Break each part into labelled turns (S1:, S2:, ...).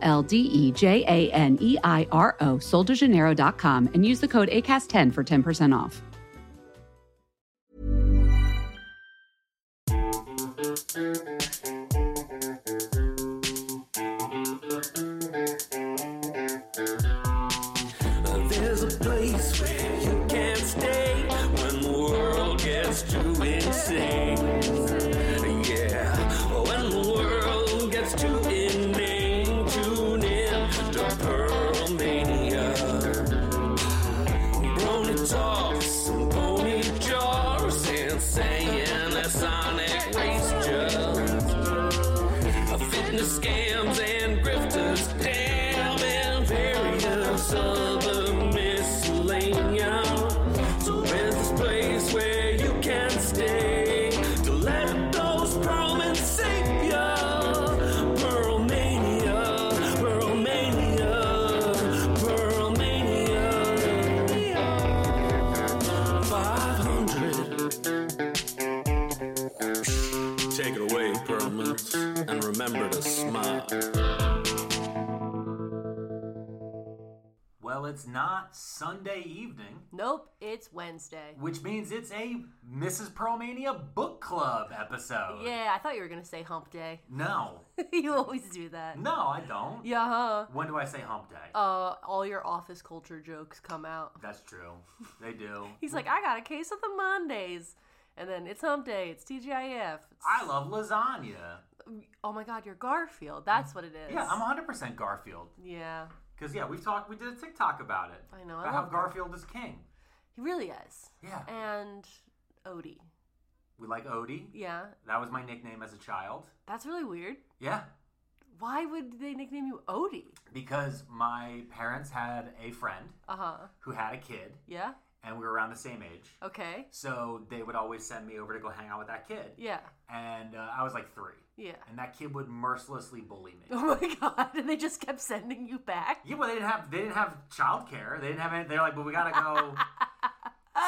S1: L D E J A N E I R O, soldejaneiro.com, and use the code ACAST10 for 10% off.
S2: There's a place where you can't stay when the world gets too insane. Yeah, when the world gets too inane, tune in to Pearl Mania. Brony talks and pony jars and saying a sonic race just fitness scams and grifters, damn, and various other miscellanea. So there's this place where you can stay to let those pearlmen save ya. Pearlmania, Pearlmania, Pearlmania. 500. Take it away, Pearlmans, and remember to smile.
S3: Well, it's not Sunday evening,
S4: Nope, it's Wednesday.
S3: which means it's a Mrs. Pearlmania book club episode.
S4: Yeah, I thought you were gonna say hump day.
S3: No,
S4: you always do that.
S3: no, I don't.
S4: Yeah, huh?
S3: When do I say hump day?
S4: Uh, all your office culture jokes come out.
S3: That's true. They do.
S4: He's like, I got a case of the Mondays. And then it's hump day, it's TGIF. It's,
S3: I love lasagna.
S4: oh my god, you're Garfield. That's what it is.
S3: Yeah, I'm 100% Garfield.
S4: Yeah,
S3: Because, yeah, we've talked, we did a TikTok about it.
S4: I know, I
S3: About how
S4: love
S3: Garfield is king.
S4: he really is.
S3: Yeah.
S4: And Odie.
S3: We like Odie.
S4: Yeah,
S3: That was my nickname as a child.
S4: that's really weird.
S3: Yeah.
S4: Why would they nickname you Odie?
S3: Because my parents had a friend
S4: Uh huh.
S3: who had a kid,
S4: Yeah.
S3: and we were around the same age.
S4: Okay.
S3: So they would always send me over to go hang out with that kid.
S4: Yeah.
S3: And uh, I was like three.
S4: Yeah.
S3: And that kid would mercilessly bully me.
S4: Oh my god. And they just kept sending you back.
S3: yeah, well, they didn't have they didn't have childcare. They didn't have any. They're like, but we gotta go.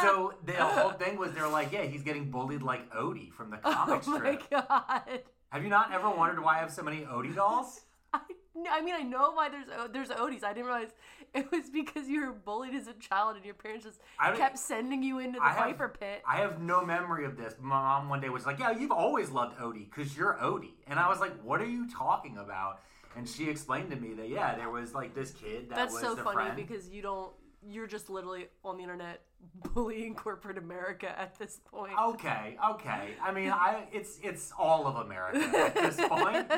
S3: so the whole thing was they're like, yeah, he's getting bullied like Odie from the comic
S4: oh my
S3: strip.
S4: god.
S3: Have you not ever wondered why I have so many Odie dolls?
S4: I, no, I mean, I know why there's O- there's Odie's. I didn't realize it was because you were bullied as a child and your parents just
S3: I don't- e
S4: kept sending you into the
S3: I have-
S4: viper pit.
S3: I have no memory of this. My mom one day was like, "Yeah, you've always loved Odie because you're Odie," and I was like, "What are you talking about?" And she explained to me that yeah, there was like this kid that
S4: That's
S3: was
S4: so
S3: the
S4: funny
S3: friend.
S4: because you don't. You're just literally on the internet bullying corporate America at this point.
S3: Oh, Okay, okay. I mean, I it's it's all of America at this point.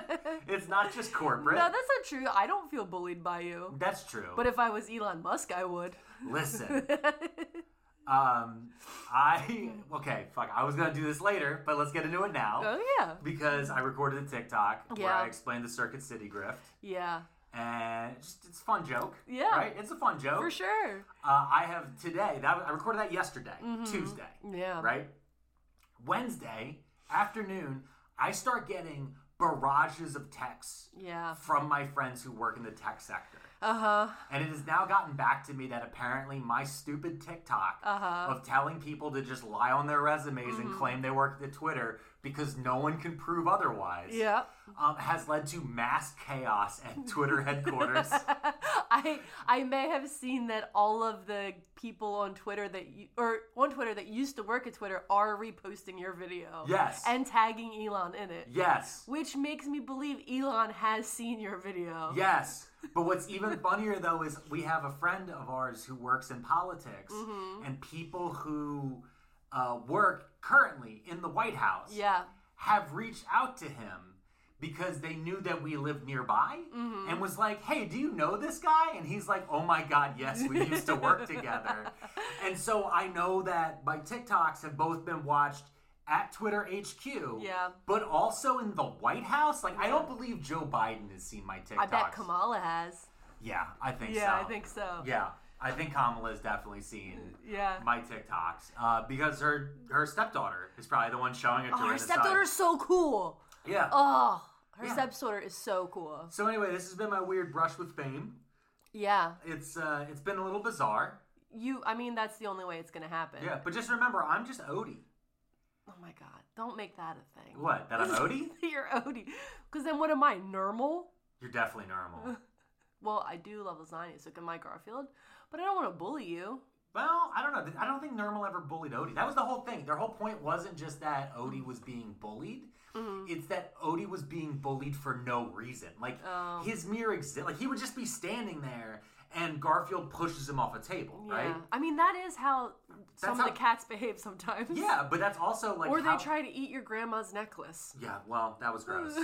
S3: It's not just corporate.
S4: no, that's not true. I don't feel bullied by you.
S3: That's true.
S4: But if I was Elon Musk, I would.
S3: listen, um, I okay, fuck. I was gonna do this later, but let's get into it now
S4: oh yeah,
S3: because I recorded a TikTok where
S4: Yeah.
S3: I explained the Circuit City grift,
S4: yeah,
S3: and it's just it's a fun joke.
S4: Yeah.
S3: right. It's a fun joke
S4: for sure.
S3: Uh, I have today. That I recorded that yesterday, Tuesday.
S4: Mm-hmm. Yeah,
S3: right? Wednesday afternoon, I start getting barrages of texts
S4: Yeah.
S3: from my friends who work in the tech sector.
S4: Uh huh.
S3: And it has now gotten back to me that apparently my stupid TikTok of telling people to just lie on their resumes and claim they work at Twitter because no one can prove otherwise
S4: Yeah.
S3: um, has led to mass chaos at Twitter headquarters.
S4: I I may have seen that all of the people on Twitter that you, or on Twitter that used to work at Twitter are reposting your video.
S3: Yes.
S4: And tagging Elon in it.
S3: yes.
S4: Which makes me believe Elon has seen your video.
S3: Yes. But what's even funnier though is we have a friend of ours who works in politics and people who uh, work currently in the White House
S4: Yeah.
S3: have reached out to him because they knew that we lived nearby
S4: Mm-hmm.
S3: and was like, "Hey, do you know this guy?" And he's like, "Oh my god, yes, we used to work together." And so I know that my TikToks have both been watched at Twitter HQ.
S4: Yeah.
S3: But also in the White House. Like, I don't believe Joe Biden has seen my TikToks.
S4: I bet Kamala has.
S3: Yeah, I think so.
S4: Yeah, I think so.
S3: Yeah, I think Kamala's definitely seen
S4: Yeah.
S3: my TikToks uh, because her her stepdaughter is probably the one showing it to
S4: Oh, her
S3: in the sun.
S4: stepdaughter's so cool.
S3: Yeah.
S4: Oh, her
S3: Yeah.
S4: stepdaughter is so cool.
S3: so anyway, this has been my weird brush with fame.
S4: Yeah.
S3: It's uh, it's been a little bizarre.
S4: You, I mean, that's the only way it's going to happen.
S3: Yeah, but just remember, I'm just Odie.
S4: Oh my God. Don't make that a thing.
S3: What? That I'm Odie?
S4: You're Odie. Because then what am I, normal?
S3: You're definitely normal.
S4: Well, I do love lasagna, so can Mike Garfield. But I don't want to bully you.
S3: Well, I don't know. I don't think Normal ever bullied Odie. That was the whole thing. Their whole point wasn't just that Odie was being bullied.
S4: Mm-hmm.
S3: It's that Odie was being bullied for no reason. Like
S4: Oh.
S3: his mere exist, like he would just be standing there, and Garfield pushes him off a table,
S4: Yeah.
S3: right?
S4: I mean, that is how some
S3: how-
S4: of the cats behave sometimes.
S3: Yeah, but that's also like
S4: or they
S3: how-
S4: try to eat your grandma's necklace.
S3: Yeah, well, that was gross.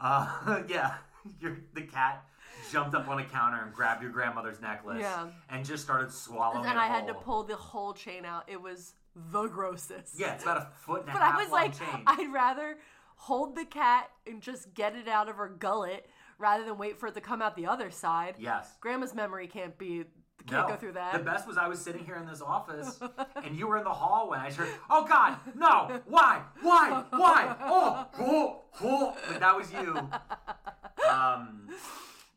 S3: uh, yeah, your, the cat jumped up on a counter and grabbed your grandmother's necklace
S4: Yeah.
S3: and just started swallowing.
S4: and
S3: it
S4: I had to
S3: whole.
S4: pull the whole chain out. It was the grossest.
S3: Yeah, it's about a foot and a
S4: But
S3: half
S4: I was
S3: long
S4: like,
S3: chain.
S4: I'd rather hold the cat and just get it out of her gullet rather than wait for it to come out the other side.
S3: yes.
S4: Grandma's memory can't be can't go through that.
S3: The best was I was sitting here in this office and you were in the hallway. I just heard, oh God, no, why, why, why, oh, oh, oh. Like, that was you. Um,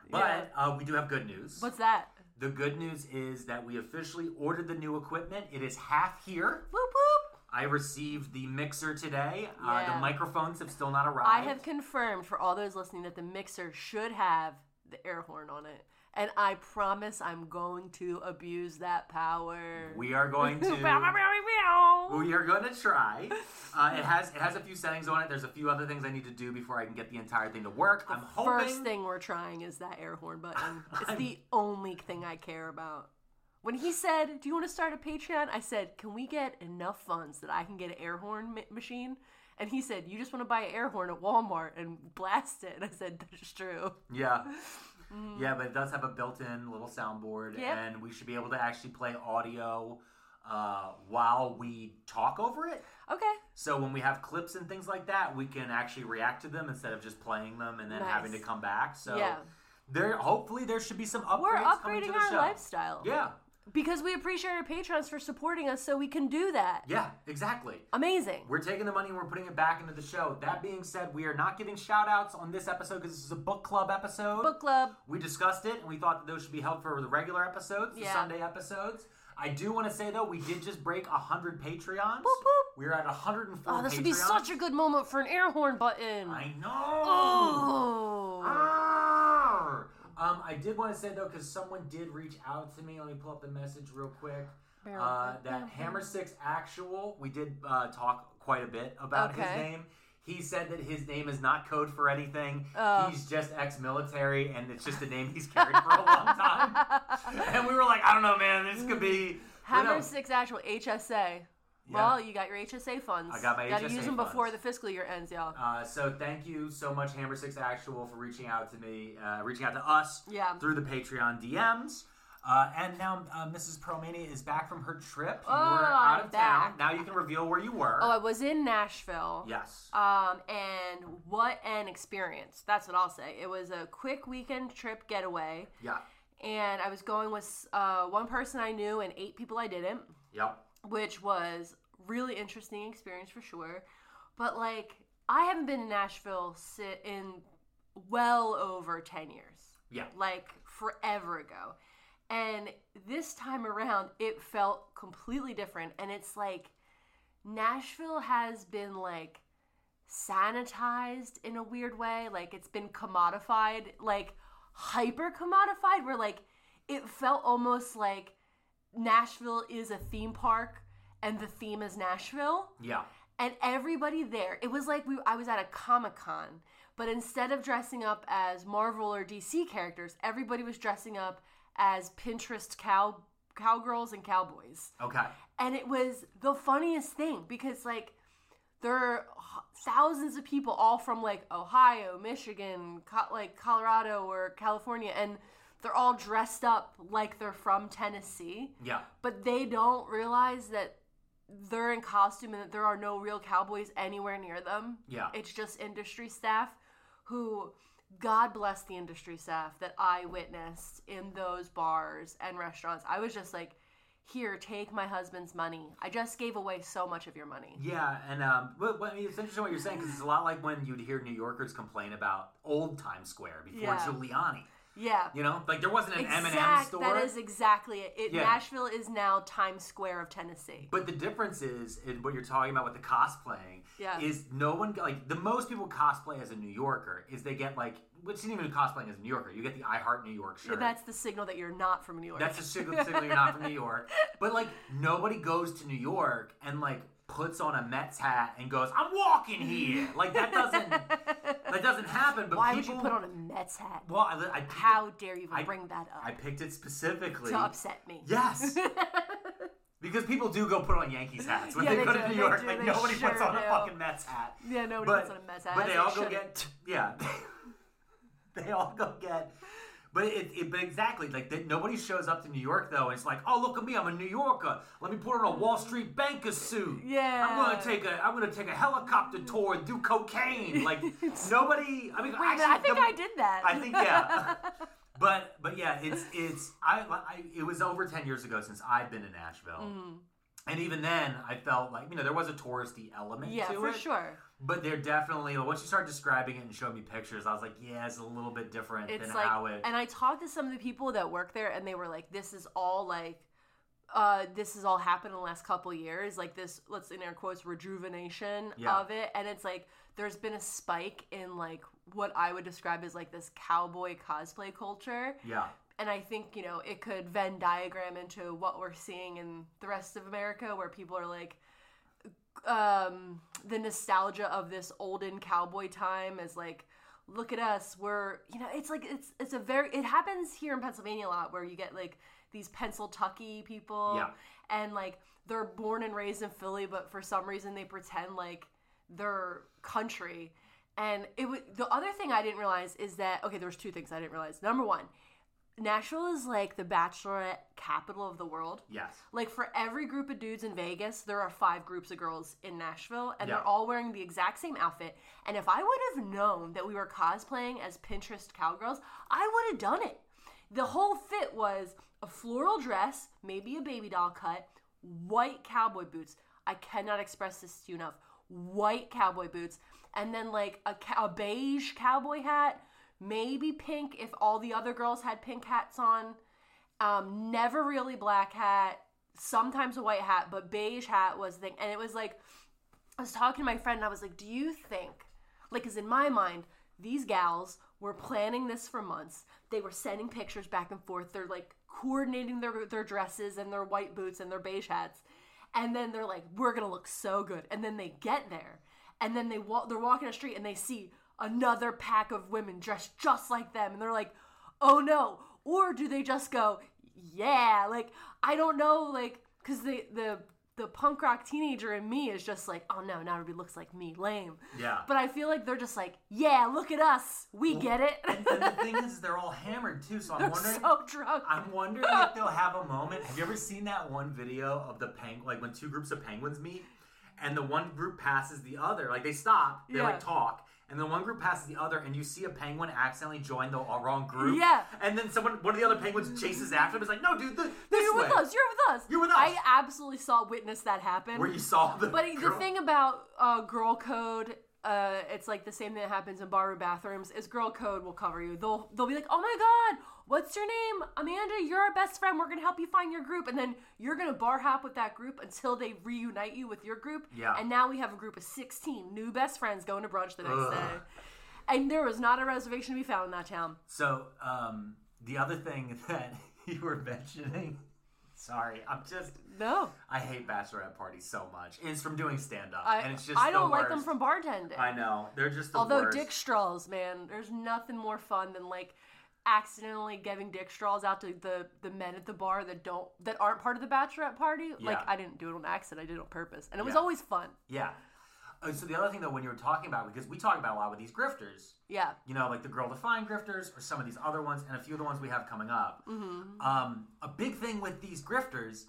S3: but uh, we do have good news.
S4: What's that?
S3: the good news is that we officially ordered the new equipment. It is half here.
S4: Whoop whoop.
S3: I received the mixer today. Uh, the
S4: Yeah.
S3: microphones have still not arrived.
S4: I have confirmed for all those listening that the mixer should have the air horn on it. And I promise I'm going to abuse that power.
S3: We are going to. We are going to try. Uh, it has it has a few settings on it. There's a few other things I need to do before I can get the entire thing to work. I'm hoping.
S4: First thing we're trying is that air horn button. It's the only thing I care about. When he said, "Do you want to start a Patreon?" I said, "Can we get enough funds that I can get an air horn ma- machine?" And he said, "You just want to buy an air horn at Walmart and blast it." And I said, "That's true."
S3: Yeah. Yeah, but it does have a built-in little soundboard,
S4: Mm. Yep.
S3: and we should be able to actually play audio uh, while we talk over it.
S4: Okay.
S3: So when we have clips and things like that, we can actually react to them instead of just playing them and then having to
S4: Nice.
S3: come back. So
S4: Yeah.
S3: there, hopefully, there should be some upgrades.
S4: We're
S3: coming to
S4: upgrading
S3: the
S4: our
S3: show.
S4: lifestyle.
S3: Yeah,
S4: Because we appreciate our patrons for supporting us so we can do that.
S3: yeah, exactly.
S4: Amazing.
S3: We're taking the money and we're putting it back into the show. That being said, we are not giving shout outs on this episode because this is a book club episode.
S4: Book club.
S3: We discussed it and we thought that those should be held for the regular episodes, the
S4: Yeah.
S3: Sunday episodes. I do want to say though, we did just break 100 Patreons. We're at 104
S4: Oh, this would be such a good moment for an air horn button.
S3: I know.
S4: oh.
S3: Arr! Um, I did want to say though, because someone did reach out to me. Let me pull up the message real quick. Uh, that Hammer Six Actual, we did uh, talk quite a bit about his
S4: Okay.
S3: name. He said that his name is not code for anything.
S4: Oh.
S3: he's just ex-military, and it's just a name he's carried for a long time. and we were like, I don't know, man. This could be. we
S4: Hammer
S3: don't-
S4: six actual HSA. Well, you got your HSA funds.
S3: I got my
S4: Gotta
S3: HSA
S4: use them before
S3: funds.
S4: the fiscal year ends, y'all.
S3: Uh, so thank you so much, Hammer Six Actual, for reaching out to me, uh, reaching out to us
S4: Yeah.
S3: through the Patreon DMs. Uh, and now uh, Mrs. Perlmania is back from her trip. You were out
S4: Oh, I'm
S3: of town.
S4: back.
S3: Now you can reveal where you were.
S4: oh, I was in Nashville.
S3: yes.
S4: Um, and what an experience. That's what I'll say. It was a quick weekend trip getaway,
S3: yeah.
S4: and I was going with uh, one person I knew and eight people I didn't,
S3: Yep.
S4: which was really interesting experience for sure. But like, I haven't been in Nashville sit in well over ten years.
S3: Yeah.
S4: like forever ago. And this time around, it felt completely different. And it's like Nashville has been like sanitized in a weird way. Like it's been commodified, like hyper commodified, where like it felt almost like Nashville is a theme park and the theme is Nashville
S3: Yeah.
S4: and everybody there it was like we i was at a comic-con but instead of dressing up as marvel or dc characters everybody was dressing up as pinterest cow cowgirls and cowboys
S3: Okay.
S4: and it was the funniest thing because like there are h- thousands of people all from like ohio michigan co- like colorado or california and they're all dressed up like they're from tennessee
S3: Yeah.
S4: but they don't realize that they're in costume and that there are no real cowboys anywhere near them.
S3: Yeah.
S4: It's just industry staff who, God bless the industry staff that I witnessed in those bars and restaurants. I was just like, here, take my husband's money. I just gave away so much of your money.
S3: Yeah, and um, but, but it's interesting what you're saying because it's a lot like when you'd hear New Yorkers complain about old Times Square before
S4: Yeah.
S3: Giuliani.
S4: Yeah.
S3: You know, like there wasn't an M and M
S4: Exact-
S3: store.
S4: That is exactly it. it
S3: Yeah.
S4: Nashville is now Times Square of Tennessee.
S3: But the difference is, in what you're talking about with the cosplaying,
S4: Yeah.
S3: is no one like the most people cosplay as a New Yorker is they get like which isn't even cosplaying as a New Yorker. You get the I Heart New York shirt.
S4: That's the signal that you're not from New York.
S3: That's a signal, signal you're not from New York. But like nobody goes to New York and like puts on a Mets hat and goes, "I'm walking here." Like that doesn't that doesn't happen. But
S4: Why
S3: people,
S4: would you put on a Mets hat?
S3: Well, I, I picked
S4: How dare you even
S3: I-
S4: bring that up
S3: It, I picked it specifically
S4: to upset me?
S3: Yes. Because people do go put on Yankees hats when
S4: Yeah,
S3: they
S4: they
S3: go
S4: do,
S3: to New
S4: they
S3: York.
S4: do,
S3: like
S4: they
S3: nobody puts
S4: sure
S3: on a
S4: do.
S3: fucking Mets hat.
S4: Yeah, nobody puts on a Mets hat,
S3: But
S4: as
S3: they
S4: they
S3: all go
S4: should've.
S3: get yeah. they all go get. But it, it but exactly like that. Nobody shows up to New York though. And it's like, oh look at me, I'm a New Yorker. Let me put on a Wall Street banker suit. I'm
S4: Yeah.
S3: gonna take a I'm gonna take a helicopter tour and do cocaine. Like nobody. I mean,
S4: Wait a minute,
S3: actually,
S4: I think
S3: the-
S4: I did that.
S3: I think yeah. but but yeah, it's it's I, I it was over ten years ago since I've been in Nashville, and even then I felt like you know there was a touristy element
S4: Mm-hmm. yeah,
S3: to
S4: for
S3: it,
S4: sure.
S3: but they're definitely once you start describing it and showing me pictures, I was like, yeah, it's a little bit different
S4: It's
S3: than
S4: like,
S3: how it.
S4: and I talked to some of the people that work there, and they were like, "This is all like." Uh, this has all happened in the last couple years, like this, let's in air quotes, rejuvenation
S3: Yeah.
S4: of it. And it's like there's been a spike in like what I would describe as like this cowboy cosplay culture.
S3: yeah,
S4: and I think you know it could Venn diagram into what we're seeing in the rest of America, where people are like, um, the nostalgia of this olden cowboy time is like, look at us, we're you know, it's like it's it's a very it happens here in Pennsylvania a lot where you get like these Pennsyltucky people,
S3: Yeah.
S4: and like they're born and raised in Philly, but for some reason they pretend like their country. And it was the other thing I didn't realize is that okay, there was two things I didn't realize. Number one, Nashville is like the bachelorette capital of the world.
S3: yes,
S4: Like for every group of dudes in Vegas, there are five groups of girls in Nashville, and
S3: Yeah.
S4: they're all wearing the exact same outfit. And if I would have known that we were cosplaying as Pinterest cowgirls, I would have done it. The whole fit was a floral dress, maybe a baby doll cut, white cowboy boots. I cannot express this to you enough. White cowboy boots, and then like a, ca- a beige cowboy hat, maybe pink if all the other girls had pink hats on um, never really black hat, sometimes a white hat, but beige hat was the thing. And it was like, I was talking to my friend and I was like, do you think, like, because in my mind, these gals were planning this for months. They were sending pictures back and forth. They're like coordinating their, their dresses and their white boots and their beige hats. And then they're like, we're going to look so good. And then they get there and then they walk, they're walking the street and they see another pack of women dressed just like them. And they're like, oh no or do they just go yeah like i don't know like because the the the punk rock teenager in me is just like oh no now everybody looks like me lame
S3: yeah.
S4: but i feel like they're just like yeah look at us we get
S3: and
S4: it
S3: the thing is, they're all hammered too. So I'm
S4: they're
S3: wondering.
S4: so drunk
S3: I'm wondering if they'll have a moment. Have you ever seen that one video of the peng like when two groups of penguins meet and the one group passes the other? Like they stop, they
S4: Yeah.
S3: like talk, and then one group passes the other, and you see a penguin accidentally join the uh, wrong group.
S4: Yeah.
S3: And then someone, one of the other penguins chases after him. It's like, no, dude, th- this
S4: you're
S3: way.
S4: with us you're with us
S3: You're with us.
S4: i absolutely saw witness that happen
S3: Where you saw the.
S4: But the
S3: girl-
S4: thing about uh, girl code, uh, it's like the same thing that happens in barroom bathrooms. Is girl code will cover you. They'll they'll be like, oh my god, what's your name, Amanda? You're our best friend. We're gonna help you find your group, and then you're gonna bar hop with that group until they reunite you with your group.
S3: Yeah.
S4: And now we have a group of sixteen new best friends going to brunch the next
S3: Ugh.
S4: day. And there was not a reservation to be found in that town.
S3: So, um, the other thing that you were mentioning. Sorry, I'm just.
S4: No,
S3: I hate bachelorette parties so much. It's from doing stand up.
S4: I
S3: And it's just.
S4: I
S3: the
S4: don't like them
S3: worst.
S4: from bartending.
S3: I know. They're just the
S4: Although
S3: worst.
S4: dick straws, man, there's nothing more fun than like accidentally giving dick straws out to the the men at the bar that don't that aren't part of the bachelorette party. Like
S3: Yeah.
S4: I didn't do it on accident; I did it on purpose, and it was
S3: Yeah.
S4: always fun.
S3: Yeah. Uh, so the other thing though, when you were talking about, because we talk about a lot with these grifters,
S4: Yeah,
S3: you know, like the Girl Defined grifters or some of these
S4: Mm-hmm.
S3: other ones, and a few of the ones we have coming up. Um, a big thing with these grifters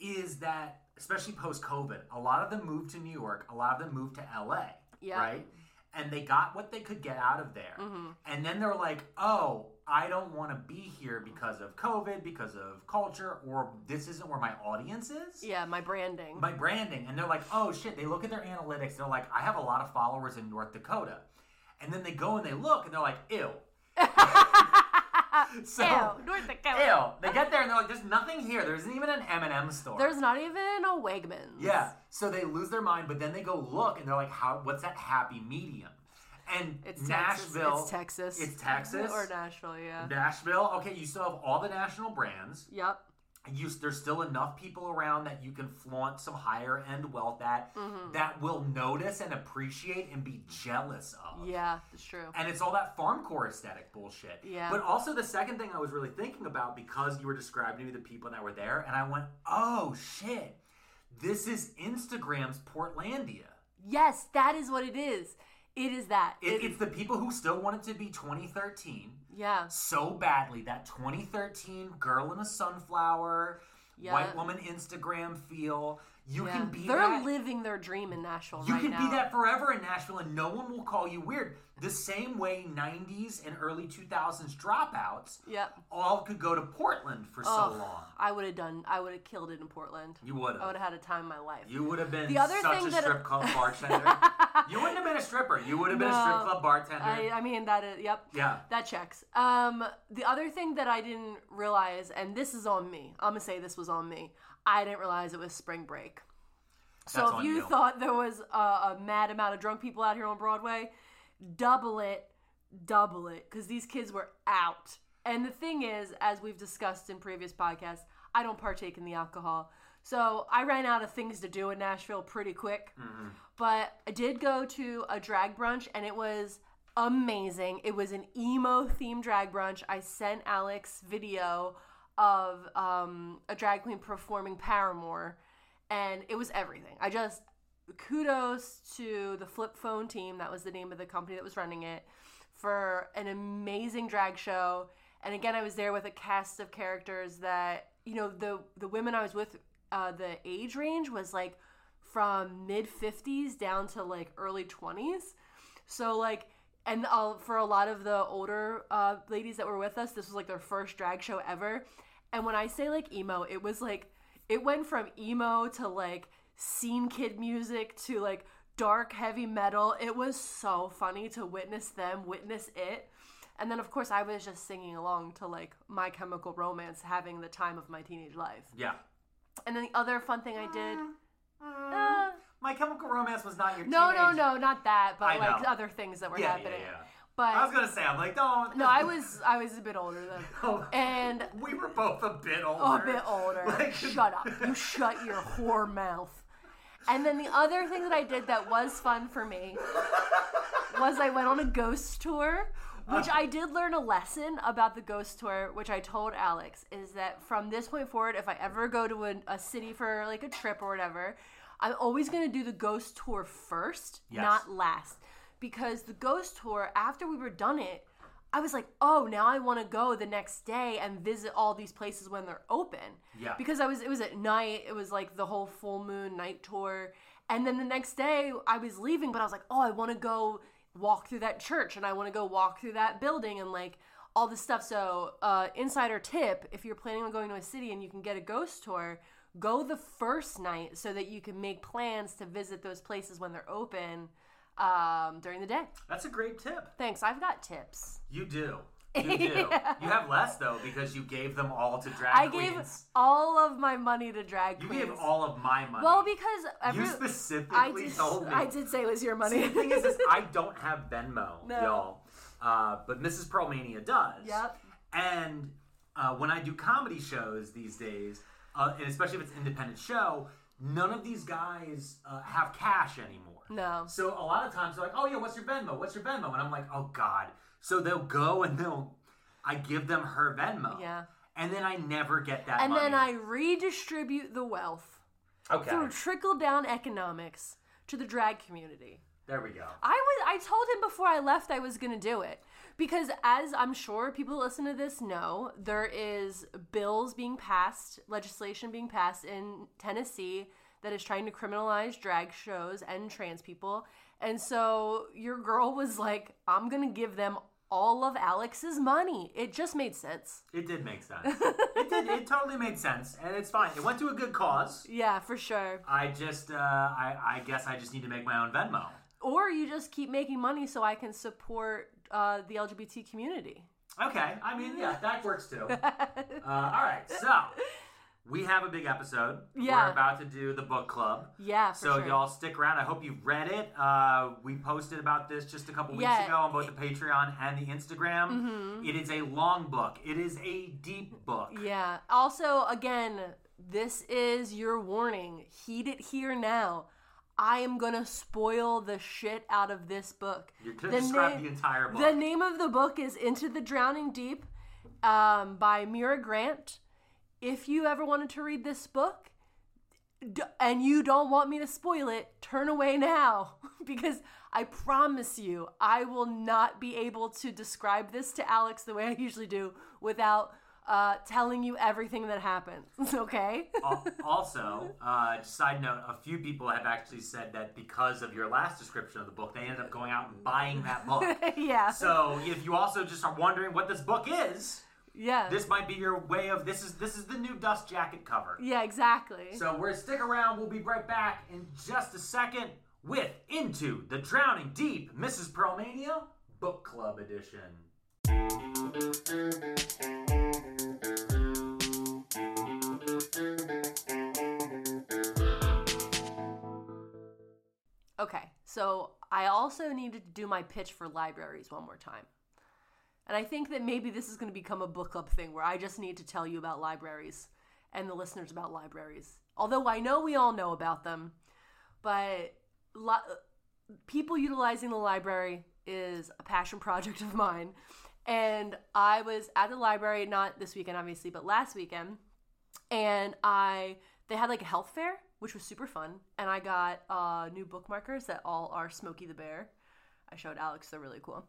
S3: is that especially post COVID, a lot of them moved to New York, a lot of them moved to LA,
S4: Yeah. Mm-hmm.
S3: right? And they got what they could get out of there. And then they're like, "Oh, I don't want to be here because of COVID, because of culture, or this isn't where my audience is."
S4: Yeah, my branding.
S3: my branding and they're like oh shit they look at their analytics they're like i have a lot of followers in north dakota and then they go and they look and they're like ew so
S4: Ew, North Dakota.
S3: ew they get there and they're like there's nothing here there isn't even an m&m store
S4: There's not even a Wegmans.
S3: yeah so they lose their mind but then they go look and they're like how what's that happy medium and
S4: It's
S3: nashville
S4: Texas. It's Texas.
S3: it's Texas?
S4: Or Nashville, yeah.
S3: nashville okay you still have all the national brands
S4: yep.
S3: you there's still enough people around that you can flaunt some higher end wealth at
S4: Mm-hmm.
S3: that will notice and appreciate and be jealous of.
S4: Yeah, it's true.
S3: And it's all that farm core aesthetic bullshit.
S4: Yeah.
S3: But also the second thing I was really thinking about because you were describing to me the people that were there, and I went, oh shit, this is Instagram's Portlandia.
S4: Yes, that is what it is. It is that.
S3: It, it's the people who still want it to be 2013
S4: yeah.
S3: so badly that 2013 girl in a sunflower
S4: Yeah.
S3: white woman instagram feel you
S4: yeah.
S3: can be
S4: They're
S3: that
S4: living their dream in Nashville
S3: you
S4: right
S3: can
S4: now.
S3: be that forever in nashville and no one will call you weird the same way 90s and early 2000s dropouts
S4: Yep.
S3: all could go to portland for
S4: Ugh,
S3: so long
S4: I would have done. I would have killed it in Portland.
S3: you would
S4: I would have had
S3: have
S4: a time in my life.
S3: you would have been
S4: The other
S3: such
S4: thing
S3: a
S4: that-
S3: strip club bartender you wouldn't have been a stripper you would have been a strip
S4: No.
S3: club bartender
S4: I, uh, I mean that is yep.
S3: yeah
S4: That checks. Um, the other thing that I didn't realize, and this is on me. I'm gonna say this was on me. I didn't realize it was spring break. So
S3: That's
S4: if
S3: on
S4: you
S3: you.
S4: thought there was a, a mad amount of drunk people out here on Broadway, double it, double it, because these kids were out. And the thing is, as we've discussed in previous podcasts, I don't partake in the alcohol. So I ran out of things to do in Nashville pretty quick. But I did go to a drag brunch and it was amazing. It was an emo themed drag brunch. I sent Alex video of um, a drag queen performing Paramore and it was everything. I just kudos to the Flip Phone team, that was the name of the company that was running it, for an amazing drag show. And again, I was there with a cast of characters that you know the the women I was with, uh, the age range was like from mid fifties down to like early twenties. So like, and uh, for a lot of the older uh, ladies that were with us, this was like their first drag show ever. And when I say like emo, it was like it went from emo to like scene kid music to like dark heavy metal. It was so funny to witness them witness it. And then of course I was just singing along to like My Chemical Romance, having the time of my teenage life.
S3: yeah
S4: And then the other fun thing I did. Uh,
S3: my chemical romance was not your
S4: no, no,
S3: teenage-
S4: no, not that, but
S3: I
S4: like
S3: know.
S4: other things that were
S3: yeah, yeah,
S4: happening.
S3: yeah.
S4: But
S3: I was gonna say, I'm like, don't.
S4: no, I was I was a bit older then.
S3: Oh.
S4: And
S3: We were both a bit older.
S4: a bit older.
S3: Like-
S4: shut up. You shut your whore mouth. And then the other thing that I did that was fun for me was I went on a ghost tour, which
S3: Uh-huh.
S4: I did learn a lesson about the ghost tour, which I told Alex is that from this point forward, if I ever go to a, a city for like a trip or whatever, I'm always going to do the ghost tour first,
S3: Yes.
S4: not last. Because the ghost tour, after we were done it, I was like, oh, now I want to go the next day and visit all these places when they're open.
S3: Yeah.
S4: Because I was, it was at night. It was like the whole full moon night tour. And then the next day I was leaving, but I was like, oh, I want to go walk through that church and I want to go walk through that building and like all this stuff. So, uh, insider tip if you're planning on going to a city and you can get a ghost tour, go the first night so that you can make plans to visit those places when they're open um, during the day.
S3: That's a great tip.
S4: Thanks. I've got tips.
S3: You do. You do. You have less though because you gave them all to drag
S4: I
S3: queens.
S4: gave all of my money to drag
S3: you
S4: queens.
S3: gave all of my money.
S4: Well, because every,
S3: you specifically
S4: I did,
S3: told me.
S4: I did say it was your money.
S3: See, the thing is, is I don't have Venmo,
S4: No.
S3: y'all. Uh, but Mrs. Pearlmania does.
S4: Yep.
S3: And uh, when I do comedy shows these days, uh, and especially if it's an independent show, none of these guys uh, have cash anymore.
S4: No.
S3: So a lot of times they're like, "Oh yeah, what's your Venmo? What's your Venmo?" And I'm like, "Oh God." So they'll go and they'll, I give them her Venmo.
S4: Yeah.
S3: And then I never get that.
S4: and then I
S3: money.
S4: redistribute the wealth
S3: okay.
S4: through trickle down economics to the drag community.
S3: There we go.
S4: I was I told him before I left I was gonna do it. Because as I'm sure people who listen to this know, there is bills being passed, legislation being passed in Tennessee that is trying to criminalize drag shows and trans people. And so your girl was like, I'm going to give them all of Alex's money. It just made sense.
S3: It did make sense. it did. It totally made sense, and it's fine. It went to a good cause.
S4: Yeah, for sure.
S3: I just, uh, I, I guess I just need to make my own Venmo.
S4: Or you just keep making money so I can support uh, the LGBT community.
S3: Okay. I mean, yeah, that works too. Uh, all right. So we have a big episode.
S4: Yeah.
S3: We're about to do the book club.
S4: Yeah, for
S3: So
S4: sure.
S3: y'all stick around. I hope you've read it. Uh, we posted about this just a couple weeks
S4: Yeah. Mm-hmm.
S3: ago on both the Patreon and the Instagram. It is a long book. It is a deep book.
S4: Yeah. Also, again, this is your warning. Heed it here now. I am gonna spoil the shit out of this book.
S3: You're gonna describe the entire book.
S4: The name of the book is Into the Drowning Deep um, by Mira Grant. If you ever wanted to read this book d- and you don't want me to spoil it, turn away now because I promise you I will not be able to describe this to Alex the way I usually do without uh, telling you everything that happens. Okay?
S3: Al- also, uh, just side note: a few people have actually said that because of your last description of the book, they ended up going out and buying that book.
S4: yeah.
S3: so, if you also just are wondering what this book is,
S4: yeah.
S3: this might be your way of this is this is the new dust jacket cover.
S4: yeah, exactly.
S3: So, we're stick around. We'll be right back in just a second with Into the Drowning Deep, Mrs. Pearlmania Book Club Edition.
S4: Okay, so I also need to do my pitch for libraries one more time. And I think that maybe this is going to become a book club thing where I just need to tell you about libraries and the listeners about libraries. Although I know we all know about them, but li- people utilizing the library is a passion project of mine. And I was at the library, not this weekend, obviously, but last weekend and I they had like a health fair, which was super fun, and I got uh, new bookmarkers that all are Smokey the Bear. I showed Alex; they're really cool.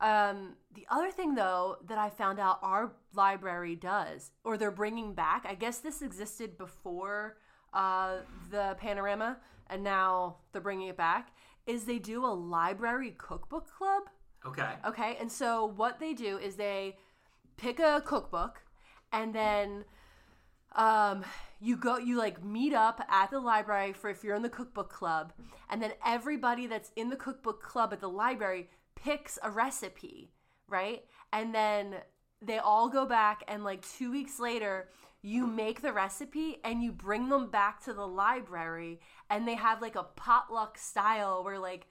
S4: Um, the other thing, though, that I found out our library does, or they're bringing back. I guess this existed before uh, the panorama, and now they're bringing it back. Is they do a library cookbook club?
S3: Okay.
S4: Okay, and so what they do is they pick a cookbook, and then um, you go, you like meet up at the library for if you're in the cookbook club, and then everybody that's in the cookbook club at the library picks a recipe, right? And then they all go back, and like two weeks later, you make the recipe and you bring them back to the library, and they have like a potluck style where like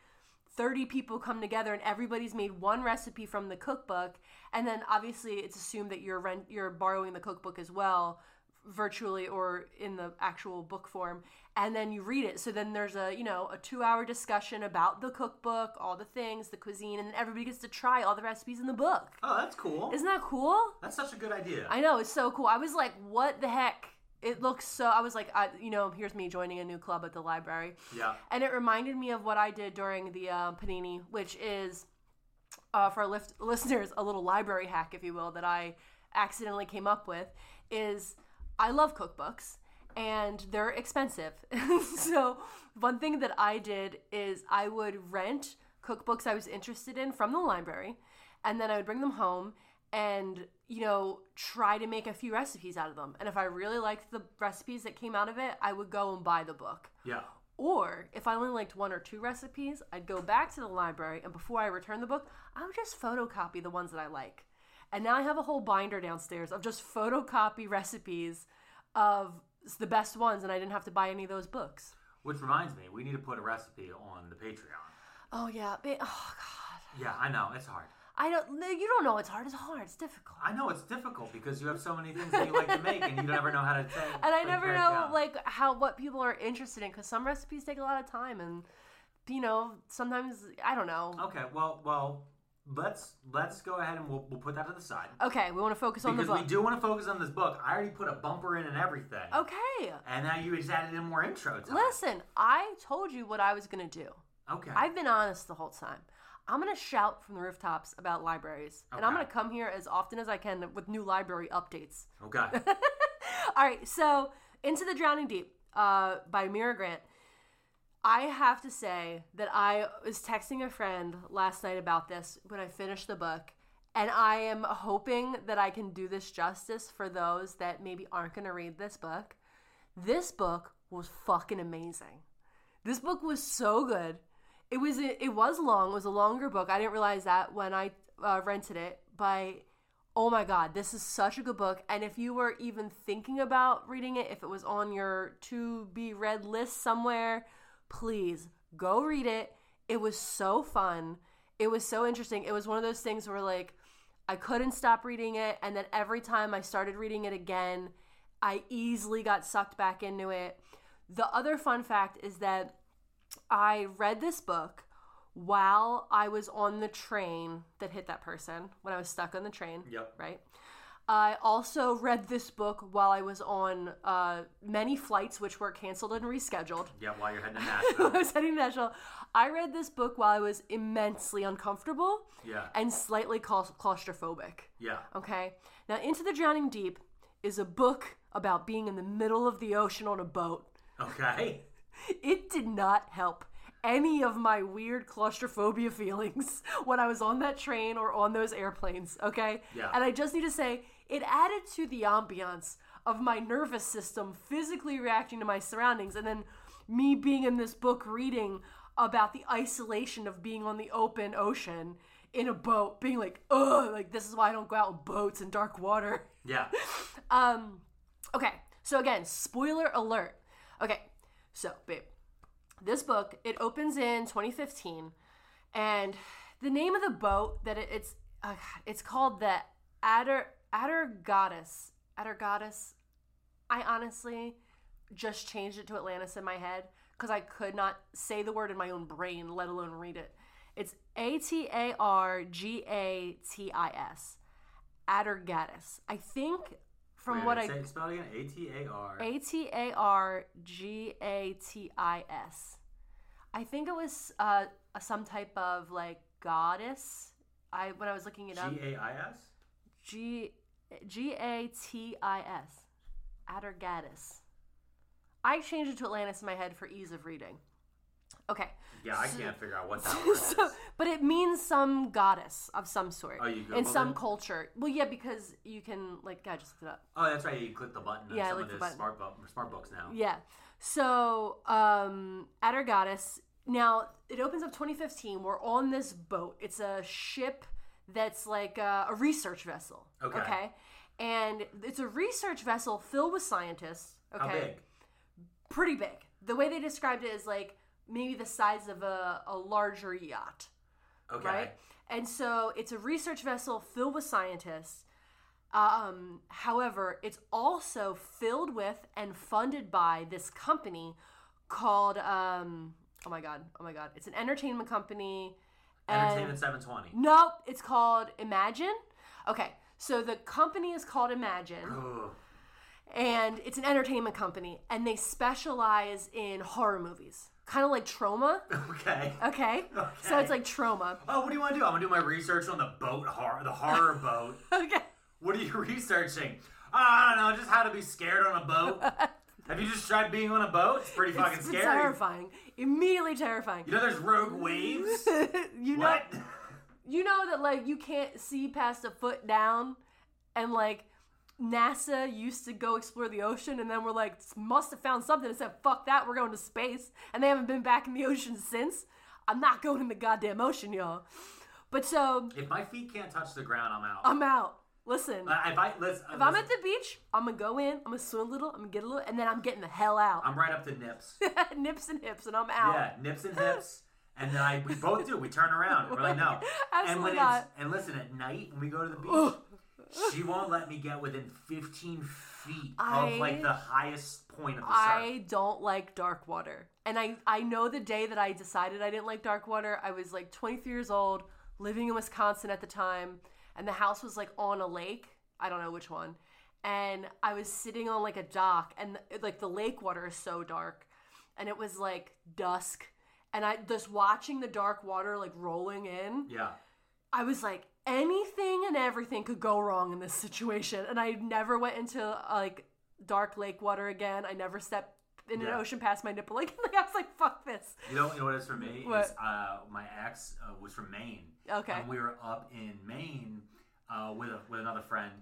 S4: 30 people come together and everybody's made one recipe from the cookbook and then obviously it's assumed that you're rent you're borrowing the cookbook as well virtually or in the actual book form and then you read it so then there's a you know a 2 hour discussion about the cookbook all the things the cuisine and then everybody gets to try all the recipes in the book
S3: Oh, that's cool.
S4: isn't that cool
S3: that's such a good idea.
S4: I know it's so cool. I was like, what the heck? It looks so. I was like, I, you know, here's me joining a new club at the library.
S3: Yeah.
S4: And it reminded me of what I did during the uh, panini, which is uh, for our lif- listeners a little library hack, if you will, that I accidentally came up with. Is I love cookbooks and they're expensive. so one thing that I did is I would rent cookbooks I was interested in from the library, and then I would bring them home and you know try to make a few recipes out of them. And if I really liked the recipes that came out of it, I would go and buy the book.
S3: yeah.
S4: Or if I only liked one or two recipes, I'd go back to the library and before I return the book, I would just photocopy the ones that I like. And now I have a whole binder downstairs of just photocopy recipes of s- the best ones, and I didn't have to buy any of those books.
S3: Which reminds me, we need to put a recipe on the Patreon.
S4: Oh yeah, ba- oh god,
S3: Yeah, I know. It's hard.
S4: I don't. no, You don't know it's hard. It's hard. It's difficult.
S3: I know it's difficult because you have so many things that you like to make and you never know how to take.
S4: And I never know like how what people are interested in because some recipes take a lot of time, and you know sometimes I don't know.
S3: Okay, well, well, let's let's go ahead and we'll, we'll put that to the side
S4: Okay, we want to focus Oh, on the
S3: because
S4: book.
S3: we do want to focus on this book. I already put a bumper in and everything.
S4: Okay.
S3: And now you just added in more intro time.
S4: Listen, I told you what I was going to do.
S3: Okay.
S4: I've been honest the whole time. I'm gonna shout from the rooftops about libraries, and I'm
S3: Okay.
S4: gonna come here as often as I can with new library updates.
S3: Oh god.
S4: All right, so Into the Drowning Deep uh, by Mira Grant. I have to say that I was texting a friend last night about this when I finished the book, and I am hoping that I can do this justice for those that maybe aren't going to read this book. This book was fucking amazing. This book was so good. It was it was long. It was a longer book. I didn't realize that when I uh, rented it, but oh my god this is such a good book and if you were even thinking about reading it if it was on your to be read list somewhere please go read it it was so fun it was so interesting it was one of those things where like i couldn't stop reading it and then every time i started reading it again i easily got sucked back into it the other fun fact is that i read this book while I was on the train that hit that person, when I was stuck on the train,
S3: Yep.
S4: right? I also read this book while I was on uh, many flights, which were canceled and rescheduled.
S3: yeah, while you're heading to
S4: I
S3: Nashville.
S4: was heading to Nashville. I read this book while I was immensely uncomfortable
S3: Yeah.
S4: and slightly claus- claustrophobic.
S3: Yeah.
S4: Okay. Now, Into the Drowning Deep is a book about being in the middle of the ocean on a boat.
S3: Okay.
S4: It did not help any of my weird claustrophobia feelings when I was on that train or on those airplanes, okay?
S3: Yeah.
S4: And I just need to say, it added to the ambiance of my nervous system physically reacting to my surroundings and then me being in this book reading about the isolation of being on the open ocean in a boat, being like, ugh, like this is why I don't go out with boats in dark water.
S3: Yeah.
S4: Um, okay. So again, spoiler alert. Okay. So, babe, this book it opens in 2015, and the name of the boat that it, it's uh, it's called the Adder Adder Goddess Adder Goddess. I honestly just changed it to Atlantis in my head because I could not say the word in my own brain, let alone read it. It's A T A R G A T I S. Atargatis. I think from
S3: Wait,
S4: what I
S3: say, spell it again. A T A R.
S4: A T A R G A T I S. I think it was uh, some type of like goddess. I when I was looking it up,
S3: G A I S.
S4: G G A T I S, Atargatis. I changed it to Atlantis in my head for ease of reading. Okay,
S3: Yeah, I can't figure out what that was.
S4: so, but it means some goddess of some sort
S3: Oh, you
S4: in
S3: Googled
S4: some
S3: it?
S4: culture. Well, yeah, because you can like I just looked it up.
S3: Oh, that's right. You click the button.
S4: Yeah, I
S3: Yeah, some
S4: clicked
S3: of
S4: the
S3: the
S4: button.
S3: smart, bu- smart books now.
S4: Yeah. So, um, at our goddess, now it opens up 2015. We're on this boat. It's a ship that's like a, a research vessel.
S3: Okay.
S4: And it's a research vessel filled with scientists. Okay.
S3: How big?
S4: Pretty big. The way they described it is like maybe the size of a, a larger yacht
S3: Okay.
S4: right? And so it's a research vessel filled with scientists. Um, however, it's also filled with and funded by this company called um, oh my god, oh my god, it's an entertainment company. and-
S3: Entertainment 720.
S4: Nope, it's called Imagine. Okay, so the company is called Imagine
S3: Ugh.
S4: and it's an entertainment company and they specialize in horror movies. Kind of like trauma,
S3: Okay.
S4: okay? So
S3: Okay.
S4: it's like trauma.
S3: Oh, what do you want to do? I'm gonna do my research on the boat horror, the horror boat.
S4: Okay.
S3: What are you researching? Oh, I don't know. Just how to be scared on a boat. Have you just tried being on a boat? It's pretty fucking
S4: It's
S3: scary.
S4: terrifying. Immediately terrifying.
S3: You know, there's rogue waves.
S4: You know,
S3: what?
S4: you know that like you can't see past a foot down, and like NASA used to go explore the ocean, and then we're like must have found something and said fuck that we're going to space, and they haven't been back in the ocean since. I'm not going in the goddamn ocean, y'all. But so
S3: If my feet can't touch the ground, I'm out.
S4: I'm out. Listen,
S3: Uh, if I let's,
S4: if I'm at the beach, I'm gonna go in, I'm gonna swim a little, I'm gonna get a little, and then I'm getting the hell out.
S3: I'm right up to nips.
S4: Nips and hips, and I'm out.
S3: Yeah, nips and hips. And then I, we both do. We turn around. We're like, no. and
S4: Absolutely
S3: when
S4: not.
S3: It's, and listen, at night when we go to the beach, she won't let me get within 15 feet
S4: I-
S3: of like the highest point of the surf.
S4: I don't like dark water. And I, I know the day that I decided I didn't like dark water, I was like 23 years old, living in Wisconsin at the time, and the house was like on a lake. I don't know which one. And I was sitting on like a dock, and like the lake water is so dark. And it was like dusk. and I just watching the dark water like rolling in.
S3: Yeah.
S4: I was like, anything and everything could go wrong in this situation. And I never went into uh, like dark lake water again. I never stepped in an
S3: Yeah.
S4: ocean past my nipple. Like, I was like, fuck this.
S3: You know, you know what is for me
S4: What?
S3: is uh, my ex uh, was from Maine.
S4: Okay.
S3: And we were up in Maine uh, with a, with another friend,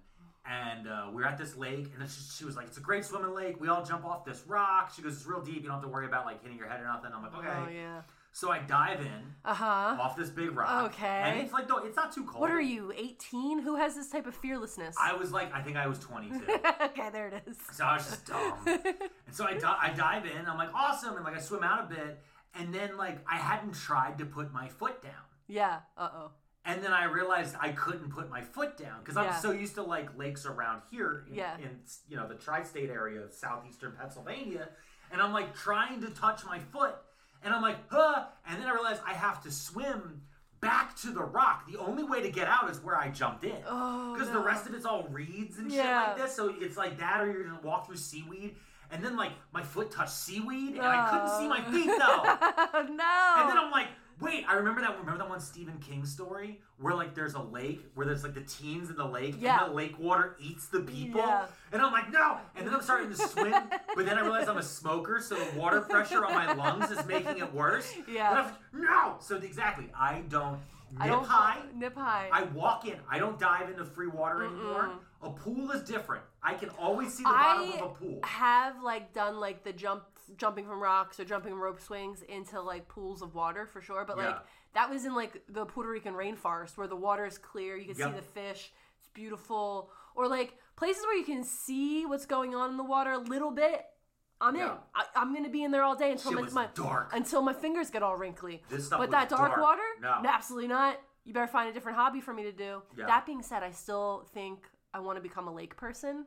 S3: and uh, we were at this lake, and then she, she was like, "It's a great swimming lake. We all jump off this rock." She goes, "It's real deep. You don't have to worry about like hitting your head or nothing." I'm like, "Okay."
S4: Oh, yeah.
S3: So I dive in
S4: Uh huh.
S3: off this big rock.
S4: Okay.
S3: And it's like, no, it's not too cold.
S4: What are you, 18? Who has this type of fearlessness?
S3: I was like, I think I was 22.
S4: okay, there it is.
S3: So I was just dumb. and so I, di- I dive in, I'm like, awesome. And like, I swim out a bit. And then, like, I hadn't tried to put my foot down.
S4: Yeah. Uh oh.
S3: And then I realized I couldn't put my foot down because I'm
S4: Yeah.
S3: so used to like lakes around here in,
S4: Yeah.
S3: in you know the tri-state area of southeastern Pennsylvania, and I'm like trying to touch my foot, and I'm like, huh, and then I realized I have to swim back to the rock. The only way to get out is where I jumped in, because the rest of it's all reeds and
S4: Oh, Yeah.
S3: shit like this. So it's like that, or you're gonna walk through seaweed, and then like my foot touched seaweed, and I couldn't see my feet though.
S4: Oh,
S3: And then
S4: no.
S3: I'm like, wait, I remember that. Remember that one Stephen King story where like there's a lake where there's like the teens in the lake
S4: Yeah.
S3: and the lake water eats the people.
S4: Yeah.
S3: And I'm like, no. And then I'm starting to swim, but then I realize I'm a smoker, so the water pressure on my lungs is making it worse.
S4: Yeah.
S3: And I'm like, no. So exactly, I don't nip
S4: I don't.
S3: high.
S4: Nip high.
S3: I walk in. I don't dive into free water anymore. A pool is different. I can always see the bottom
S4: I
S3: of a pool.
S4: have like done like the jump jumping from rocks or jumping rope swings into like pools of water for sure but like
S3: Yeah.
S4: that was in like the Puerto Rican rainforest where the water is clear you can see
S3: Yep.
S4: the fish it's beautiful or like places where you can see what's going on in the water a little bit I'm in
S3: Yeah.
S4: I, I'm gonna be in there all day until
S3: Shit
S4: my,
S3: was
S4: my-
S3: dark.
S4: until my fingers get all wrinkly
S3: This stuff
S4: but
S3: was
S4: that dark,
S3: dark.
S4: water
S3: No.
S4: absolutely not you better find a different hobby for me to do
S3: Yeah.
S4: that being said I still think I want to become a lake person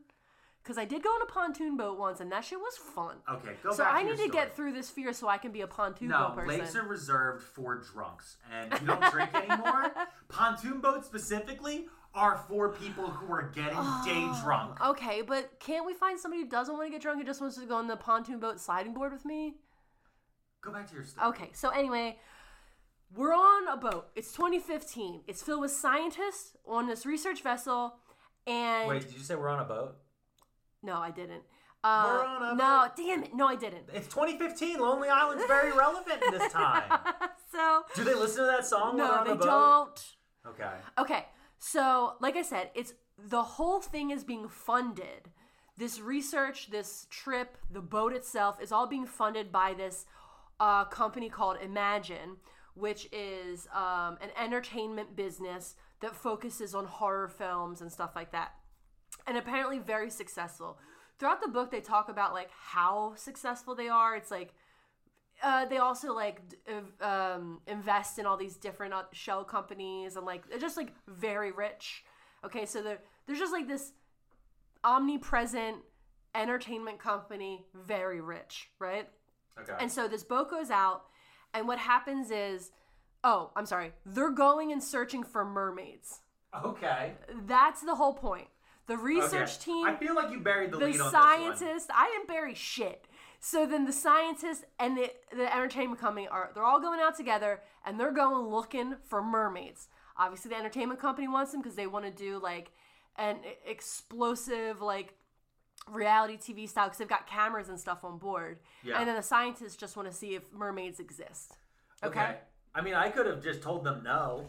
S4: because I did go on a pontoon boat once, and that shit was fun.
S3: Okay, go
S4: so
S3: back
S4: I
S3: to your
S4: need to get
S3: story.
S4: through this fear so I can be a pontoon
S3: No,
S4: boat person.
S3: lakes are reserved for drunks, and if you don't drink anymore. Pontoon boats specifically are for people who are getting
S4: Oh.
S3: day drunk.
S4: Okay, but can't we find somebody who doesn't want to get drunk and just wants to go on the pontoon boat sliding board with me?
S3: Go back to your story.
S4: Okay, so anyway, we're on a boat. It's 2015. It's filled with scientists on this research vessel, and
S3: did you say we're on a boat?
S4: no, I didn't. Uh,
S3: We're on a
S4: no, damn it, no, I didn't.
S3: It's 2015. Lonely Island's very relevant in this time.
S4: So
S3: Do they listen to that song? while
S4: no,
S3: they're
S4: they
S3: on the boat?
S4: don't.
S3: Okay.
S4: Okay, so like I said, it's the whole thing is being funded. This research, this trip, the boat itself is all being funded by this uh, company called Imagine, which is um, an entertainment business that focuses on horror films and stuff like that and apparently very successful. Throughout the book, they talk about like how successful they are. It's like uh, they also like d- ev- um, invest in all these different uh, shell companies and like they're just like very rich. Okay, so they're there's just like this omnipresent entertainment company, very rich, right?
S3: Okay.
S4: And so this boat goes out, and what happens is, oh, I'm sorry, they're going and searching for mermaids.
S3: okay.
S4: That's the whole point. The research
S3: okay.
S4: team
S3: I feel like you buried the,
S4: the
S3: lead on this one.
S4: scientists. I didn't bury shit. So then the scientists and the, the entertainment company are they're all going out together and they're going looking for mermaids. Obviously, the entertainment company wants them because they want to do like an e- explosive like reality TV style because they've got cameras and stuff on board.
S3: Yeah.
S4: And then the scientists just want to see if mermaids exist. Okay.
S3: I mean, I could have just told them no.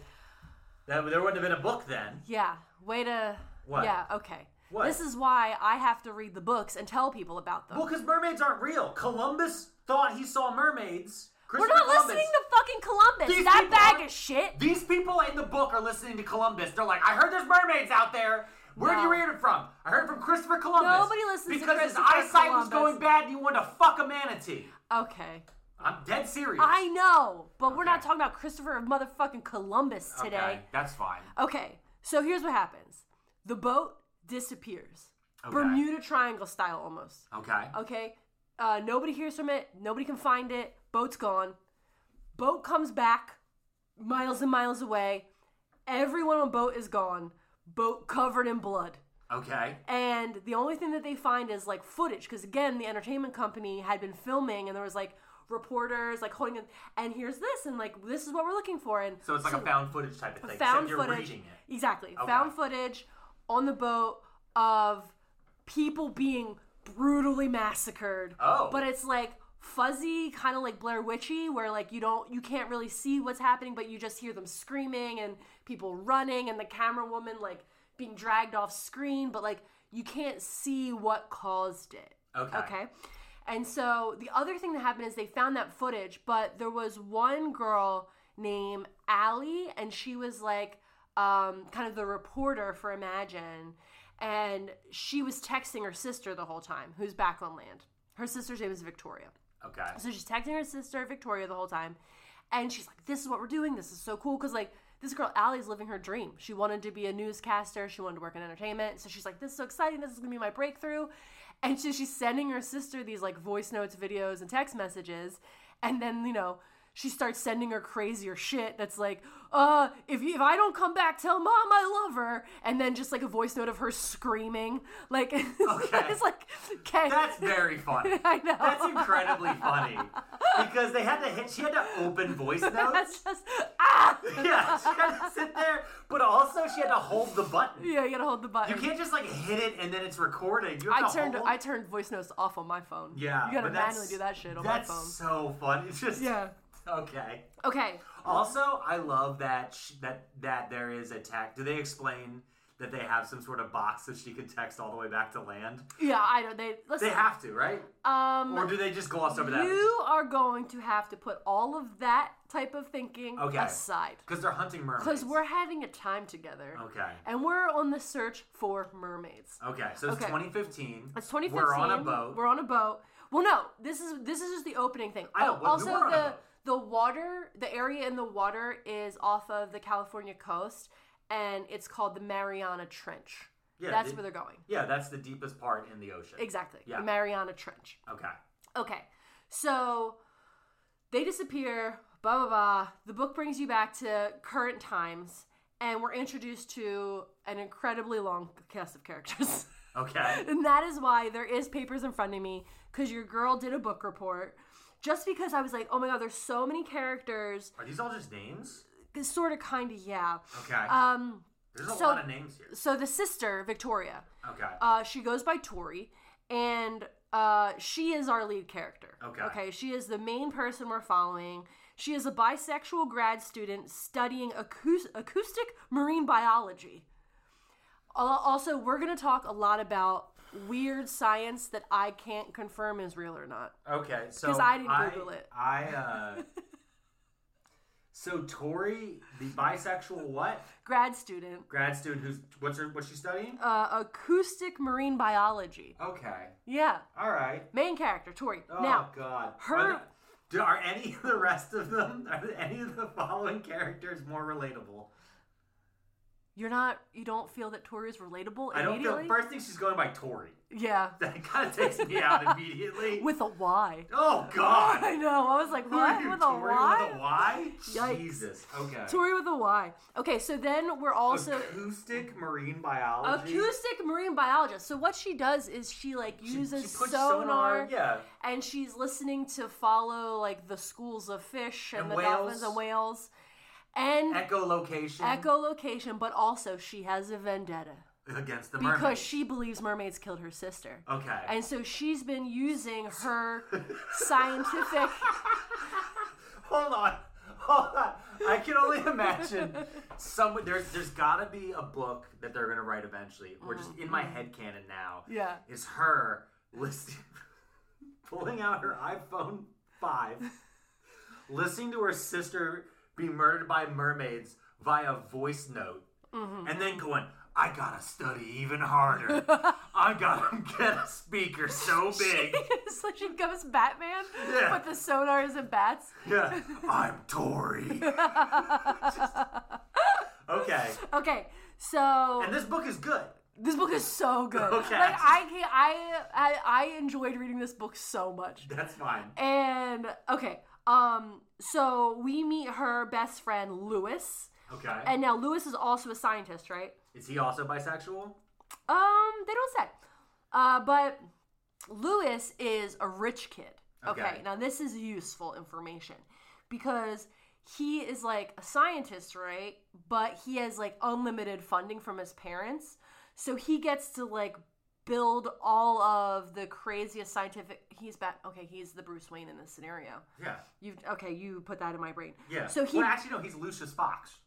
S3: That there wouldn't have been a book then.
S4: Yeah. Way to.
S3: What?
S4: Yeah. Okay.
S3: What?
S4: This is why I have to read the books and tell people about them.
S3: Well, because mermaids aren't real. Columbus thought he saw mermaids.
S4: We're
S3: Christopher
S4: not
S3: Columbus.
S4: listening to fucking Columbus.
S3: These
S4: that
S3: people
S4: bag
S3: are-
S4: of shit.
S3: These people in the book are listening to Columbus. They're like, I heard there's mermaids out there. Where do
S4: No.
S3: you hear it from? I heard it from Christopher Columbus.
S4: Nobody listens to
S3: because
S4: Christopher
S3: his eyesight
S4: Columbus.
S3: was going bad and he wanted to fuck a manatee.
S4: Okay.
S3: I'm dead serious.
S4: I know, but we're not
S3: Okay.
S4: talking about Christopher motherfucking Columbus
S3: Okay,
S4: today.
S3: that's fine.
S4: Okay. So here's what happens. The boat disappears.
S3: Okay.
S4: Bermuda Triangle style almost.
S3: Okay.
S4: Okay. Uh, nobody hears from it. Nobody can find it. Boat's gone. Boat comes back miles and miles away. Everyone on boat is gone. Boat covered in blood.
S3: Okay.
S4: and the only thing that they find is like footage because again the entertainment company had been filming and there was like reporters like holding it and here's this and like this is what we're looking for and
S3: So it's like a found footage type of thing.
S4: found
S3: except you're
S4: footage
S3: reading it.
S4: exactly
S3: Okay.
S4: found footage on the boat of people being brutally massacred
S3: Oh.
S4: but it's like fuzzy kind of like blair witchy where like you don't you can't really see what's happening but you just hear them screaming and people running and the camera woman like being dragged off screen but like you can't see what caused it
S3: Okay.
S4: Okay. And so the other thing that happened is they found that footage, but there was one girl named Allie, and she was like um, kind of the reporter for Imagine. And she was texting her sister the whole time, who's back on land. Her sister's name is Victoria.
S3: Okay.
S4: So she's texting her sister Victoria the whole time, and she's like, "This is what we're doing. This is so cool." Because like this girl Allie's living her dream. She wanted to be a newscaster. She wanted to work in entertainment. So she's like, "This is so exciting. This is gonna be my breakthrough." And so she's sending her sister these like voice notes, videos, and text messages, and then you know. She starts sending her crazier shit that's like, uh, if, you, if I don't come back, tell mom I love her. And then just like a voice note of her screaming. Like, it's like, okay.
S3: That's very funny.
S4: I know.
S3: That's incredibly funny because they had to hit. She had to open voice notes.
S4: That's just, ah!
S3: yeah, she had to sit there, but also she had to hold the button.
S4: Yeah, you gotta hold the button.
S3: You can't just like hit it and then it's recording. You have
S4: I
S3: to
S4: turned
S3: hold-
S4: I turned voice notes off on my phone.
S3: Yeah,
S4: you gotta
S3: but that's-
S4: manually do that shit on my
S3: that's
S4: phone.
S3: so fun. It's just
S4: Yeah.
S3: Okay.
S4: Okay,
S3: Also, I love that sh- that that there is a tech. Do they explain that they have some sort of box that she can text all the way back to land?
S4: yeah, I don't. They listen.
S3: They have to, right?
S4: um,
S3: Or do they just gloss over that?
S4: you are going to have to put all of that type of thinking
S3: Okay.
S4: aside
S3: Because they're hunting mermaids.
S4: because we're having a time together.
S3: okay.
S4: and we're on the search for mermaids.
S3: Okay, so it's
S4: Okay.
S3: 2015.
S4: It's 2015.
S3: We're on a boat.
S4: We're on a boat. Well, no, this is this is just the opening thing.
S3: I know,
S4: Oh,
S3: we- we
S4: also
S3: were on a
S4: the
S3: boat.
S4: the water, the area in the water is off of the California coast, and it's called the Mariana Trench.
S3: Yeah,
S4: that's
S3: the-
S4: where they're going.
S3: yeah, that's the deepest part in the ocean.
S4: Exactly,
S3: Yeah.
S4: the Mariana Trench.
S3: Okay.
S4: Okay, so they disappear. Blah blah blah. The book brings you back to current times, and we're introduced to an incredibly long cast of characters.
S3: Okay.
S4: And that is why there is papers in front of me because your girl did a book report. Just because I was like, oh my god, there's so many characters.
S3: Are these all just names?
S4: This sort of, kind of, yeah.
S3: Okay.
S4: Um,
S3: There's a
S4: so-
S3: lot of names here.
S4: so the sister Victoria,
S3: Okay.
S4: uh, she goes by Tori, and uh, she is our lead character.
S3: Okay.
S4: Okay. She is the main person we're following. She is a bisexual grad student studying acous- acoustic marine biology. Al- Also, we're going to talk a lot about weird science that I can't confirm is real or not.
S3: okay. So
S4: 'cause I didn't Google it.
S3: I uh. so Tori, the bisexual what
S4: Grad student,
S3: grad student who's what's her what's she studying?
S4: uh, acoustic marine biology.
S3: Okay.
S4: Yeah.
S3: All right.
S4: Main character, Tori.
S3: Oh
S4: now,
S3: God.
S4: her-
S3: Are, they- do, are any of the rest of them? Are any of the following characters more relatable?
S4: you're not, you don't feel that Tori is relatable
S3: I don't
S4: immediately?
S3: feel. First thing she's going by Tori.
S4: yeah.
S3: That kind of takes me out immediately.
S4: With a Y.
S3: oh God!
S4: I know. I was like,
S3: Who are
S4: what?
S3: you,
S4: With a
S3: Tori
S4: Y?
S3: With a Y?
S4: Yikes.
S3: Jesus. Okay.
S4: Tori with a Y. Okay, so then we're also
S3: acoustic marine biology.
S4: acoustic marine biologist. So what she does is she like
S3: She- she
S4: uses
S3: puts
S4: sonar,
S3: Yeah.
S4: and she's listening to follow like the schools of fish and,
S3: And
S4: the
S3: whales.
S4: dolphins and whales, and
S3: Echolocation
S4: echolocation. But also she has a vendetta
S3: against the
S4: because
S3: mermaid.
S4: she believes mermaids killed her sister.
S3: Okay.
S4: And so she's been using her scientific.
S3: Hold on. Hold on. I can only imagine someone there's there's gotta be a book that they're gonna write eventually. We're just in my head canon now.
S4: Yeah.
S3: Is her listening pulling out her iPhone five, listening to her sister be murdered by mermaids via voice note, and then going, I gotta study even harder. I gotta get a speaker so big.
S4: so she goes Batman,
S3: Yeah.
S4: but the sonar isn't bats.
S3: Yeah, I'm Tory. okay,
S4: Okay, so
S3: and this book is good.
S4: this book is so good.
S3: Okay.
S4: Like I, can't- I, I, I enjoyed reading this book so much.
S3: That's fine.
S4: And okay, um, so we meet her best friend Lewis,
S3: Okay,
S4: and now Lewis is also a scientist, right?
S3: is he also bisexual?
S4: Um, they don't say. Uh, but Lewis is a rich kid. Okay.
S3: Okay.
S4: now this is useful information because he is like a scientist, right? But he has like unlimited funding from his parents. So he gets to like build all of the craziest scientific he's back okay, he's the Bruce Wayne in this scenario.
S3: Yeah.
S4: You've okay, you put that in my brain.
S3: Yeah.
S4: So he
S3: Well, actually, no. He's Lucius Fox.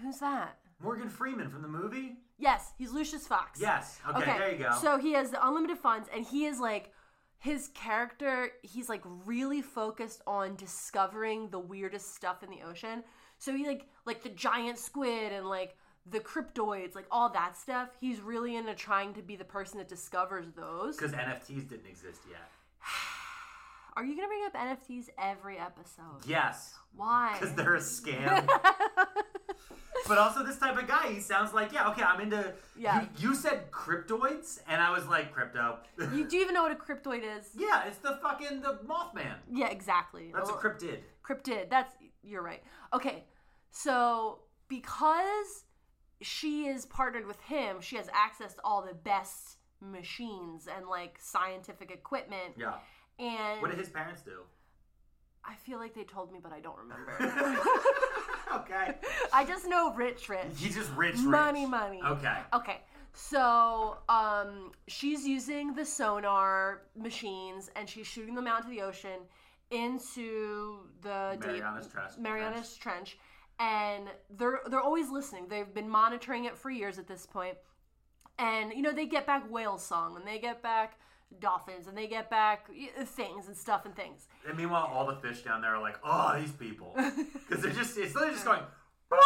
S4: who's that?
S3: Morgan Freeman from the movie.
S4: Yes, he's Lucius Fox.
S3: Yes. Okay. There you go.
S4: So he has the unlimited funds, and he is like, his character, he's like really focused on discovering the weirdest stuff in the ocean. So he like, like the giant squid and like the cryptoids, like all that stuff. He's really into trying to be the person that discovers those.
S3: Because NFTs didn't exist yet.
S4: Are you gonna bring up NFTs every episode?
S3: Yes.
S4: Why?
S3: Because they're a scam. but also, this type of guy, he sounds like, yeah, okay, I'm into.
S4: Yeah.
S3: You, you said cryptoids, and I was like, crypto.
S4: You do you even know what a cryptoid is?
S3: yeah, it's the fucking the Mothman.
S4: Yeah, exactly.
S3: That's a
S4: Well-
S3: cryptid.
S4: cryptid that's you're right okay so because she is partnered with him she has access to all the best machines and like scientific equipment
S3: Yeah.
S4: and
S3: What did his parents do?
S4: i feel like they told me but i don't remember
S3: okay.
S4: i just know rich rich
S3: He's just rich, rich.
S4: money money Oh.
S3: Okay.
S4: okay so um she's using the sonar machines and she's shooting them out into the ocean into the deep
S3: Mariana's Trench.
S4: Mariana's Trench, and they're they're always listening. They've been monitoring it for years at this point, and you know they get back whale song, and they get back dolphins, and they get back y- things and stuff and things.
S3: And meanwhile, all the fish down there are like, oh, these people. Because they're just, it's literally just going, "Boom."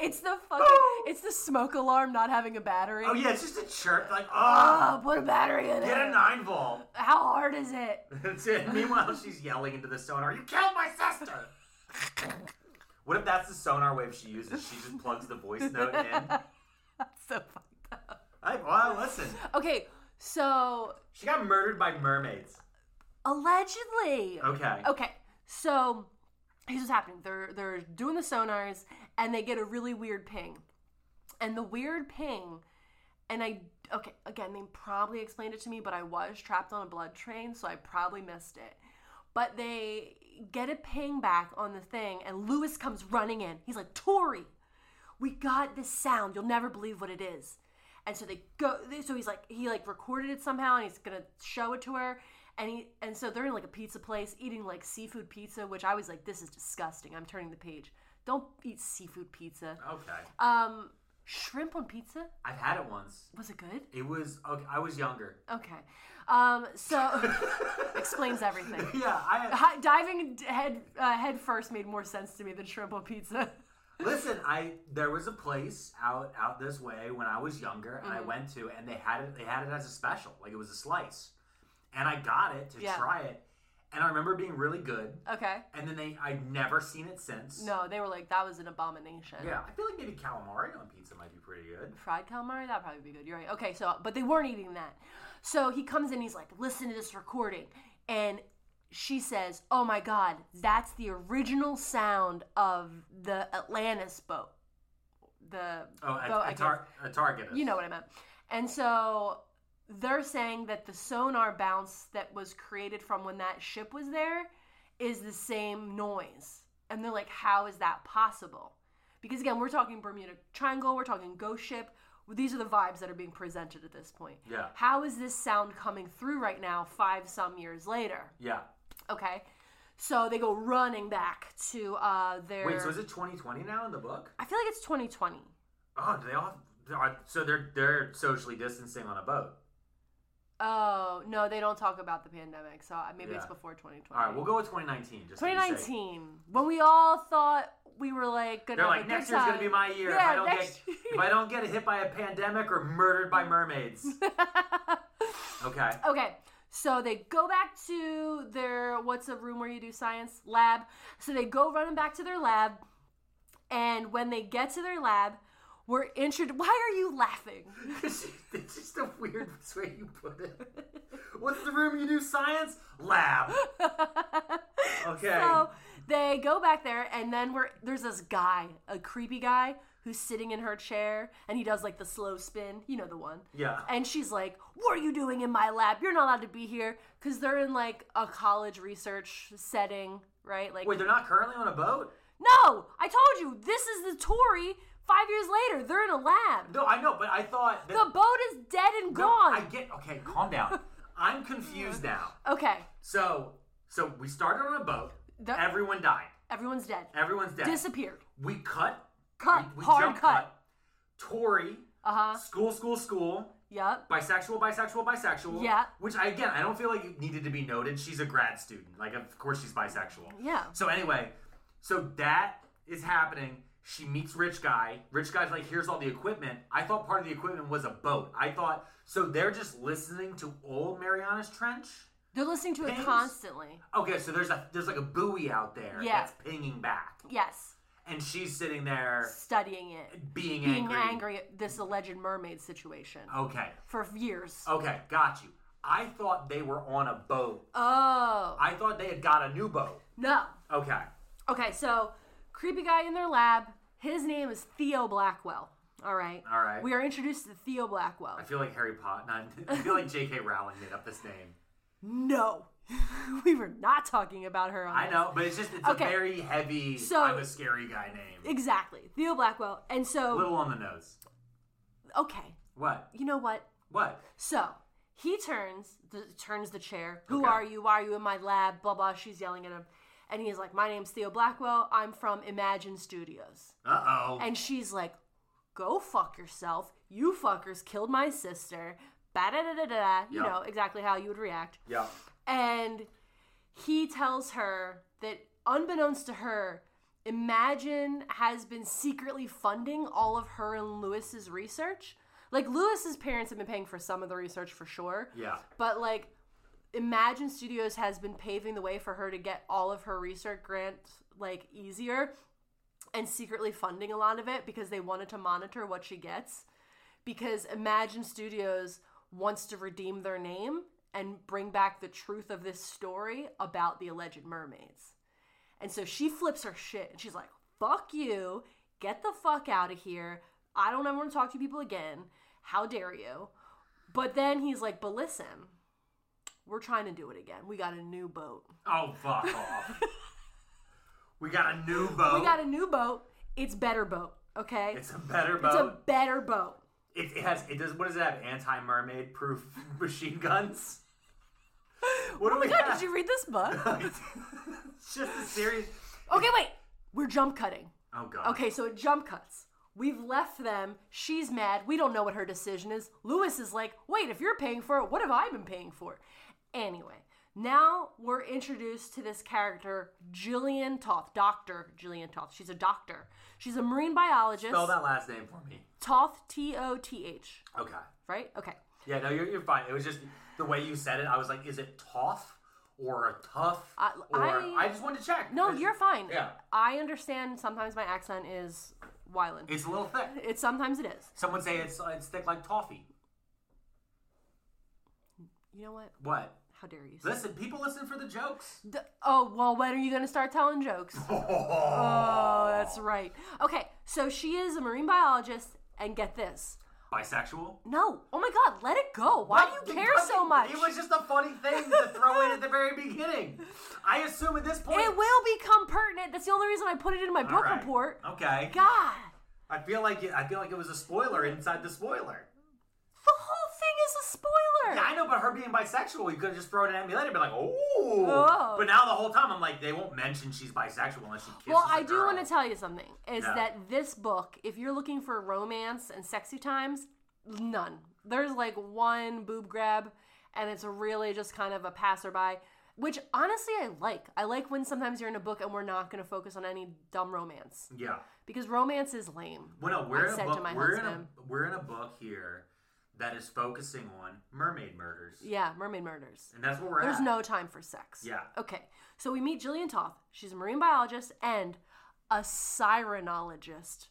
S4: It's the fucking it's the smoke alarm not having a battery.
S3: oh, yeah, it's just a chirp. Like,
S4: Oh,
S3: oh,
S4: put a battery in
S3: get
S4: it.
S3: a nine ball.
S4: How hard is it?
S3: That's it. Meanwhile, she's yelling into the sonar, You killed my sister! what if that's the sonar wave she uses? She just plugs the voice note in.
S4: That's so fucked up.
S3: Like, well, listen,
S4: Okay, so
S3: she got murdered by mermaids.
S4: allegedly.
S3: Okay.
S4: Okay, so here's what's happening. They're they're doing the sonars and they get a really weird ping. And the weird ping, and I okay, again, they probably explained it to me, but I was trapped on a blood train, so I probably missed it. But they get a ping back on the thing, and Lewis comes running in. He's like, Tori, we got this sound. You'll never believe what it is. And so they go. They, so he's like, he like recorded it somehow, and he's gonna show it to her. And he and so they're in like a pizza place eating like seafood pizza, which I was like, this is disgusting. I'm turning the page. Don't eat seafood pizza.
S3: Okay.
S4: Um, shrimp on pizza
S3: I've had it once.
S4: was it good?
S3: It was, okay, I was younger.
S4: Okay, um, so explains everything.
S3: Yeah, I
S4: Hi- Diving head uh, head first made more sense to me than shrimp on pizza.
S3: listen. I there was a place out out this way when I was younger, and I
S4: Mm-hmm.
S3: went to, and they had it. They had it as a special, like it was a slice, and I got it to
S4: Yeah.
S3: try it, and I remember it being really good.
S4: Okay,
S3: And then they, I've never seen it since.
S4: no, they were like that was an abomination.
S3: Yeah, I feel like maybe calamari on pizza might be pretty good.
S4: fried calamari that'd probably be good you're right okay so but they weren't eating that so he comes in he's like listen to this recording and she says oh my god that's the original sound of the atlantis boat the
S3: Oh, a,
S4: boat I
S3: a,
S4: guess.
S3: tar- a target.
S4: you know what i meant and so they're saying that the sonar bounce that was created from when that ship was there is the same noise and they're like how is that possible because again, we're talking Bermuda Triangle, we're talking Ghost Ship. These are the vibes that are being presented at this point.
S3: Yeah.
S4: How is this sound coming through right now, five some years later?
S3: Yeah.
S4: Okay. So they go running back to uh, their.
S3: Wait, so is it 2020 now in the book?
S4: I feel like it's 2020.
S3: Oh, do they all? they Are, so they're they're socially distancing on a boat.
S4: Oh, no, they don't talk about the pandemic. So I- maybe it's
S3: Yeah.
S4: before 2020.
S3: All right, we'll go with 2019. Just to be safe.
S4: 2019. When we all thought we were like going to
S3: They're
S4: have a
S3: like
S4: good
S3: next year's gonna
S4: time."
S3: be my year if
S4: Yeah,
S3: I don't
S4: next
S3: get if I don't get hit by a pandemic or murdered by mermaids. okay.
S4: Okay, so they go back to their what's a room where you do science lab. So they go running back to their lab, and when they get to their lab, we're introduced. Why are you laughing?
S3: it's just a weird way you put it. What's the room you do science lab? Okay.
S4: So they go back there, and then we're there's this guy, a creepy guy who's sitting in her chair and he does like the slow spin. You know the one.
S3: Yeah.
S4: And she's like, What are you doing in my lab? You're not allowed to be here. Because they're in like a college research setting, right? Like,
S3: Wait, they're not currently on a boat?
S4: No, I told you, this is the Tory. Five years later, they're in a lab.
S3: No, I know, but I thought that
S4: The boat is dead and
S3: No,
S4: gone.
S3: I get okay, calm down. I'm confused now.
S4: Okay,
S3: So so we started on a boat.
S4: The-
S3: Everyone died.
S4: everyone's dead.
S3: Everyone's dead.
S4: Disappeared.
S3: we cut.
S4: Cut.
S3: We, we
S4: Hard
S3: jump
S4: cut.
S3: Tory.
S4: Uh huh.
S3: School, school, school.
S4: Yep.
S3: Bisexual, bisexual, bisexual.
S4: Yeah.
S3: Which I again I don't feel like it needed to be noted. She's a grad student. Like of course she's bisexual.
S4: Yeah.
S3: So anyway, so that is happening. She meets rich guy. Rich guy's like, here's all the equipment. I thought part of the equipment was a boat. I thought so they're just listening to old Marianas Trench.
S4: They're listening to it
S3: Things-
S4: constantly.
S3: Okay, so there's a there's like a buoy out there
S4: Yeah.
S3: that's pinging back.
S4: Yes.
S3: And she's sitting there
S4: Studying it.
S3: being,
S4: Being
S3: angry. Oh.
S4: angry at this alleged mermaid situation
S3: Okay.
S4: for years.
S3: Okay, got you. I thought they were on a boat.
S4: Oh.
S3: I thought they had got a new boat.
S4: No.
S3: Okay.
S4: Okay, so creepy guy in their lab. His name is Theo Blackwell. All right.
S3: All right.
S4: We are introduced to Theo Blackwell.
S3: I feel like Harry Potter. I feel like J.K. Rowling made up this name.
S4: No. we were not talking about her on
S3: I
S4: this.
S3: know, but it's just it's
S4: Okay.
S3: a very heavy.
S4: So-
S3: I'm a scary guy name.
S4: Exactly. Theo Blackwell. And
S3: A
S4: so
S3: little on the nose.
S4: okay.
S3: What?
S4: You know what?
S3: What?
S4: So he turns the turns the chair. Who
S3: Okay.
S4: are you? Why are you in my lab? Blah blah. She's yelling at him. And he's like, My name's Theo Blackwell. I'm from Imagine Studios.
S3: Uh oh.
S4: And she's like, Go fuck yourself. You fuckers killed my sister. Ba da da da da. You
S3: Yeah.
S4: know exactly how you would react.
S3: Yeah.
S4: And he tells her that, unbeknownst to her, Imagine has been secretly funding all of her and Lewis's research. Like, Lewis's parents have been paying for some of the research for sure.
S3: Yeah.
S4: But, like, Imagine Studios has been paving the way for her to get all of her research grants, like, easier and secretly funding a lot of it because they wanted to monitor what she gets because Imagine Studios wants to redeem their name and bring back the truth of this story about the alleged mermaids. And so she flips her shit and she's like, fuck you, get the fuck out of here. I don't ever want to talk to you people again. How dare you? But then he's like, but listen, we're trying to do it again. We got a new boat.
S3: Oh fuck off. we got a new
S4: We
S3: boat.
S4: got a new boat. It's better boat, okay?
S3: it's a better
S4: it's a
S3: boat.
S4: better boat.
S3: It, it has. It does. What does it have? Anti mermaid proof machine guns. What do we
S4: Oh God,
S3: have?
S4: did you read this book?
S3: it's just a series.
S4: Okay, wait. We're jump cutting.
S3: Oh god.
S4: Okay, so it jump cuts. We've left them. She's mad. We don't know what her decision is. Lewis is like, wait, if you're paying for it, what have I been paying for? Anyway, now we're introduced to this character, Jillian Toth, Dr. Jillian Toth. She's a doctor. She's a marine biologist.
S3: Spell that last name for me.
S4: Toth, T O T H,
S3: Okay.
S4: right? Okay.
S3: Yeah. No, you're, you're fine. It was just the way you said it. I was like, is it tough or a tough?
S4: I-
S3: or
S4: I-
S3: just wanted to check.
S4: No,
S3: It's-
S4: you're fine.
S3: Yeah.
S4: I understand sometimes my accent is Wyland.
S3: It's a little thick.
S4: It sometimes it is.
S3: Some would say it's it's thick like toffee.
S4: You know what?
S3: What?
S4: How dare you? say
S3: Listen, people listen for the jokes.
S4: D- oh, well, when are you going to start telling jokes? oh, that's right. Okay, so she is a marine biologist, and get this.
S3: Bisexual.
S4: No, oh my god, let it go. Why do
S3: What?
S4: you care so much?
S3: It was just a funny thing to throw in at the very beginning. I assume at this point.
S4: It will become pertinent. That's the only reason I put it in my
S3: All
S4: book
S3: right.
S4: report.
S3: Okay.
S4: God,
S3: I feel like it, I feel like it was a spoiler inside the spoiler.
S4: the whole thing is a spoiler.
S3: Yeah, I know, but her being bisexual, you could have just thrown it at me later and be like, ooh.
S4: Oh.
S3: But now the whole time I'm like, they won't mention she's bisexual unless she kisses
S4: well,
S3: a
S4: I do
S3: girl.
S4: want to tell you something is
S3: Yeah.
S4: that this book, if you're looking for romance and sexy times, none. There's like one boob grab, and it's really just kind of a passerby, which honestly I like. I like when sometimes you're in a book and we're not going to focus on any dumb romance
S3: Yeah.
S4: because romance is lame.
S3: Well, no, we're
S4: I
S3: in
S4: said
S3: a
S4: to
S3: book.
S4: my
S3: We're in a,
S4: husband.
S3: we're in a book here that is focusing on mermaid murders.
S4: Yeah, mermaid murders.
S3: And that's what we're
S4: There's
S3: at.
S4: no time for sex.
S3: Yeah.
S4: Okay. So we meet Jillian Toth. She's a marine biologist and a sirenologist.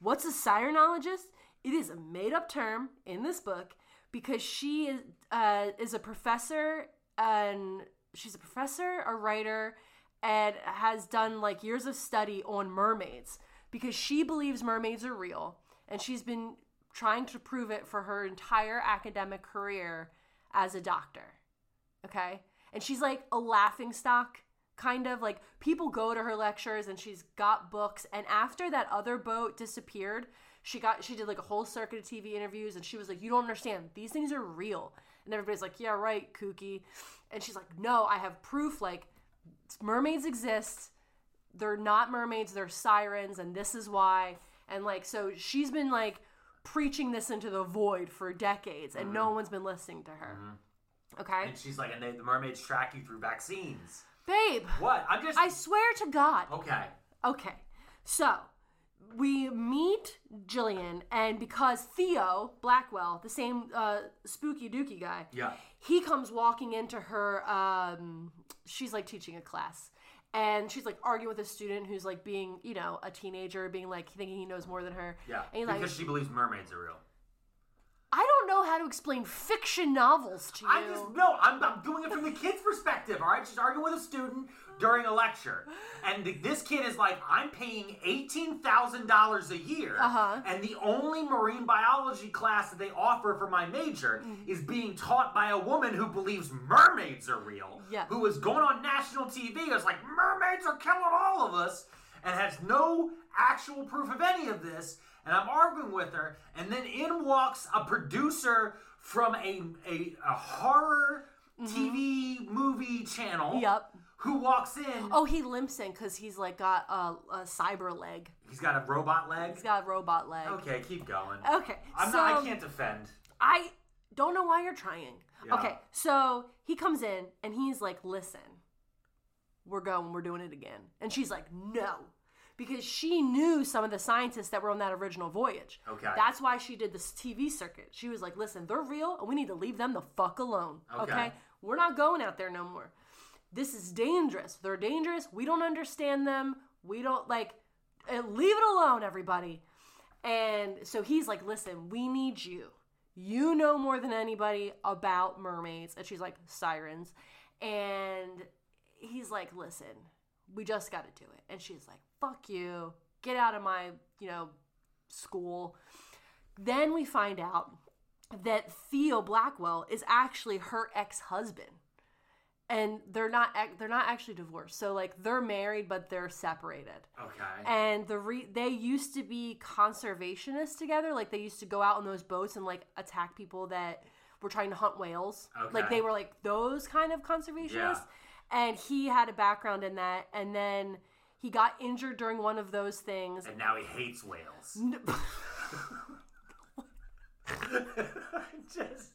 S4: What's a sirenologist? It is a made up term in this book because she is, uh, is a professor and she's a professor, a writer, and has done like years of study on mermaids. because she believes mermaids are real and she's been trying to prove it for her entire academic career as a doctor. Okay? And she's like a laughing stock kind of like people go to her lectures and she's got books and after that other boat disappeared, she got she did like a whole circuit of TV interviews and she was like, "You don't understand. These things are real." And everybody's like, "Yeah, right, kooky." And she's like, "No, I have proof like mermaids exist." they're not mermaids, they're sirens, and this is why. And like, so she's been like preaching this into the void for decades, and no one's been listening to her. Okay,
S3: And she's like, and they, the mermaids track you through vaccines.
S4: babe,
S3: What? I'm just.
S4: I swear to God.
S3: okay.
S4: Okay, so we meet Jillian, and because Theo Blackwell, the same uh, spooky dookie guy,
S3: Yeah.
S4: he comes walking into her um she's like teaching a class and she's like arguing with a student who's like being you know a teenager being like thinking he knows more than her
S3: Yeah.
S4: and he's
S3: Because
S4: like
S3: she believes mermaids are real.
S4: i don't know how to explain fiction novels to you
S3: I just no. I'm, I'm doing it from the kid's perspective. All right, she's arguing with a student during a lecture, and th- this kid is like, "I'm paying eighteen thousand dollars a year,
S4: Uh-huh.
S3: and the only marine biology class that they offer for my major
S4: Mm.
S3: is being taught by a woman who believes mermaids are real,
S4: Yeah.
S3: who was going on national TV, and was like, mermaids are killing all of us, and has no actual proof of any of this." And I'm arguing with her, and then in walks a producer from a a, a horror
S4: Mm-hmm.
S3: TV movie channel.
S4: Yep.
S3: Who walks in?
S4: oh he limps in because he's like got a, a cyber leg
S3: He's got a robot leg.
S4: he's got a robot leg
S3: Okay, keep going.
S4: okay
S3: I'm
S4: so
S3: not. I can't defend.
S4: I don't know why you're trying.
S3: Yeah.
S4: Okay, so he comes in and he's like, listen, we're going, we're doing it again. And she's like, no. Because she knew some of the scientists that were on that original voyage.
S3: Okay.
S4: That's why she did this TV circuit. She was like, listen, they're real and we need to leave them the fuck alone.
S3: Okay.
S4: We're not going out there no more. This is dangerous. They're dangerous. We don't understand them. We don't like, eh, leave it alone, everybody. And so he's like, listen, we need you. You know more than anybody about mermaids. And she's like, sirens. And he's like, listen, we just got to do it. And she's like, fuck you. Get out of my, you know, school. Then we find out that Theo Blackwell is actually her ex-husband. And they're not ac- they're not actually divorced. So like they're married but they're separated
S3: Okay.
S4: and the re- they used to be conservationists together like they used to go out on those boats and like attack people that were trying to hunt whales like
S3: Okay.
S4: they were like those kind of conservationists and he had a background in that and then he got injured during one of those things
S3: And now he hates whales. I just.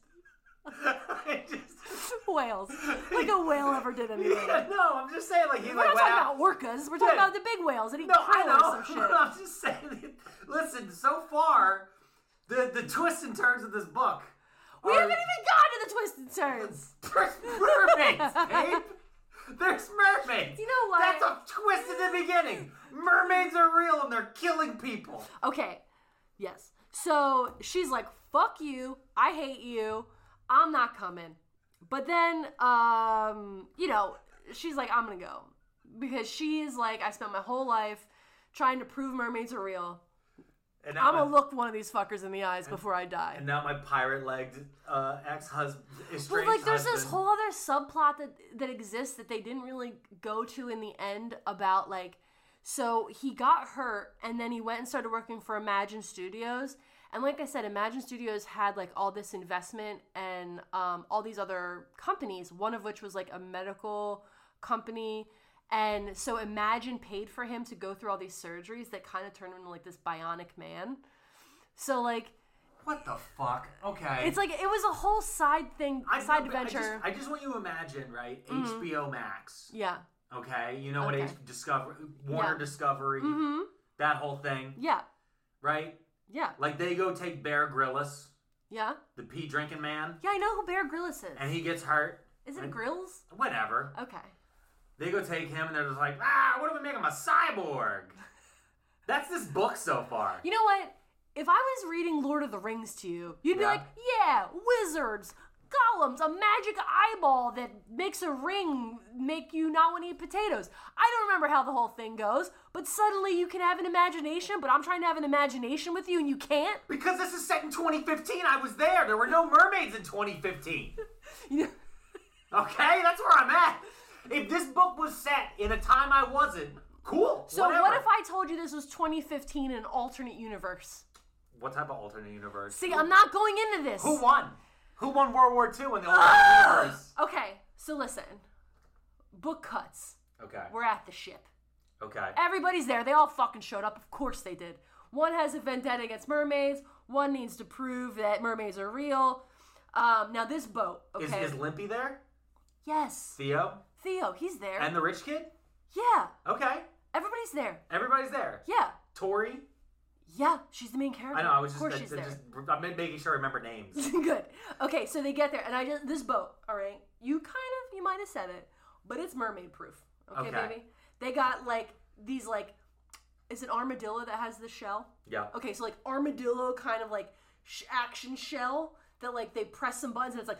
S3: I just.
S4: whales like a whale ever did anything
S3: Yeah, no, I'm just saying. Like he
S4: we're
S3: like
S4: not
S3: went
S4: talking
S3: out.
S4: about orcas we're talking
S3: Yeah.
S4: about the big whales that eat
S3: No, I
S4: krill or some
S3: know.
S4: shit
S3: but I'm just saying. that- Listen, so far, the the twists and turns of this book.
S4: we
S3: are-
S4: haven't even gotten to the twists and turns
S3: There's mermaids, babe. There's mermaids.
S4: You know what?
S3: That's a twist at the beginning. Mermaids are real and they're killing people.
S4: Okay. Yes. So she's like, fuck you. I hate you. I'm not coming. But then, um, you know, she's like, I'm going to go. Because she is like, I spent my whole life trying to prove mermaids are real.
S3: And
S4: I'm
S3: my,
S4: going to look one of these fuckers in the eyes before I die.
S3: And now my pirate-legged uh, ex-husband,
S4: Well,
S3: estranged
S4: like there's this
S3: husband.
S4: whole other subplot that that exists that they didn't really go to in the end about like so he got hurt and then he went and started working for Imagine Studios. And like I said, Imagine Studios had like all this investment and um, all these other companies, one of which was like a medical company. And so Imagine paid for him to go through all these surgeries that kind of turned him into like this bionic man. So like
S3: What the fuck? Okay.
S4: it's like it was a whole side thing,
S3: I-
S4: side
S3: I just-
S4: adventure. Mm-hmm.
S3: I just, want you to imagine, right? HBO Max.
S4: Yeah.
S3: Okay, you know what?
S4: Okay.
S3: H- Discovery, Warner
S4: Yeah.
S3: Discovery,
S4: Mm-hmm.
S3: that whole thing,
S4: Yeah.
S3: right?
S4: Yeah.
S3: Like they go take Bear Grylls,
S4: Yeah.
S3: the pee drinking man,
S4: Yeah, I know who Bear Grylls is.
S3: and he gets hurt.
S4: is it Grills?
S3: Whatever.
S4: Okay.
S3: They go take him, and they're just like, ah, what if we make him a cyborg? That's this book so far.
S4: You know what? If I was reading Lord of the Rings to you, you'd be
S3: Yeah.
S4: like, yeah, wizards, go columns, a magic eyeball that makes a ring make you not want to eat potatoes. I don't remember how the whole thing goes, but suddenly you can have an imagination, but I'm trying to have an imagination with you and you can't.
S3: Because this is set in 2015. I was there. There were no mermaids in 2015.
S4: You know,
S3: Okay, that's where I'm at. If this book was set in a time I wasn't, cool.
S4: so what if I told you this was 2015 in an alternate universe?
S3: What type of alternate universe?
S4: See, I'm not going into this.
S3: Who won? Who won World War II in the
S4: Ah!
S3: alternate universe?
S4: Okay, so listen. Book cuts.
S3: Okay.
S4: We're at the ship.
S3: Okay.
S4: Everybody's there. They all fucking showed up. Of course they did. One has a vendetta against mermaids. One needs to prove that mermaids are real. Um, now this boat. Okay.
S3: Is, is Limpy there?
S4: yes.
S3: Theo?
S4: Theo, he's there.
S3: And the rich kid?
S4: yeah.
S3: Okay.
S4: Everybody's there.
S3: Everybody's there.
S4: Yeah.
S3: Tori?
S4: Yeah. She's the main character.
S3: I know, I was
S4: Of
S3: just,
S4: course
S3: I,
S4: she's
S3: I
S4: there.
S3: just I'm making sure I remember names.
S4: Good. Okay, so they get there, and I just this boat. All right, you kind of you might have said it, but it's mermaid proof. Okay,
S3: Okay.
S4: baby. They got like these like, is it armadillo that has the shell?
S3: Yeah.
S4: Okay, so like armadillo kind of like sh- action shell that like they press some buttons and it's like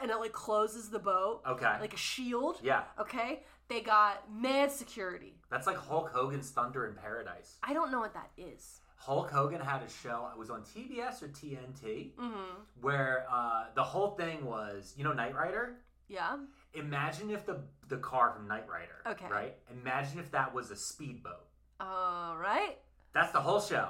S4: and it like closes the boat.
S3: Okay.
S4: Like a shield.
S3: Yeah.
S4: Okay. They got mad security.
S3: That's like Hulk Hogan's Thunder in Paradise.
S4: I don't know what that is.
S3: Hulk Hogan had a show. It was on TBS or TNT,
S4: Mm-hmm.
S3: where uh, the whole thing was, you know, Knight Rider.
S4: Yeah.
S3: Imagine if the the car from Knight Rider,
S4: Okay.
S3: right? Imagine if that was a speedboat.
S4: All right.
S3: That's the whole show.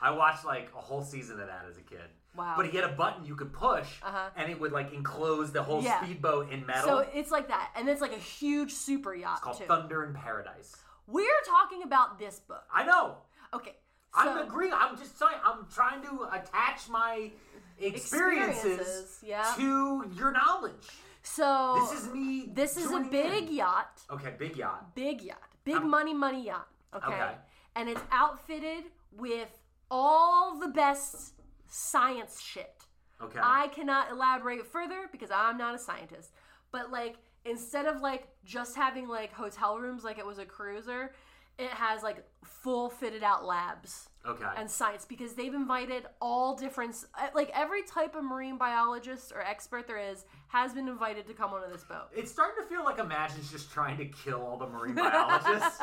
S3: I watched like a whole season of that as a kid.
S4: Wow.
S3: But he had a button you could push,
S4: Uh-huh.
S3: and it would like enclose the whole
S4: Yeah.
S3: speedboat in metal.
S4: So it's like that, and it's like a huge super yacht
S3: it's called
S4: too.
S3: Thunder in Paradise.
S4: We're talking about this book.
S3: I know.
S4: Okay. So
S3: I'm agreeing. I'm just saying. I'm trying to attach my experiences,
S4: Experiences, yeah.
S3: to your knowledge.
S4: so
S3: This is me.
S4: this is a
S3: joining
S4: big
S3: in.
S4: yacht.
S3: Okay, big yacht.
S4: Big yacht. Big money money yacht. Okay?
S3: Okay.
S4: And it's outfitted with all the best science shit.
S3: Okay.
S4: I cannot elaborate further because I'm not a scientist. But like instead of like just having like hotel rooms like it was a cruiser, it has like full fitted out labs.
S3: okay.
S4: and science because they've invited all different uh, like every type of marine biologist or expert there is has been invited to come onto this boat
S3: it's starting to feel like Imagine's just trying to kill all the marine biologists.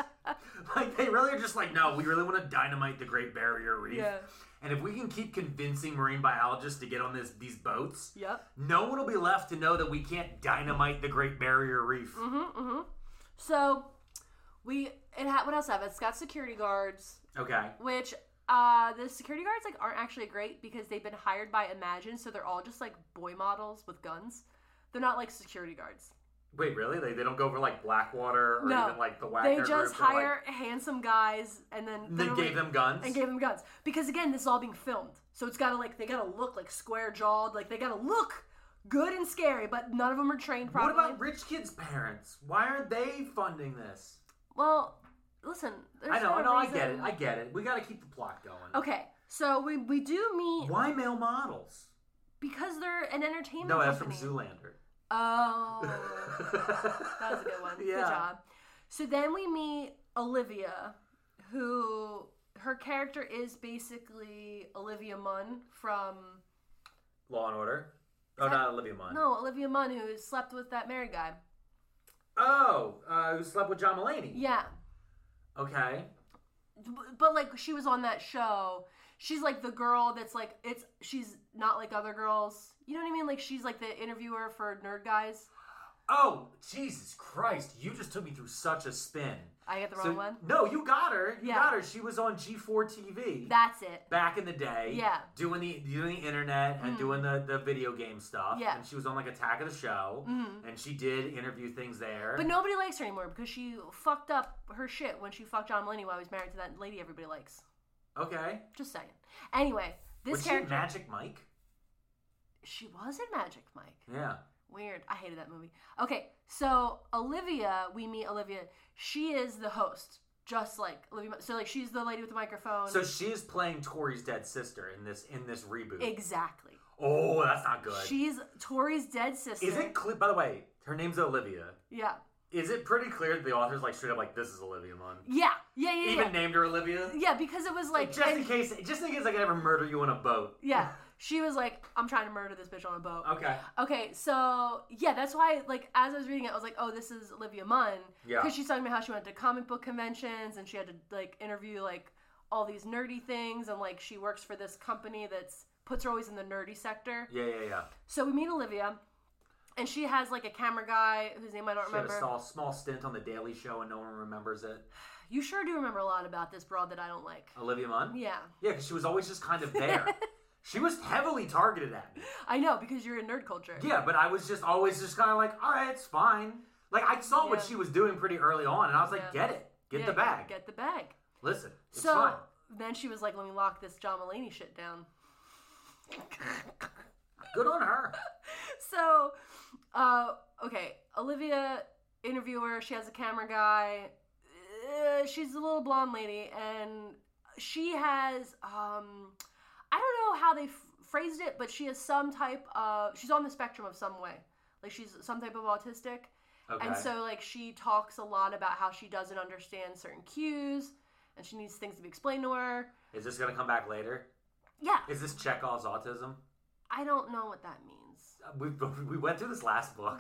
S3: like they really are just like, no, we really want to dynamite the Great Barrier Reef.
S4: Yeah.
S3: And if we can keep convincing marine biologists to get on this these boats,
S4: yep
S3: no one will be left to know that we can't dynamite the Great Barrier Reef.
S4: Mm-hmm. so we it ha- what else have it? it's got security guards
S3: Okay.
S4: which uh the security guards like aren't actually great because they've been hired by imagine so they're all just like boy models with guns they're not like security guards
S3: Wait, really? They, they don't go over like Blackwater or
S4: No.
S3: even like the Wagner
S4: they just
S3: group or, like-
S4: hire handsome guys and then
S3: They
S4: literally-
S3: gave them guns.
S4: and gave them guns because again this is all being filmed so it's gotta like they gotta look like square jawed like they gotta look good and scary but none of them are trained properly
S3: what about rich kids' parents? Why aren't they funding this?
S4: well listen there's
S3: I know,
S4: no
S3: I know, I
S4: reason-
S3: get it, I get it. We got to keep the plot going.
S4: okay so we we do meet
S3: Why male models?
S4: because they're an entertainment
S3: No, that's from
S4: company.
S3: Zoolander.
S4: oh that was a good one
S3: Yeah.
S4: good job so then we meet olivia who her character is basically olivia munn from
S3: Law and Order. Oh, not Olivia Munn.
S4: no olivia munn who slept with that married guy
S3: Oh, uh, who slept with John Mulaney?
S4: yeah
S3: Okay.
S4: but like she was on that show she's like the girl that's like it's she's not like other girls you know what i mean like she's like the interviewer for nerd guys
S3: Oh, Jesus Christ! You just took me through such a spin.
S4: i get the wrong
S3: So-
S4: one
S3: No, you got her. You
S4: Yeah.
S3: got her. She was on G4 TV.
S4: that's it
S3: back in the day,
S4: Yeah. Mm.
S3: doing the doing the internet and doing the, the video game stuff.
S4: Yeah. Mm.
S3: and she was on like Attack of the Show, and she did interview things there.
S4: Mm-hmm. but nobody likes her anymore because she fucked up her shit when she fucked john mulaney while he was married to that lady everybody likes
S3: okay,
S4: just saying anyway this
S3: was
S4: character
S3: she Magic Mike?
S4: she was in magic mike
S3: Yeah,
S4: Weird. I hated that movie. Okay, so Olivia, we meet Olivia. She is the host, just like Olivia. Munn. So like she's the lady with the microphone.
S3: so she is playing Tori's dead sister in this in this reboot.
S4: exactly.
S3: oh, that's not good.
S4: She's Tori's dead sister.
S3: is it clear? By the way, her name's Olivia.
S4: Yeah.
S3: Is it pretty clear that the author's like straight up like this is Olivia Munn?
S4: Yeah. Yeah. Yeah.
S3: Even
S4: yeah.
S3: named her Olivia.
S4: yeah, because it was like
S3: just in
S4: and-
S3: case, just in case I could ever murder you on a boat.
S4: yeah. She was like, I'm trying to murder this bitch on a boat.
S3: Okay.
S4: Okay, so yeah, that's why. Like, as I was reading it, I was like, "Oh, this is Olivia Munn,"
S3: Yeah.
S4: because she's talking about how she went to comic book conventions and she had to like interview like all these nerdy things, and like she works for this company that's puts her always in the nerdy sector.
S3: Yeah, yeah, yeah.
S4: So we meet Olivia, and she has like a camera guy whose name I don't
S3: She had a
S4: remember.
S3: small, small stint on the Daily Show, and no one remembers it.
S4: You sure do remember a lot about this broad that I don't like.
S3: Olivia Munn.
S4: Yeah,
S3: Yeah, because she was always just kind of there. she was heavily targeted at me.
S4: I know because you're in nerd culture.
S3: Yeah, but I was just always just kind of like, all right, it's fine. Like I saw what
S4: Yeah.
S3: she was doing pretty early on, and I was like,
S4: Yeah.
S3: get it, get
S4: Yeah,
S3: the bag,
S4: Get the bag.
S3: listen, it's
S4: so
S3: fine.
S4: then she was like, "Let me lock this John Mulaney shit down."
S3: Good on her.
S4: So, uh, okay, Olivia, interviewer, she has a camera guy. Uh, she's a little blonde lady, and she has, um, I don't know how they f- phrased it, but she has some type of, she's on the spectrum of some way. Like, she's some type of autistic.
S3: Okay.
S4: And so, like, she talks a lot about how she doesn't understand certain cues and she needs things to be explained to her.
S3: Is this gonna come back later?
S4: Yeah,
S3: Is this Chekhov's autism?
S4: I don't know what that means.
S3: Uh, We we went through this last book.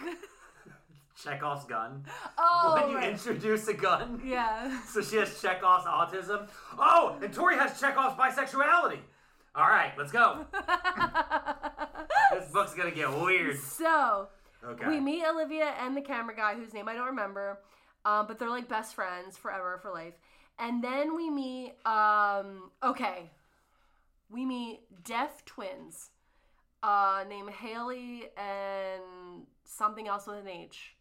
S3: Chekhov's gun.
S4: Oh,
S3: when you
S4: right.
S3: introduce a gun.
S4: yeah.
S3: So she has Chekhov's autism. Oh, and Tori has Chekhov's bisexuality. All right, let's go. this book's gonna get weird.
S4: So,
S3: Okay.
S4: We meet Olivia and the camera guy, whose name I don't remember, um, but they're like best friends forever for life. And then we meet, um, okay, we meet deaf twins uh, named Haley and something else with an H.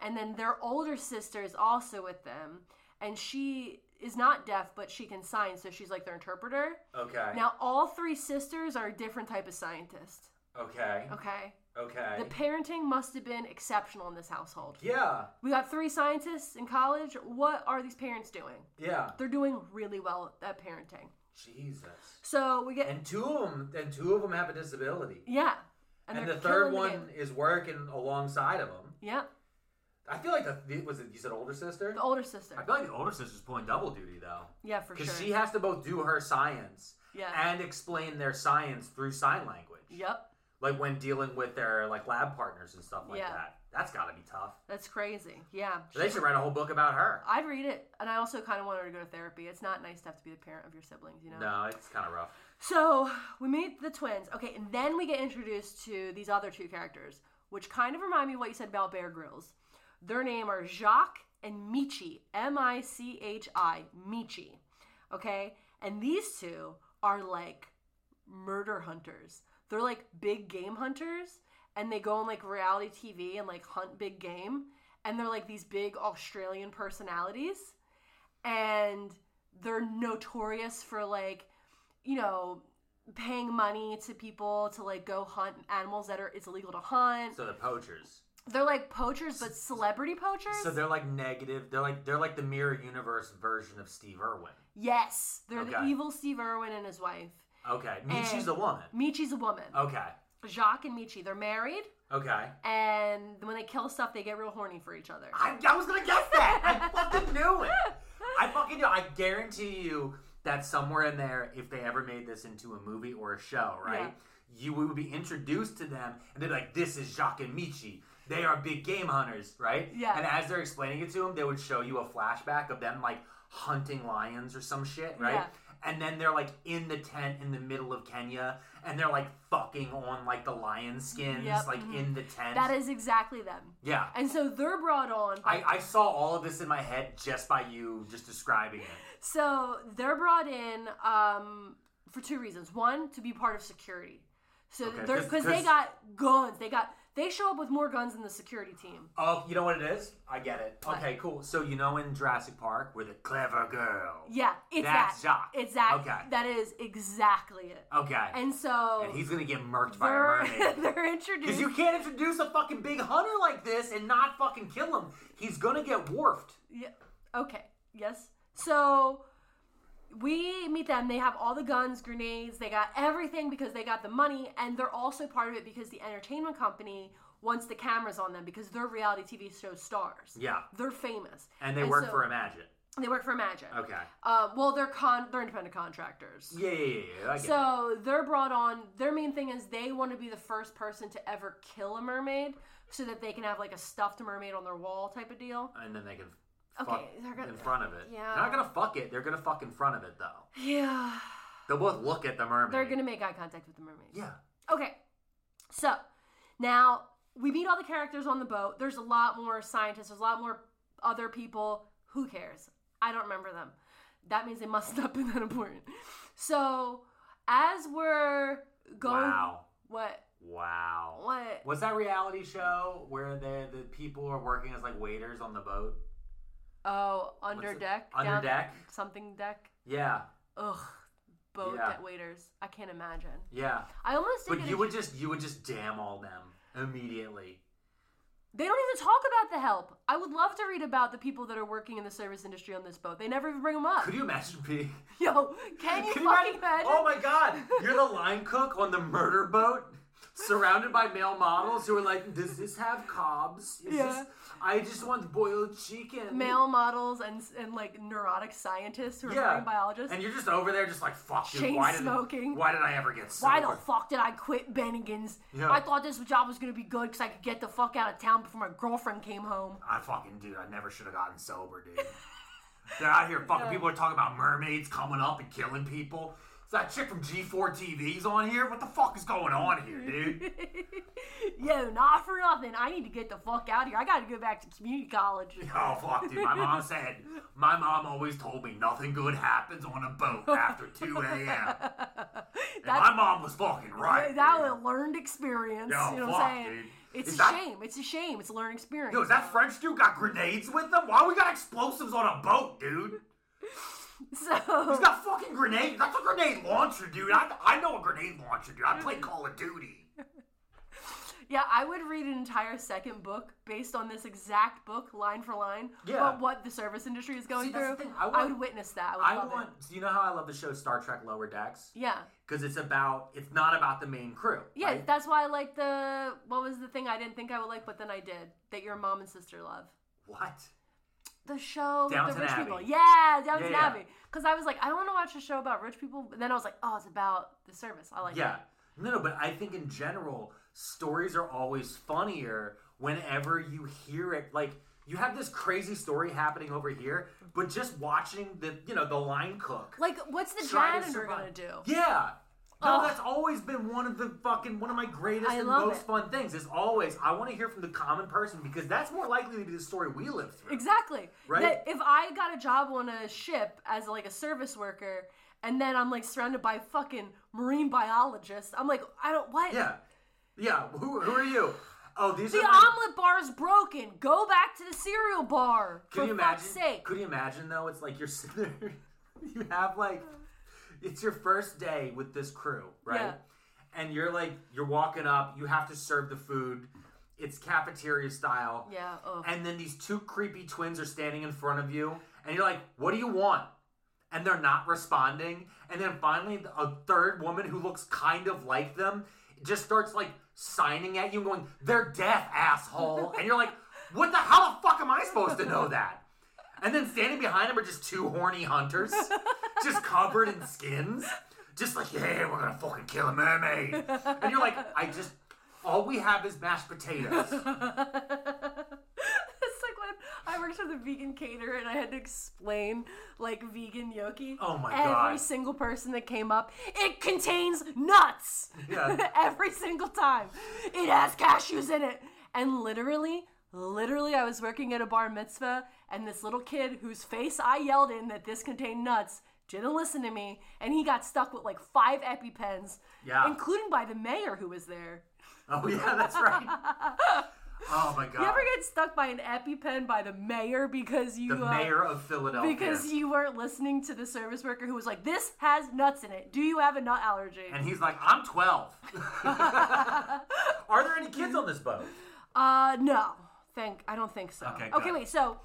S4: And then their older sister is also with them, and she is not deaf, but she can sign, so she's like their interpreter.
S3: okay.
S4: Now, all three sisters are a different type of scientist.
S3: okay.
S4: Okay.
S3: Okay.
S4: The parenting must have been exceptional in this household.
S3: yeah.
S4: We got three scientists in college. What are these parents doing?
S3: Yeah.
S4: They're doing really well at parenting.
S3: Jesus.
S4: So we get
S3: And two of them, and two of them have a disability,
S4: yeah,
S3: and, the
S4: they're killing
S3: third
S4: the
S3: one
S4: game.
S3: is working alongside of them.
S4: yeah,
S3: I feel like the the- was it you said older sister.
S4: the older sister.
S3: I feel like the older sister's pulling double duty though,
S4: Yeah, for sure.
S3: because she has to both do her science
S4: Yeah.
S3: and explain their science through sign language.
S4: yep,
S3: Like when dealing with their like lab partners and stuff like
S4: Yeah.
S3: that. That's got to be tough.
S4: that's crazy. Yeah,
S3: They should write a whole book about her.
S4: I'd read it, and I also kind of want her to go to therapy. It's not nice to have to be the parent of your siblings, you know.
S3: No, it's kind of rough.
S4: So we meet the twins. Okay, and then we get introduced to these other two characters, which kind of remind me of what you said about Bear Grylls. Their name are Jacques and Michi. M I C H I, Michi. Okay, and these two are like murder hunters. They're like big game hunters, and they go on like reality TV and like hunt big game. And they're like these big Australian personalities, and they're notorious for like you know paying money to people to like go hunt animals that are it's illegal to hunt
S3: So the poachers.
S4: they're like poachers but celebrity poachers
S3: So they're like negative. They're like they're like the mirror universe version of Steve Irwin.
S4: yes they're the
S3: Okay.
S4: evil steve irwin and his wife
S3: Okay,
S4: And-
S3: Michi's a woman.
S4: michi's a woman
S3: Okay,
S4: jacques and michi they're married
S3: okay.
S4: and when they kill stuff they get real horny for each other
S3: I, I was gonna guess that. I fucking knew it. I fucking knew. I guarantee you that somewhere in there, if they ever made this into a movie or a show, right? You would be introduced to them, and they're like, "This is Jacques and Michi. They are big game hunters, right?"
S4: Yeah.
S3: And as they're explaining it to them, they would show you a flashback of them like hunting lions or some shit, right?
S4: Yeah.
S3: And then they're like in the tent in the middle of Kenya, and they're like fucking on like the lion skins,
S4: Yep,
S3: like
S4: mhm.
S3: in the tent.
S4: that is exactly them
S3: yeah.
S4: and so they're brought on
S3: I, I saw all of this in my head just by you just describing it.
S4: So they're brought in um, for two reasons. One, to be part of security. So
S3: Okay,
S4: they're
S3: 'cause-
S4: because they
S3: 'cause-
S4: got guns. They got they show up with more guns than the security team.
S3: Oh, you know what it is? I get it. Okay, cool. So you know in Jurassic Park where the clever girl.
S4: Yeah, it's
S3: That's
S4: that.
S3: Jacques.
S4: It's that.
S3: Okay.
S4: That is exactly it.
S3: Okay. And,
S4: And so
S3: he's gonna get murked by a
S4: they're,
S3: mermaid.
S4: they're
S3: Because
S4: introduced.
S3: you can't introduce a fucking big hunter like this and not fucking kill him. He's gonna get dwarfed.
S4: Yeah. Okay. Yes. So we meet them. They have all the guns, grenades. They got everything because they got the money, and they're also part of it because the entertainment company wants the cameras on them because they're reality TV show stars.
S3: Yeah.
S4: They're famous.
S3: And they work
S4: so-
S3: for Imagine.
S4: They work for Magic.
S3: Okay.
S4: Uh, well, they're con they're independent contractors.
S3: Yeah, yeah, yeah. yeah I get it.
S4: So they're brought on. Their main thing is they want to be the first person to ever kill a mermaid, so that they can have like a stuffed mermaid on their wall type of deal.
S3: and then they can fuck
S4: Okay, they're gonna-
S3: in front of it.
S4: yeah.
S3: They're not gonna fuck it. They're gonna fuck in front of it though.
S4: Yeah,
S3: They'll both look at the mermaid.
S4: they're gonna make eye contact with the mermaid.
S3: Yeah.
S4: Okay, so now we meet all the characters on the boat. There's a lot more scientists. There's a lot more other people. Who cares? I don't remember them. That means they must not be that important. So as we're going,
S3: Wow.
S4: what
S3: Wow.
S4: What?
S3: What's that reality show where the the people are working as like waiters on the boat?
S4: Oh, under
S3: What's it-
S4: deck.
S3: Under
S4: down-
S3: deck?
S4: Something deck.
S3: Yeah.
S4: Ugh, boat
S3: Yeah.
S4: deck waiters. I can't imagine.
S3: Yeah.
S4: I almost think
S3: But you would just you would just damn all them immediately.
S4: they don't even talk about the help. I would love to read about the people that are working in the service industry on this boat. They never even bring them up.
S3: Could you imagine being?
S4: Yo, can you
S3: Could
S4: fucking imagine?
S3: Oh my god! You're the line cook on the murder boat, surrounded by male models who are like, "Does this have cobs? Is
S4: Yeah.
S3: this, I just want boiled chicken."
S4: Male models and and like neurotic scientists who are marine biologists.
S3: And you're just over there, just like fuck. dude,
S4: Chain
S3: why did
S4: smoking.
S3: Why did I ever get sober?
S4: Why the fuck did I quit Bennigan's?
S3: Yeah.
S4: I thought this job was gonna be good because I could get the fuck out of town before my girlfriend came home.
S3: I fucking dude, I never should have gotten sober, dude. They're out here fucking people are talking about mermaids coming up and killing people. Is that chick from G4 TV's on here? What the fuck is going on here, dude?
S4: Yo, not for nothing. I need to get the fuck out of here. I gotta go back to community college.
S3: Oh fuck, dude. My mom said my mom always told me nothing good happens on a boat after 2 a.m. And my mom was fucking right.
S4: That
S3: dude.
S4: was a learned experience.
S3: Yo,
S4: you know what I'm
S3: fuck,
S4: saying?
S3: dude.
S4: It's
S3: Is
S4: a
S3: that-
S4: shame. It's a shame. It's a learned experience.
S3: Yo, is that French dude got grenades with them? Why we got explosives on a boat, dude?
S4: so
S3: He's got fucking grenades. That's a grenade launcher, dude. I, I know a grenade launcher, dude. I play
S4: Mm.
S3: Call of Duty.
S4: yeah, I would read an entire second book based on this exact book, line for line,
S3: Yeah.
S4: about what the service industry is going
S3: See, that's
S4: through.
S3: the thing. I
S4: I,
S3: want-
S4: would witness that. I would
S3: I
S4: love
S3: want.
S4: it.
S3: So you know how I love the show Star Trek Lower Decks
S4: Yeah.
S3: because it's about. It's not about the main crew.
S4: Yeah,
S3: right?
S4: that's why I like the what was the thing I didn't think I would like, but then I did. That your mom and sister love.
S3: what?
S4: the show with
S3: Downton
S4: the rich
S3: Abbey.
S4: people. Yeah, Downton
S3: Yeah, yeah.
S4: Abbey. Because I was like, I don't want to watch a show about rich people. And then I was like, oh, it's about the service. I like
S3: Yeah.
S4: that.
S3: No, no. But I think in general, stories are always funnier whenever you hear it. Like you have this crazy story happening over here, but just watching the you know the line cook.
S4: Like, what's the
S3: try to
S4: janitor
S3: survive-
S4: going to do?
S3: Yeah. No,
S4: Ugh.
S3: that's always been one of the fucking one of my greatest
S4: I
S3: and
S4: love
S3: most
S4: it.
S3: fun things. Is always I want to hear from the common person because that's more likely to be the story we live through.
S4: Exactly.
S3: Right?
S4: That if I got a job on a ship as like a service worker, and then I'm like surrounded by fucking marine biologists, I'm like, I don't what.
S3: Yeah. Yeah. Who, who are you? Oh, these
S4: The
S3: are. my-
S4: omelet bar is broken. Go back to the cereal bar.
S3: could
S4: for
S3: you imagine?
S4: fuck's sake.
S3: Could you imagine though? It's like you're sitting there. You have like, it's your first day with this crew, right?
S4: Yeah.
S3: And you're like, you're walking up. You have to serve the food. It's cafeteria style.
S4: yeah. Oh.
S3: And then these two creepy twins are standing in front of you, and you're like, "What do you want?" And they're not responding. And then finally, a third woman who looks kind of like them just starts like signing at you, and going, "They're deaf, asshole!" And you're like, "What the? How the fuck am I supposed to know that?" And then standing behind them are just two horny hunters, just covered in skins, just like, "Yeah, we're gonna fucking kill a mermaid." And you're like, "I just." All we have is mashed potatoes.
S4: It's like when I worked with a vegan caterer and I had to explain like vegan gnocchi.
S3: Oh my
S4: Every
S3: God.
S4: Every single person that came up, it contains nuts.
S3: Yeah.
S4: Every single time, it has cashews in it, and literally, literally, I was working at a bar mitzvah, and this little kid whose face I yelled in that this contained nuts didn't listen to me, and he got stuck with like five epipens,
S3: Yeah.
S4: including by the mayor who was there.
S3: Oh yeah, that's right. oh my god.
S4: You ever get stuck by an EpiPen by the mayor because you
S3: the
S4: uh,
S3: mayor of Philadelphia.
S4: because you weren't listening to the service worker who was like, "This has nuts in it. Do you have a nut allergy?"
S3: and he's like, I'm 12. Are there any kids on this boat?
S4: uh, no. Thank I don't think so.
S3: Okay,
S4: okay,
S3: good.
S4: wait. So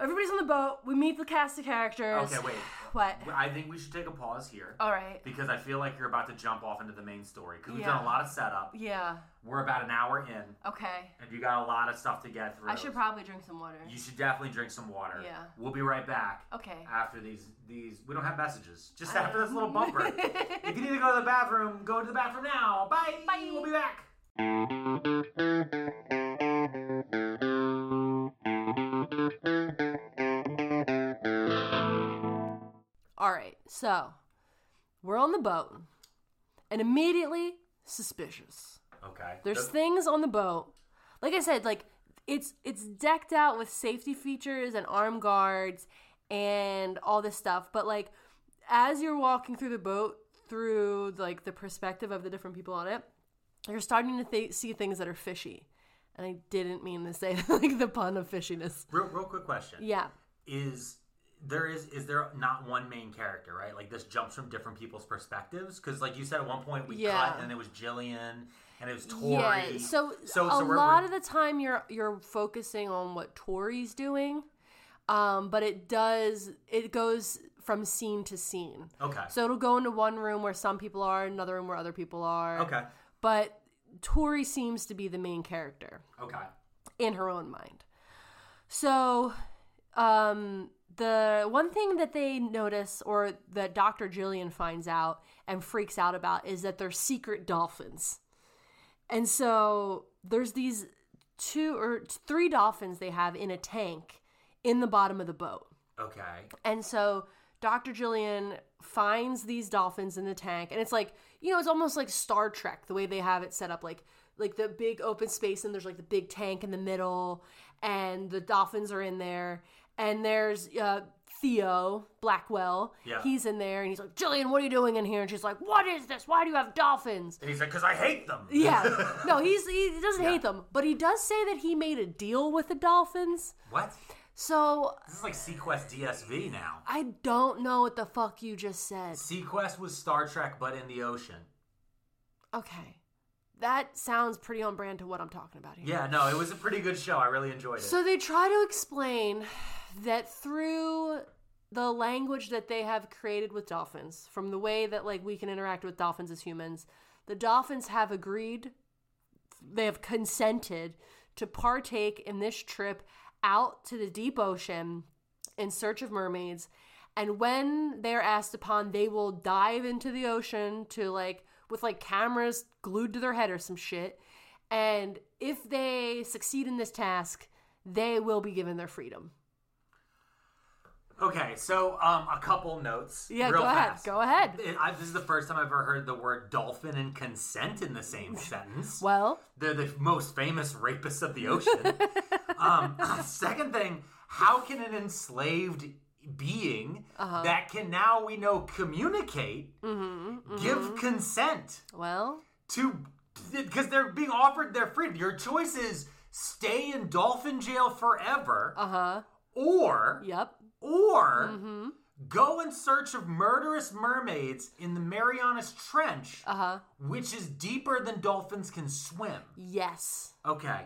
S4: Everybody's on the boat. We meet the cast of characters.
S3: Okay, wait.
S4: What?
S3: I think we should take a pause here
S4: All right.
S3: because I feel like you're about to jump off into the main story. Because we've
S4: Yeah.
S3: done a lot of setup.
S4: Yeah.
S3: We're about an hour in,
S4: Okay.
S3: and you got a lot of stuff to get through.
S4: I should probably drink some water.
S3: You should definitely drink some water.
S4: Yeah.
S3: We'll be right back
S4: Okay.
S3: after these. These we don't have messages. Just
S4: I-
S3: after this little bumper. if you need to go to the bathroom, go to the bathroom now. Bye.
S4: Bye.
S3: We'll be back.
S4: All right. So we're on the boat, and immediately suspicious.
S3: Okay.
S4: There's
S3: The-
S4: things on the boat. Like I said, like it's it's decked out with safety features and arm guards and all this stuff. But like as you're walking through the boat through like the perspective of the different people on it, you're starting to th- see things that are fishy. And I didn't mean to say like the pun of fishiness.
S3: real, real quick question.
S4: Yeah.
S3: Is there is is there not one main character right? Like this jumps from different people's perspectives because like you said at one point we
S4: Yeah.
S3: cut and it was Jillian and it was Tori.
S4: Yeah. So, a
S3: we're-
S4: lot
S3: we're-
S4: of the time you're you're focusing on what Tori's doing, um, but it does it goes from scene to scene.
S3: okay.
S4: So it'll go into one room where some people are, another room where other people are.
S3: okay.
S4: But Tori seems to be the main character
S3: Okay.
S4: in her own mind. So, um, the one thing that they notice, or that Dr. Jillian finds out and freaks out about, is that they're secret dolphins. And so there's these two or three dolphins they have in a tank in the bottom of the boat.
S3: Okay.
S4: And so Dr. Jillian finds these dolphins in the tank, and it's like you know, it's almost like Star Trek the way they have it set up, like like the big open space, and there's like the big tank in the middle, and the dolphins are in there, and there's uh, Theo Blackwell,
S3: Yeah.
S4: he's in there, and he's like, Jillian, what are you doing in here? And she's like, What is this? Why do you have dolphins?
S3: And he's like, because I hate them.
S4: Yeah, no, he's he doesn't hate them, but he does say that he made a deal with the dolphins.
S3: What?
S4: So
S3: This is like Sequest DSV now.
S4: I don't know what the fuck you just said.
S3: Sequest was Star Trek, but in the ocean.
S4: Okay. That sounds pretty on brand to what I'm talking about here.
S3: Yeah, no, it was a pretty good show. I really enjoyed it.
S4: So they try to explain that through the language that they have created with dolphins, from the way that like we can interact with dolphins as humans, the dolphins have agreed, they have consented to partake in this trip out to the deep ocean in search of mermaids. And when they're asked upon, they will dive into the ocean to like with like cameras glued to their head or some shit. And if they succeed in this task, they will be given their freedom.
S3: okay, so um, a couple notes.
S4: Yeah,
S3: real
S4: go ahead.
S3: fast.
S4: Go ahead.
S3: It- I, this is the first time I've ever heard the word dolphin and consent in the same sentence.
S4: Well,
S3: They're the most famous rapists of the ocean. um, second thing, how can an enslaved being that can now we know communicate give consent?
S4: well,
S3: to because they're being offered their freedom. Your choice is stay in dolphin jail forever,
S4: uh huh.
S3: or
S4: Yep.
S3: or go in search of murderous mermaids in the Marianas Trench,
S4: Uh huh.
S3: which is deeper than dolphins can swim.
S4: Yes.
S3: Okay,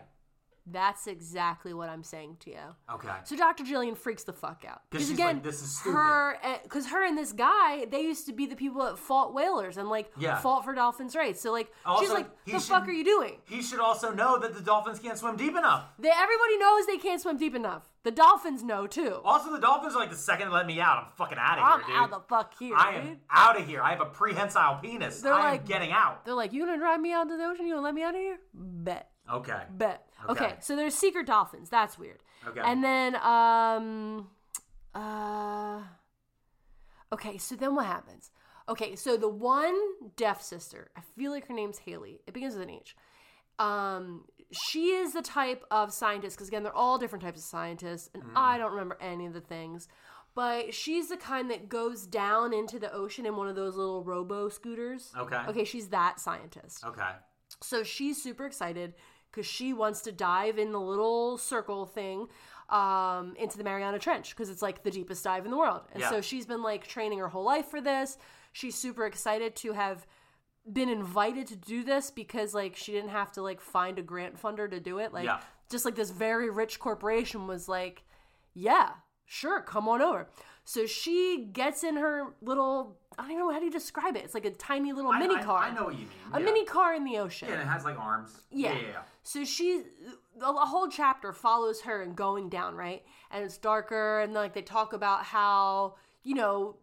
S4: That's exactly what I'm saying to you.
S3: okay,
S4: So Dr. Jillian freaks the fuck out because
S3: 'Cause she's
S4: again,
S3: like, "This is stupid."
S4: her because her and this guy they used to be the people that fought whalers and like
S3: Yeah.
S4: fought for dolphins' rights. So like she's
S3: Also,
S4: like,
S3: he
S4: the fuck
S3: shouldn't-
S4: are you doing?
S3: he should also know that the dolphins can't swim deep enough.
S4: They, everybody knows they can't swim deep enough. The dolphins know too.
S3: Also, the dolphins are like the second let me out. I'm fucking out of
S4: I'm
S3: here, dude.
S4: out the fuck here.
S3: I
S4: dude.
S3: am out of here. I have a prehensile penis.
S4: They're
S3: I
S4: like-
S3: am getting out.
S4: They're like, you gonna drive me out to the ocean? You gonna let me out of here? Bet.
S3: Okay.
S4: Bet. Okay.
S3: Okay.
S4: so there's secret dolphins. That's weird.
S3: Okay.
S4: And then, um, uh, okay. So then what happens? Okay. So the one deaf sister, I feel like her name's Haley. It begins with an H. Um, she is the type of scientist because again, they're all different types of scientists,
S3: Mm.
S4: and I don't remember any of the things. But she's the kind that goes down into the ocean in one of those little robo scooters.
S3: Okay.
S4: Okay, she's that scientist.
S3: Okay.
S4: So she's super excited because she wants to dive in the little circle thing um, into the Mariana Trench because it's like the deepest dive in the world. And
S3: Yeah.
S4: so she's been like training her whole life for this. She's super excited to have been invited to do this because like she didn't have to like find a grant funder to do it. Like
S3: Yeah.
S4: just like this very rich corporation was like, yeah, sure, come on over. So she gets in her little, I don't even know how do you describe it. It's like a tiny little
S3: I-
S4: mini
S3: I,
S4: car.
S3: I, know what you mean.
S4: A
S3: yeah.
S4: mini car in the ocean.
S3: Yeah, and it has like arms.
S4: Yeah.
S3: yeah, yeah.
S4: So she, the the whole chapter follows her and going down, right? And it's darker, and like they talk about how, you know,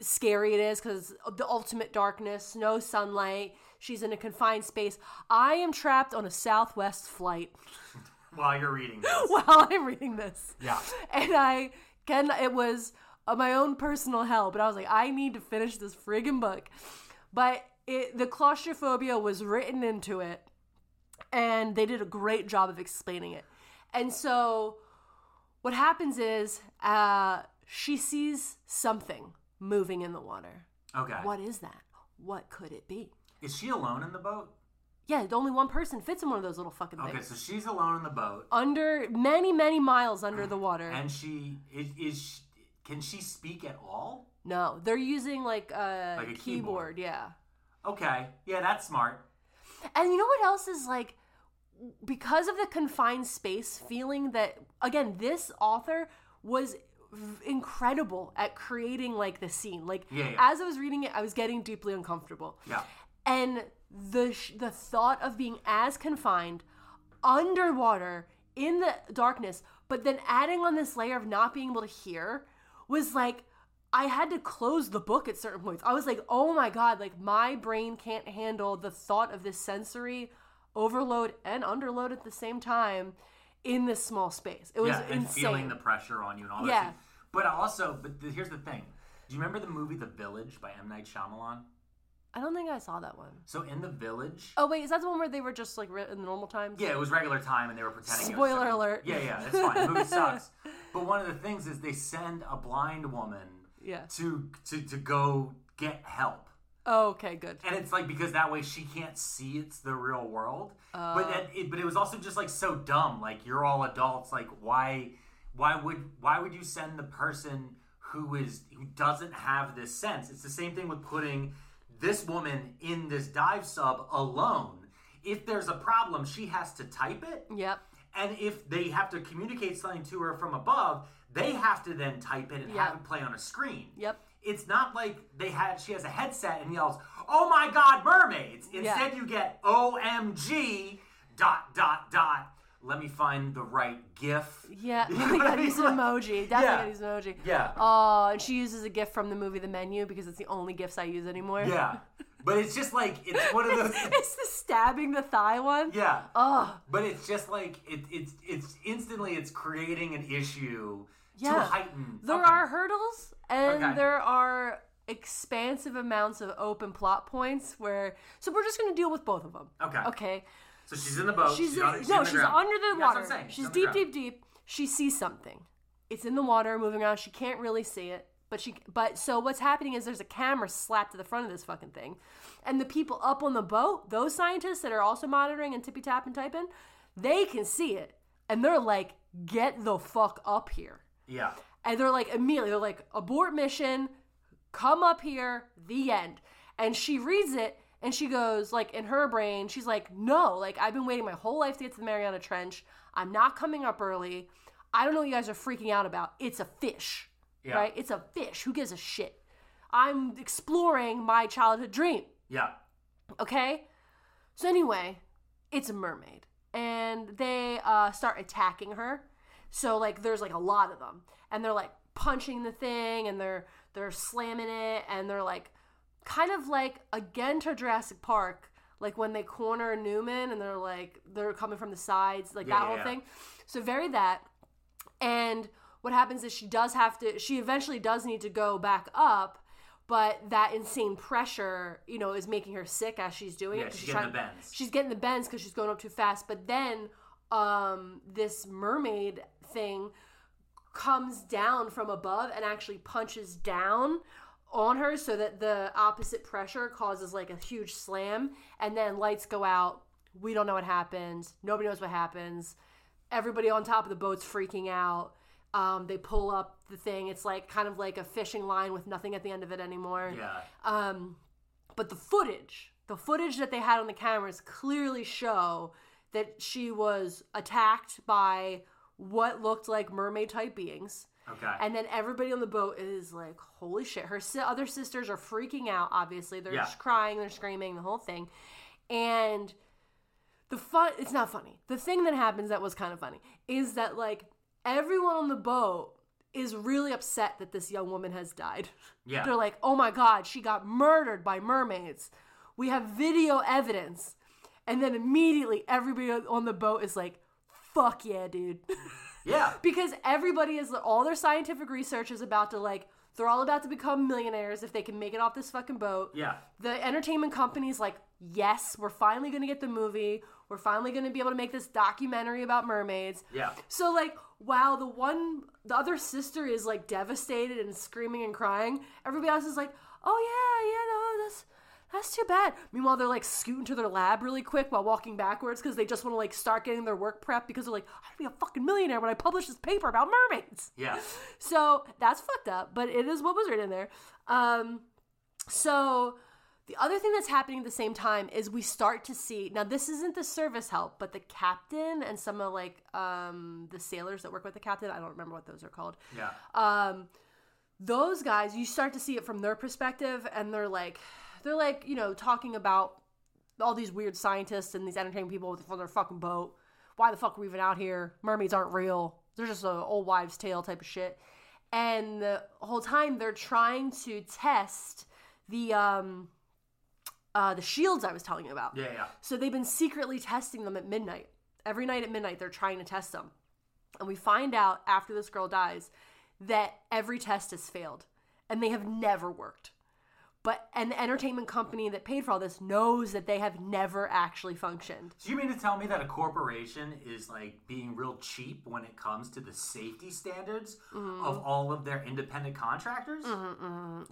S4: scary it is because the ultimate darkness, no sunlight. She's in a confined space. I am trapped on a Southwest flight
S3: While you're reading this.
S4: while I'm reading this.
S3: yeah.
S4: And I can, it was uh, my own personal hell, but I was like, I need to finish this friggin' book. But it, the claustrophobia was written into it, and they did a great job of explaining it. And so what happens is uh, she sees something moving in the water.
S3: Okay.
S4: What is that? What could it be?
S3: Is she alone in the boat?
S4: Yeah, only one person fits in one of those little fucking things.
S3: Okay, so she's alone in the boat,
S4: under many, many miles under
S3: Mm.
S4: the water.
S3: and she is. is she, can she speak at all?
S4: No, they're using like a,
S3: Like a
S4: keyboard.
S3: keyboard.
S4: yeah.
S3: Okay, yeah, that's smart.
S4: And you know what else is like because of the confined space feeling that again, this author was v- incredible at creating like the scene. Like
S3: Yeah, yeah.
S4: as I was reading it, I was getting deeply uncomfortable.
S3: Yeah,
S4: And the sh- the thought of being as confined underwater in the darkness, but then adding on this layer of not being able to hear was like I had to close the book at certain points. I was like, "Oh my god, like my brain can't handle the thought of this sensory overload and underload at the same time in this small space." It was
S3: yeah, and
S4: insane.
S3: feeling the pressure on you and all that.
S4: Yeah.
S3: stuff. But also, but the, here's the thing. Do you remember the movie The Village by M Night Shyamalan?
S4: I don't think I saw that one.
S3: So in The Village,
S4: Oh wait, is that the one where they were just like ri- in normal times?
S3: Yeah, it was regular time, and they were pretending. it was
S4: Spoiler
S3: something-
S4: alert.
S3: Yeah, yeah, that's fine. The movie sucks. But one of the things is they send a blind woman
S4: Yeah.
S3: to to to go get help,
S4: Oh, okay, good.
S3: and it's like because that way she can't see it's the real world. but that, it, but it was also just like so dumb. Like you're all adults. Like why why would why would you send the person who is who doesn't have this sense? It's the same thing with putting this woman in this dive sub alone. If there's a problem, she has to type it.
S4: Yep.
S3: And if they have to communicate something to her from above, they have to then type it and
S4: Yeah.
S3: have it play on a screen.
S4: Yep.
S3: It's not like they had she has a headset and yells, "Oh my God, mermaids!" Instead, you get "OMG!" dot dot dot. Let me find the right GIF.
S4: Yeah,
S3: You
S4: we
S3: know what I
S4: gotta
S3: mean?
S4: use an emoji. Definitely
S3: Yeah.
S4: gotta use an emoji.
S3: Yeah.
S4: Oh, and she uses a gift from the movie The Menu because it's the only gifts I use anymore.
S3: yeah. But it's just like it's one of those.
S4: it's the stabbing the thigh one.
S3: Yeah.
S4: Oh,
S3: But it's just like it, it's it's instantly it's creating an issue to
S4: Yeah.
S3: heighten.
S4: there
S3: Okay.
S4: are hurdles and
S3: Okay.
S4: there are expansive amounts of open plot points where. So we're just gonna deal with both of them.
S3: Okay.
S4: Okay.
S3: So she's in the boat.
S4: She's,
S3: on-
S4: in-
S3: on
S4: no,
S3: the
S4: she's
S3: ground.
S4: under the
S3: Yeah, that's what I'm
S4: water.
S3: saying.
S4: She's
S3: on the
S4: deep,
S3: ground.
S4: deep, deep. She sees something. It's in the water, moving around. She can't really see it, but she. But so what's happening is there's a camera slapped to the front of this fucking thing, and the people up on the boat, those scientists that are also monitoring and tippy tap and typing, they can see it, and they're like, "Get the fuck up here!"
S3: Yeah.
S4: And they're like immediately, they're like, abort mission, come up here, the end. And she reads it and she goes, like in her brain, she's like, no, like I've been waiting my whole life to get to the Mariana Trench. I'm not coming up early. I don't know what you guys are freaking out about. It's a fish,
S3: Yeah.
S4: right? It's a fish. Who gives a shit? I'm exploring my childhood dream.
S3: Yeah.
S4: Okay? So anyway, it's a mermaid. And they uh, start attacking her. So like there's like a lot of them. And they're like punching the thing and they're they're slamming it and they're like kind of like again to Jurassic Park, like when they corner Newman and they're like they're coming from the sides, like
S3: Yeah,
S4: that
S3: yeah,
S4: whole
S3: yeah.
S4: thing. So very that and what happens is she does have to, she eventually does need to go back up, but that insane pressure, you know, is making her sick as she's doing
S3: Yeah,
S4: it. 'cause
S3: she's getting
S4: trying-
S3: the bends.
S4: She's getting the bends because she's going up too fast. But then um, this mermaid thing comes down from above and actually punches down on her so that the opposite pressure causes like a huge slam and then lights go out we don't know what happens nobody knows what happens everybody on top of the boat's freaking out um, they pull up the thing it's like kind of like a fishing line with nothing at the end of it anymore
S3: Yeah.
S4: um, but the footage, the footage that they had on the cameras clearly show that she was attacked by what looked like mermaid type beings.
S3: Okay.
S4: And then everybody on the boat is like, holy shit. Her si- other sisters are freaking out, obviously. They're
S3: Yeah.
S4: just crying, they're screaming, the whole thing. And the fun, it's not funny. The thing that happens that was kind of funny is that like everyone on the boat is really upset that this young woman has died.
S3: yeah.
S4: They're like, oh my God, she got murdered by mermaids. We have video evidence. And then immediately everybody on the boat is like, fuck yeah, dude.
S3: yeah.
S4: because everybody is all their scientific research is about to like they're all about to become millionaires if they can make it off this fucking boat
S3: Yeah.
S4: the entertainment company's like yes we're finally gonna get the movie we're finally gonna be able to make this documentary about mermaids
S3: Yeah.
S4: so like while the one the other sister is like devastated and screaming and crying everybody else is like oh yeah yeah no that's that's too bad. Meanwhile, they're like scooting to their lab really quick while walking backwards because they just want to like start getting their work prep because they're like, I'd be a fucking millionaire when I publish this paper about mermaids.
S3: Yeah.
S4: So that's fucked up, but it is what was written there. Um, so the other thing that's happening at the same time is we start to see now this isn't the service help, but the captain and some of like um, the sailors that work with the captain. I don't remember what those are called.
S3: Yeah.
S4: Um, those guys, you start to see it from their perspective, and they're like, they're like you know talking about all these weird scientists and these entertainment people with on their fucking boat. Why the fuck are we even out here? Mermaids aren't real. They're just an old wives' tale type of shit. And the whole time they're trying to test the um uh the shields I was telling you about.
S3: Yeah. Yeah.
S4: So they've been secretly testing them at midnight. Every night at midnight they're trying to test them. And we find out after this girl dies that every test has failed and they have never worked. But an entertainment company that paid for all this knows that they have never actually functioned.
S3: So you mean to tell me that a corporation is like being real cheap when it comes to the safety standards
S4: Mm-hmm.
S3: of all of their independent contractors?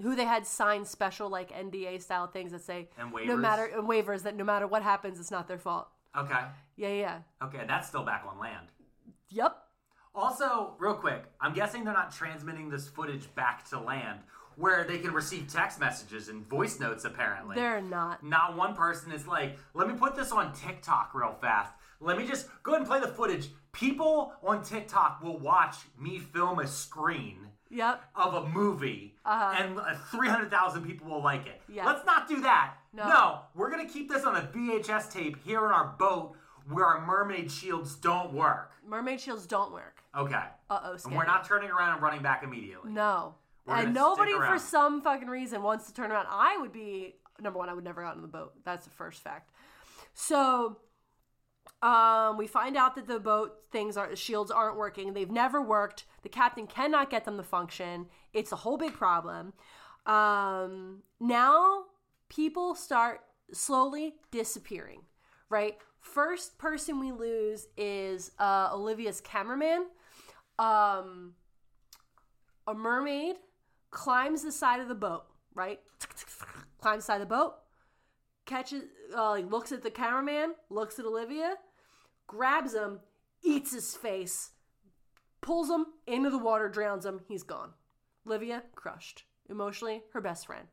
S4: Who they had sign special like NDA style things that say
S3: And
S4: no
S3: waivers?
S4: matter and waivers that no matter what happens it's not their fault.
S3: Okay.
S4: Yeah, yeah.
S3: Okay, that's still back on land.
S4: Yep.
S3: Also, real quick, I'm guessing they're not transmitting this footage back to land where they can receive text messages and voice notes apparently.
S4: They're not.
S3: not one person is like, let me put this on TikTok real fast. Let me just go ahead and play the footage. People on TikTok will watch me film a screen
S4: Yep.
S3: of a movie and uh, 300,000 people will like it.
S4: Uh-huh. Yeah.
S3: Let's not do that.
S4: No.
S3: we're going to keep this on a VHS tape here in our boat where our mermaid shields don't work.
S4: Mermaid shields don't work.
S3: Okay.
S4: Uh oh.
S3: and we're not turning around and running back immediately.
S4: No.
S3: We're
S4: and
S3: gonna stick
S4: nobody, for
S3: around.
S4: some fucking reason, wants to turn around. I would be number one. I would never got on the boat. That's the first fact. So, um, we find out that the boat things are shields aren't working. They've never worked. The captain cannot get them to function. It's a whole big problem. Um, now people start slowly disappearing. Right. First person we lose is uh, Olivia's cameraman. Um, a mermaid climbs the side of the boat, right? climbs the side of the boat, catches, uh, like, looks at the cameraman, looks at Olivia, grabs him, eats his face, pulls him into the water, drowns him. He's gone. Olivia crushed emotionally. Her best friend,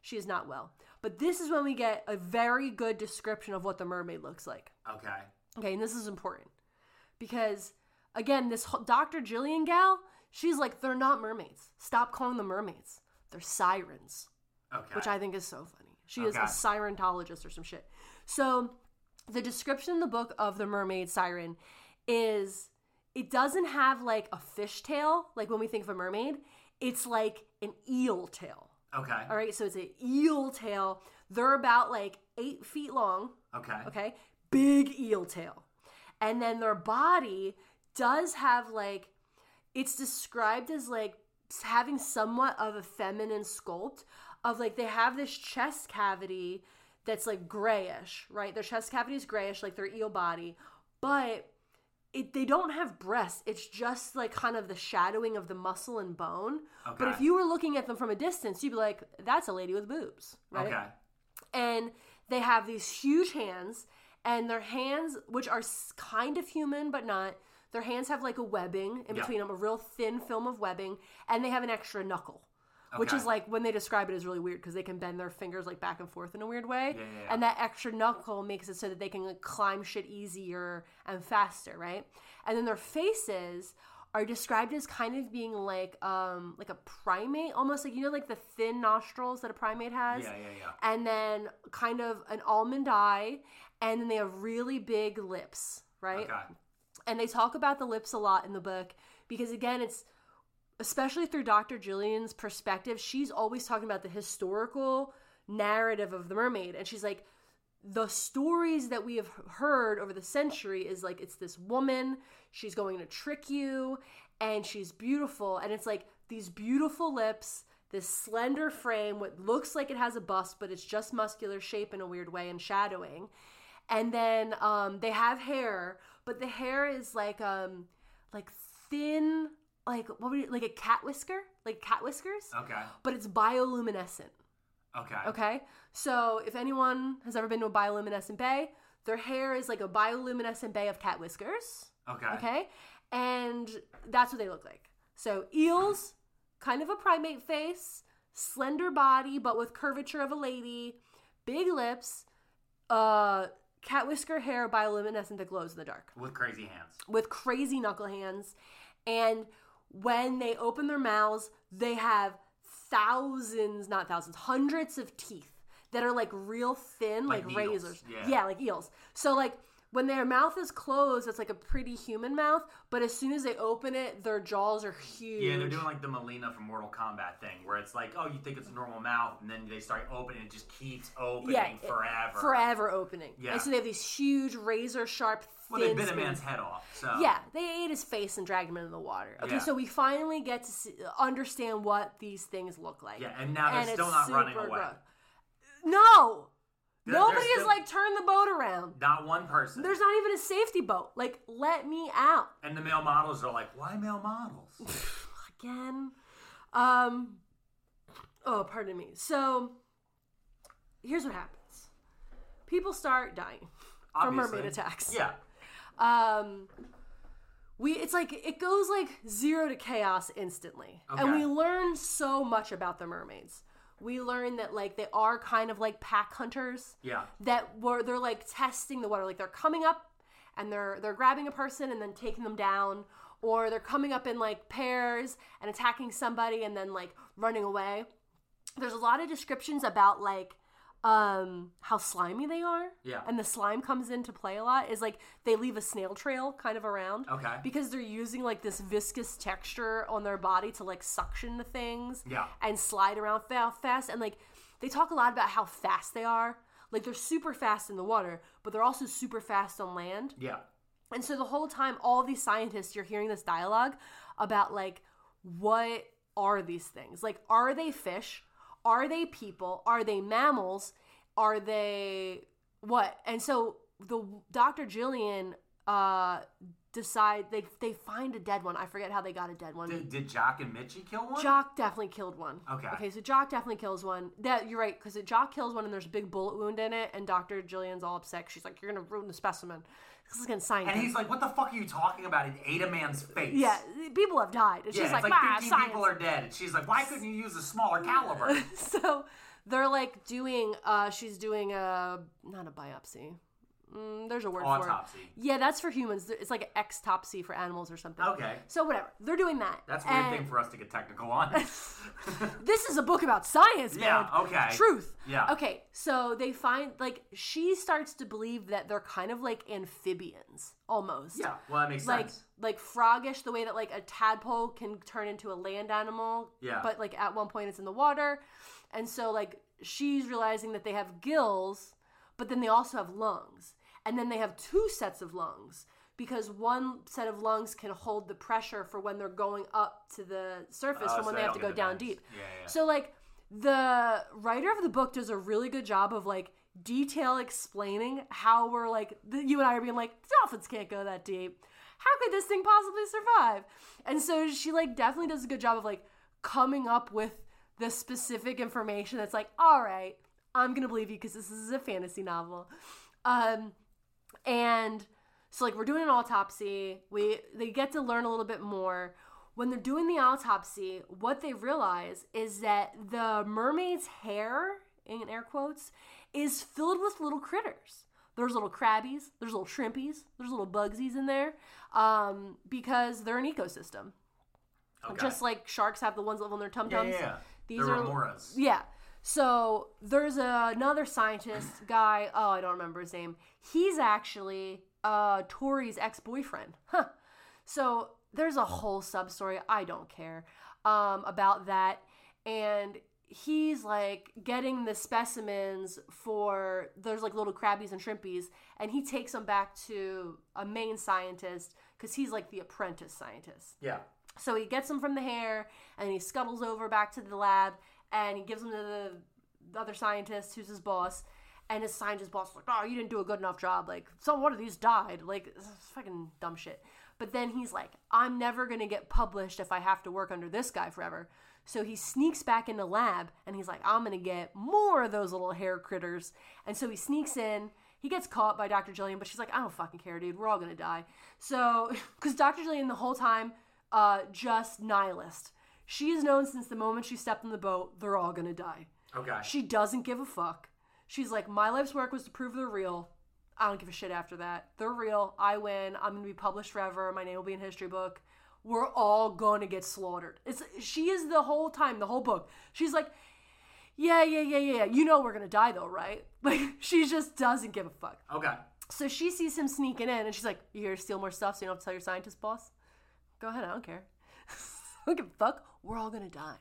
S4: she is not well. But this is when we get a very good description of what the mermaid looks like.
S3: Okay.
S4: Okay, and this is important because again, this whole, Dr. Jillian gal, she's like, they're not mermaids. Stop calling them mermaids. They're sirens,
S3: Okay.
S4: which I think is so funny. She is a
S3: Okay.
S4: sirenologist or some shit. So, the description in the book of the mermaid siren is it doesn't have like a fish tail, like when we think of a mermaid. It's like an eel tail.
S3: okay.
S4: All right, so it's an eel tail. They're about like eight feet long
S3: Okay.
S4: okay big eel tail and then their body does have like it's described as like having somewhat of a feminine sculpt of like they have this chest cavity that's like grayish right their chest cavity is grayish like their eel body but it, they don't have breasts it's just like kind of the shadowing of the muscle and bone but
S3: Okay.
S4: if you were looking at them from a distance you'd be like that's a lady with boobs right
S3: Okay.
S4: and they have these huge hands and their hands which are s- kind of human but not their hands have like a webbing in
S3: Yeah.
S4: between them a real thin film of webbing and they have an extra knuckle which
S3: Okay.
S4: is like when they describe it is really weird because they can bend their fingers like back and forth in a weird way,
S3: Yeah, yeah, yeah.
S4: and that extra knuckle makes it so that they can like, climb shit easier and faster, right? And then their faces are described as kind of being like um like a primate almost like you know like the thin nostrils that a primate has
S3: Yeah, yeah, yeah.
S4: and then kind of an almond eye, and then they have really big lips, right?
S3: Okay.
S4: And they talk about the lips a lot in the book because, again, it's especially through Dr. Jillian's perspective, she's always talking about the historical narrative of the mermaid, and she's like, the stories that we have heard over the century is like it's this woman, she's going to trick you, and she's beautiful. And it's like these beautiful lips, this slender frame, what looks like it has a bust, but it's just muscular shape in a weird way and shadowing. And then um, they have hair, but the hair is like um, like thin, like what would you, like a cat whisker, like cat whiskers,
S3: Okay.
S4: but it's bioluminescent.
S3: Okay.
S4: Okay. So if anyone has ever been to a bioluminescent bay, their hair is like a bioluminescent bay of cat whiskers.
S3: Okay.
S4: Okay. And that's what they look like. So eels, kind of a primate face, slender body, but with curvature of a lady, big lips, uh, cat whisker hair, bioluminescent that glows in the dark
S3: With crazy hands.
S4: with crazy knuckle hands. And when they open their mouths, they have thousands, not thousands, hundreds of teeth that are like real thin,
S3: Like
S4: like,
S3: needles,
S4: razors.
S3: yeah.
S4: like eels. So, like, when their mouth is closed, it's like a pretty human mouth, but as soon as they open it, their jaws are huge.
S3: Yeah, they're doing like the Melina from Mortal Kombat thing, where it's like, oh, you think it's a normal mouth, and then they start opening, it just keeps opening
S4: Yeah, it-
S3: forever.
S4: forever opening.
S3: Yeah.
S4: And so they have these huge, razor sharp,
S3: Well,
S4: thin.
S3: they bit a
S4: spoons.
S3: man's head off, so
S4: Yeah, they ate his face and dragged him into the water. Okay,
S3: Oh. Yeah.
S4: so we finally get to see, understand what these things look like.
S3: Yeah, and now they're still not running
S4: super
S3: away.
S4: No,
S3: They're- they're
S4: nobody is
S3: still-
S4: like turn the boat around.
S3: Not one person.
S4: There's not even a safety boat. Like, let me out
S3: and the male models are like, why male models?
S4: again. Um, oh, pardon me. So, here's what happens: people start dying from
S3: Obviously.
S4: mermaid attacks.
S3: yeah.
S4: um we it's like it goes like zero to chaos instantly and
S3: Okay.
S4: we learn so much about the mermaids we learn that like they are kind of like pack hunters
S3: Yeah.
S4: that were they're like testing the water like they're coming up and they're they're grabbing a person and then taking them down or they're coming up in like pairs and attacking somebody and then like running away there's a lot of descriptions about like um how slimy they are
S3: Yeah.
S4: and the slime comes into play a lot is like they leave a snail trail kind of around
S3: Okay.
S4: because they're using like this viscous texture on their body to like suction the things
S3: Yeah.
S4: and slide around fa- fast and like they talk a lot about how fast they are like they're super fast in the water but they're also super fast on land
S3: Yeah.
S4: and so the whole time all these scientists you're hearing this dialogue about like what are these things like are they fish are they people are they mammals are they what and so the dr jillian uh decide they they find a dead one i forget how they got a dead one
S3: Did, did Jock and Mitchie kill one?
S4: Jock definitely killed one.
S3: Okay.
S4: Okay, so Jock definitely kills one. That you're right, because Jock kills one and there's a big bullet wound in it, and Doctor Jillian's all upset. She's like, "You're gonna ruin the specimen. This is gonna science."
S3: And he's like, what the fuck are you talking about? It ate a man's face.
S4: "Yeah, people have died." And
S3: Yeah,
S4: she's
S3: it's
S4: like,
S3: like,
S4: "Ah,
S3: 15
S4: science."
S3: people are dead. And she's like, why couldn't you use a smaller caliber?
S4: so they're like doing. uh She's doing a not a biopsy. Mm, there's a word for it.
S3: Autopsy.
S4: Yeah, that's for humans. It's like an extopsy for animals or something.
S3: Okay.
S4: So whatever, they're doing that.
S3: That's a weird
S4: And
S3: thing for us to get technical on.
S4: This is a book about science, man.
S3: Yeah, okay.
S4: Truth.
S3: Yeah.
S4: Okay, so they find like she starts to believe that they're kind of like amphibians almost.
S3: yeah, well, that makes
S4: Like
S3: sense.
S4: like frogish, the way that like a tadpole can turn into a land animal.
S3: Yeah.
S4: But like at one point it's in the water. And so like she's realizing that they have gills, but then they also have lungs. And then they have two sets of lungs because one set of lungs can hold the pressure for when they're going up to the surface
S3: Oh,
S4: from
S3: so
S4: when
S3: they
S4: they have to
S3: don't get
S4: go
S3: the
S4: down
S3: bends.
S4: deep.
S3: Yeah, yeah.
S4: So like the writer of the book does a really good job of like detail explaining how we're like th- you and I are being like dolphins can't go that deep. How could this thing possibly survive? And so she like definitely does a good job of like coming up with the specific information that's like all right, I'm going to believe you because this is a fantasy novel. Um and so like we're doing an autopsy. We they get to learn a little bit more. when they're doing the autopsy, what they realize is that the mermaid's hair, in air quotes, is filled with little critters. There's little crabbies, there's little shrimpies, there's little bugsies in there um, because they're an ecosystem.
S3: Okay.
S4: Just like sharks have the ones that live on their tum
S3: yeah,
S4: tums.
S3: yeah, yeah.
S4: These
S3: They're
S4: are
S3: remoras.
S4: yeah. So there's another scientist guy. Oh, I don't remember his name. He's actually uh, Tori's ex boyfriend. Huh. So there's a whole sub story. I don't care um, about that. And he's like getting the specimens for there's like little crabbies and shrimpies, and he takes them back to a main scientist because he's like the apprentice scientist.
S3: Yeah.
S4: So he gets them from the hair and he scuttles over back to the lab and he gives them to the, the other scientist who's his boss. And his scientist boss is like, oh, you didn't do a good enough job. Like, some one of these died. Like, this is fucking dumb shit. But then he's like, I'm never going to get published if I have to work under this guy forever. So he sneaks back in the lab and he's like, I'm going to get more of those little hair critters. And so he sneaks in. He gets caught by Dr. Jillian, but she's like, I don't fucking care, dude. We're all going to die. So, because Dr. Jillian the whole time uh, just nihilist. She has known since the moment she stepped in the boat, they're all gonna die.
S3: Okay.
S4: She doesn't give a fuck. She's like, my life's work was to prove they're real. I don't give a shit after that. They're real. I win. I'm gonna be published forever. My name will be in history book. We're all gonna get slaughtered. It's she is the whole time, the whole book. She's like, yeah, yeah, yeah, yeah. You know we're gonna die though, right? Like she just doesn't give a fuck.
S3: Okay.
S4: So she sees him sneaking in and she's like, You here to steal more stuff so you don't have to tell your scientist boss? Go ahead, I don't care. I don't give a fuck. We're all gonna die.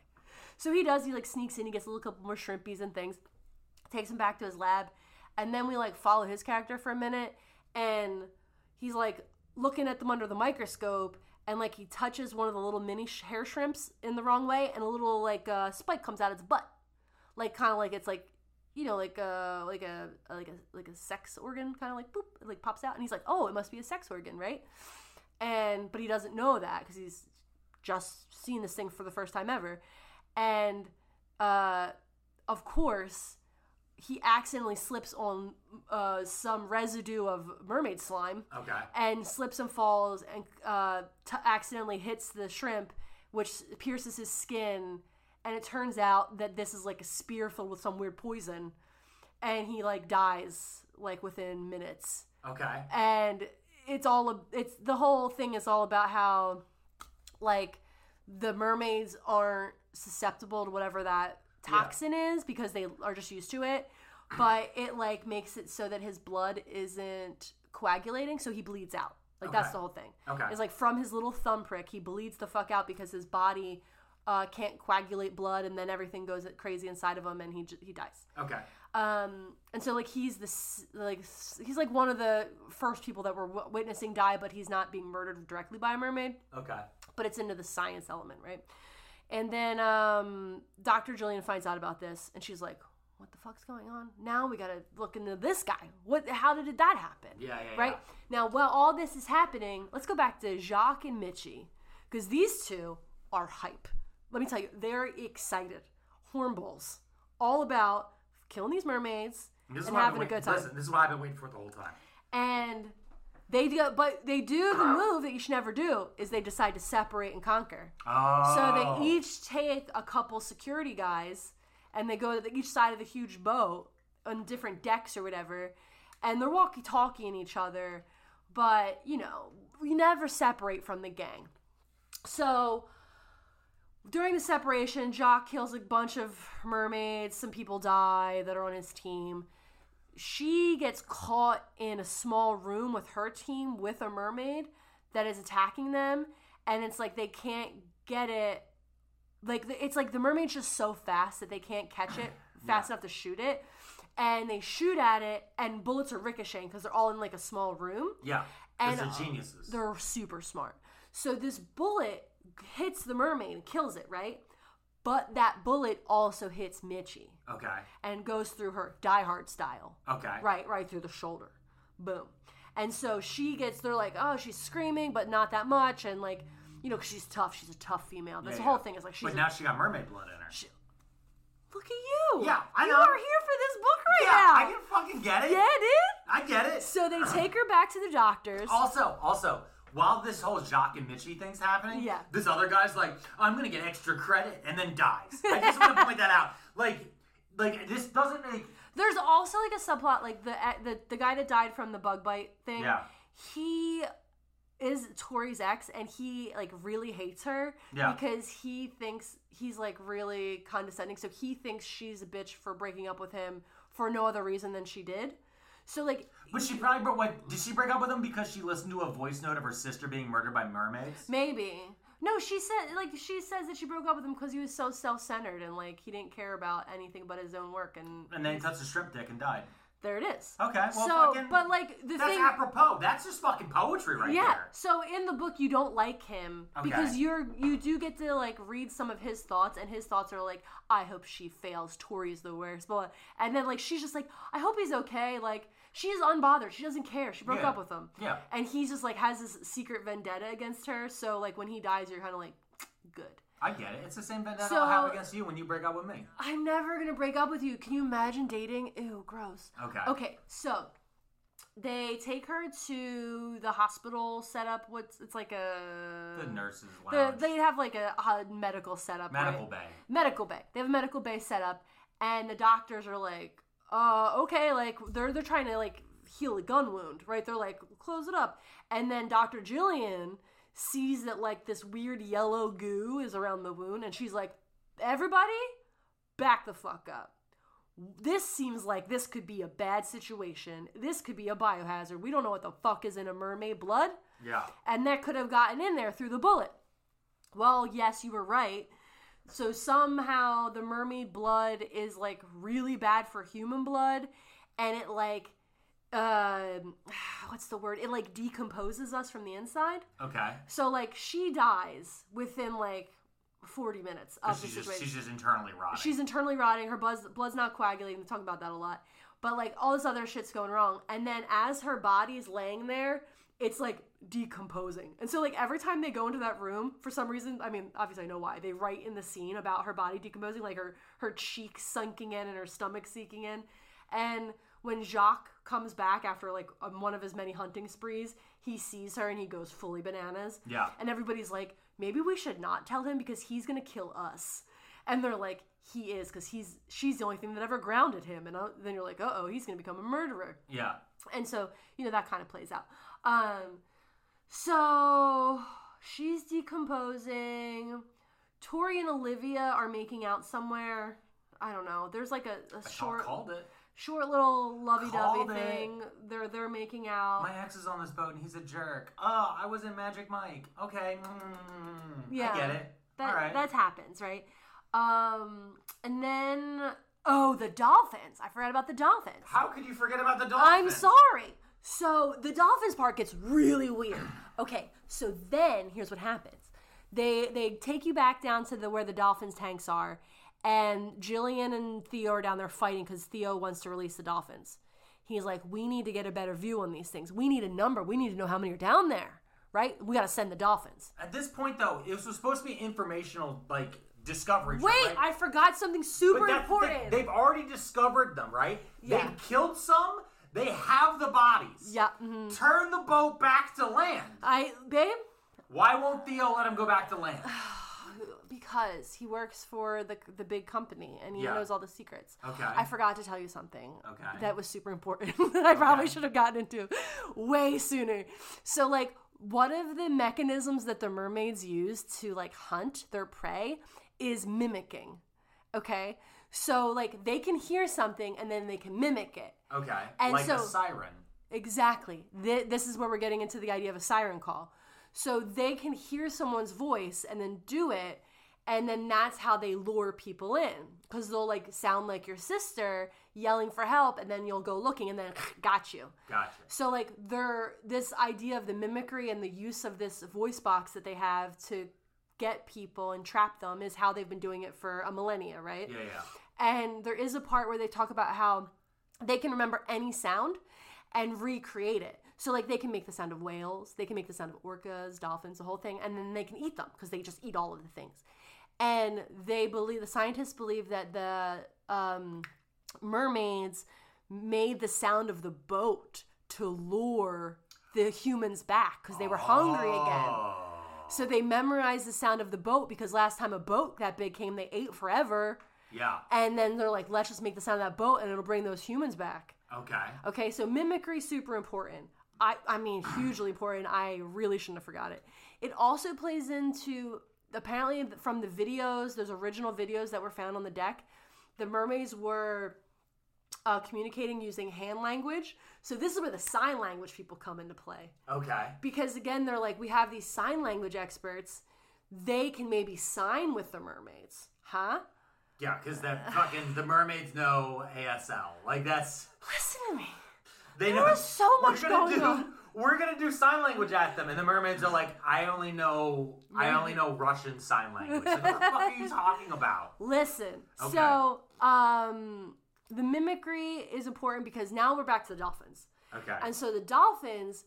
S4: So he does, he like sneaks in, he gets a little couple more shrimpies and things, takes him back to his lab, and then we like follow his character for a minute, and he's like looking at them under the microscope, and like he touches one of the little mini sh- hair shrimps in the wrong way, and a little like uh, spike comes out its butt. Like kind of like it's like you know, like a like a like a like a sex organ kind of like boop, it like pops out, and he's like, oh, it must be a sex organ, right? And but he doesn't know that because he's just seen this thing for the first time ever, and uh, of course, he accidentally slips on uh, some residue of mermaid slime
S3: Okay.
S4: and slips and falls and uh, t- accidentally hits the shrimp, which pierces his skin. And it turns out that this is like a spear filled with some weird poison, and he like dies like within minutes.
S3: Okay.
S4: And it's all a- it's the whole thing is all about how like the mermaids aren't susceptible to whatever that toxin is because they are just used to it. But it like makes it so that his blood isn't coagulating, so he bleeds out. Like that's
S3: Okay.
S4: the whole thing.
S3: Okay.
S4: It's like from his little thumb prick, he bleeds the fuck out because his body uh, can't coagulate blood, and then everything goes crazy inside of him, and he j- he dies.
S3: Okay.
S4: Um, and so like he's this like s- he's like one of the first people that were w- witnessing die, but he's not being murdered directly by a mermaid
S3: Okay.
S4: but it's into the science element, right? And then um, Dr. Jillian finds out about this, and she's like, "What the fuck's going on? Now we gotta look into this guy. What? How did that happen?
S3: Yeah, yeah,
S4: right. Now, while all this is happening, let's go back to Jacques and Mitchie because these two are hype. Let me tell you, they're excited, hornballs, all about killing these mermaids
S3: This is
S4: and
S3: what I've
S4: having
S3: been
S4: a good
S3: waiting-
S4: time
S3: Listen, this is what I've been waiting for the whole time.
S4: and they do but they do the move that you should never do is they decide to separate and conquer
S3: Oh.
S4: so they each take a couple security guys and they go to the, each side of the huge boat on different decks or whatever and they're walkie-talkieing each other but you know we never separate from the gang so during the separation jock kills a bunch of mermaids some people die that are on his team she gets caught in a small room with her team with a mermaid that is attacking them and it's like they can't get it like the- it's like the mermaid's just so fast that they can't catch it fast enough to shoot it and they shoot at it and bullets are ricocheting because they're all in like a small room
S3: Yeah.
S4: And,
S3: Because they're
S4: uh,
S3: geniuses.
S4: they're super smart. So this bullet hits the mermaid and kills it, right? But that bullet also hits Mitchie
S3: okay.
S4: and goes through her Die Hard style.
S3: Okay.
S4: Right, right through the shoulder. Boom. And so she gets, they're like, oh, she's screaming, but not that much. And like, you know, 'cause she's tough. She's a tough female. This
S3: Yeah,
S4: whole
S3: yeah.
S4: thing is like, she's
S3: But
S4: a-
S3: now she got mermaid blood in her.
S4: she- look at you.
S3: Yeah, I
S4: you
S3: know.
S4: are here for this book right
S3: yeah,
S4: now.
S3: I can fucking get it.
S4: yeah, dude.
S3: I get it. Oh,
S4: So they take her back to the doctors.
S3: Also, also, while this whole Jacques and Mitchie thing's happening,
S4: Yeah.
S3: this other guy's like, I'm gonna get extra credit and then dies. I just want to point that out. Like, like this doesn't make
S4: There's also like a subplot, like the eh, the the guy that died from the bug bite thing.
S3: Yeah.
S4: He is Tori's ex, and he like really hates her
S3: Yeah.
S4: because he thinks he's like really condescending. So he thinks she's a bitch for breaking up with him for no other reason than she did. So like
S3: But she probably but what did she break up with him because she listened to a voice note of her sister being murdered by mermaids?
S4: maybe no, she said like she says that she broke up with him because he was so self centered and like he didn't care about anything but his own work. And
S3: And then he touched a shrimp dick and died.
S4: there it is.
S3: Okay, well,
S4: so
S3: fucking-
S4: but like the
S3: That's
S4: thing.
S3: apropos. That's just fucking poetry right
S4: yeah.
S3: there.
S4: So in the book, you don't like him because
S3: Okay.
S4: you're you do get to like read some of his thoughts, and his thoughts are like, "I hope she fails. Tori's the worst." Blah. blah. And then like she's just like, "I hope he's okay." Like she's unbothered. She doesn't care. She broke
S3: Yeah.
S4: up with him.
S3: Yeah.
S4: And he's just like has this secret vendetta against her. So like when he dies, you're kind of like, "Good."
S3: I get it. It's the same vendetta
S4: So-
S3: I'll have against you when you break up with me.
S4: I'm never gonna break up with you. Can you imagine dating? Ew, gross.
S3: Okay.
S4: Okay, so they take her to the hospital setup. What's it's like a
S3: The nurses
S4: Uh, The,
S3: lounge.
S4: they have like a, a medical setup.
S3: Medical
S4: right?
S3: bay.
S4: Medical bay. They have a medical bay set up, and the doctors are like, uh, okay, like they're they're trying to like heal a gun wound, right? They're like, close it up, and then Doctor Jillian sees that like this weird yellow goo is around the wound, and she's like, everybody, back the fuck up. This seems like this could be a bad situation. This could be a biohazard. We don't know what the fuck is in a mermaid blood
S3: Yeah.
S4: and that could have gotten in there through the bullet. Well, yes, you were right. So somehow the mermaid blood is like really bad for human blood, and it like, um what's the word? It like decomposes us from the inside.
S3: Okay.
S4: So like she dies within like forty minutes of the
S3: She's
S4: situation.
S3: just, she's just internally rotting.
S4: She's internally rotting. Her blood's, blood's not coagulating. They talk about that a lot. But like all this other shit's going wrong. And then as her body's laying there, it's like decomposing. And so like every time they go into that room, for some reason, I mean, obviously I know why. They write in the scene about her body decomposing, like her her cheeks sinking in and her stomach sinking in. And when Jacques comes back after like um, one of his many hunting sprees, he sees her and he goes fully bananas.
S3: Yeah.
S4: And everybody's like, maybe we should not tell him because he's gonna kill us. And they're like, he is because he's she's the only thing that ever grounded him. And uh, then you're like, uh oh, he's gonna become a murderer.
S3: yeah.
S4: And so you know that kind of plays out. Um, so she's decomposing. Tori and Olivia are making out somewhere. I don't know. There's like a, a
S3: I
S4: short
S3: called it.
S4: short little
S3: Called
S4: lovey-dovey
S3: it.
S4: thing. They're they're making out.
S3: My ex is on this boat and he's a jerk. Oh, I was in Magic Mike. Okay. Mm,
S4: Yeah.
S3: I get it.
S4: that
S3: All right.
S4: that happens, right? Um, and then oh, the dolphins. I forgot about the dolphins.
S3: How could you forget about the dolphins?
S4: I'm sorry. So the dolphins part gets really weird. Okay, so then here's what happens. They they take you back down to the where the dolphins tanks are, and Jillian and Theo are down there fighting because Theo wants to release the dolphins. He's like, we need to get a better view on these things. We need a number. We need to know how many are down there, right? We got to send the dolphins.
S3: At this point, though, it was supposed to be informational, like discovery. trip,
S4: Wait,
S3: right?
S4: I forgot something super
S3: But that's the thing,
S4: important.
S3: They've already discovered them, right?
S4: Yeah.
S3: They've killed some. They have the bodies.
S4: yeah, mhm.
S3: Turn the boat back to land.
S4: I babe,
S3: Why won't Theo let him go back to land?
S4: because he works for the the big company and he
S3: Yeah.
S4: knows all the secrets.
S3: Okay.
S4: I forgot to tell you something.
S3: Okay.
S4: That was super important that I probably should have gotten into way sooner. So like one of the mechanisms that the mermaids use to like hunt their prey is mimicking. Okay? So like they can hear something and then they can mimic it.
S3: Okay.
S4: And
S3: like
S4: so-
S3: a siren.
S4: Exactly. Th- this is where we're getting into the idea of a siren call. So they can hear someone's voice and then do it, and then that's how they lure people in because they'll like sound like your sister yelling for help, and then you'll go looking, and then got you.
S3: Gotcha.
S4: So like they're this idea of the mimicry and the use of this voice box that they have to get people and trap them is how they've been doing it for a millennia, right?
S3: Yeah, yeah.
S4: And there is a part where they talk about how they can remember any sound and recreate it. So like they can make the sound of whales, they can make the sound of orcas, dolphins, the whole thing, and then they can eat them because they just eat all of the things. And they believe the scientists believe that the um, mermaids made the sound of the boat to lure the humans back because they were hungry again. So they memorized the sound of the boat because last time a boat that big came, they ate forever.
S3: Yeah.
S4: And then they're like, let's just make the sound of that boat and it'll bring those humans back.
S3: Okay.
S4: Okay, so mimicry super important. I I mean hugely important. I really shouldn't have forgot it. It also plays into apparently from the videos, those original videos that were found on the deck, the mermaids were uh, communicating using hand language. So this is where the sign language people come into play
S3: Okay.
S4: because again they're like we have these sign language experts. They can maybe sign with the mermaids, huh?
S3: Yeah, because that fucking the mermaids know ASL. Like that's
S4: Listen to me.
S3: they
S4: There
S3: know
S4: was so
S3: we're
S4: much
S3: gonna
S4: going
S3: do-
S4: on.
S3: We're gonna do sign language at them, and the mermaids are like, "I only know, I only know Russian sign language." Like, what the fuck are you talking about?
S4: Listen.
S3: Okay.
S4: So, um, the mimicry is important because now we're back to the dolphins,
S3: Okay.
S4: and so the dolphins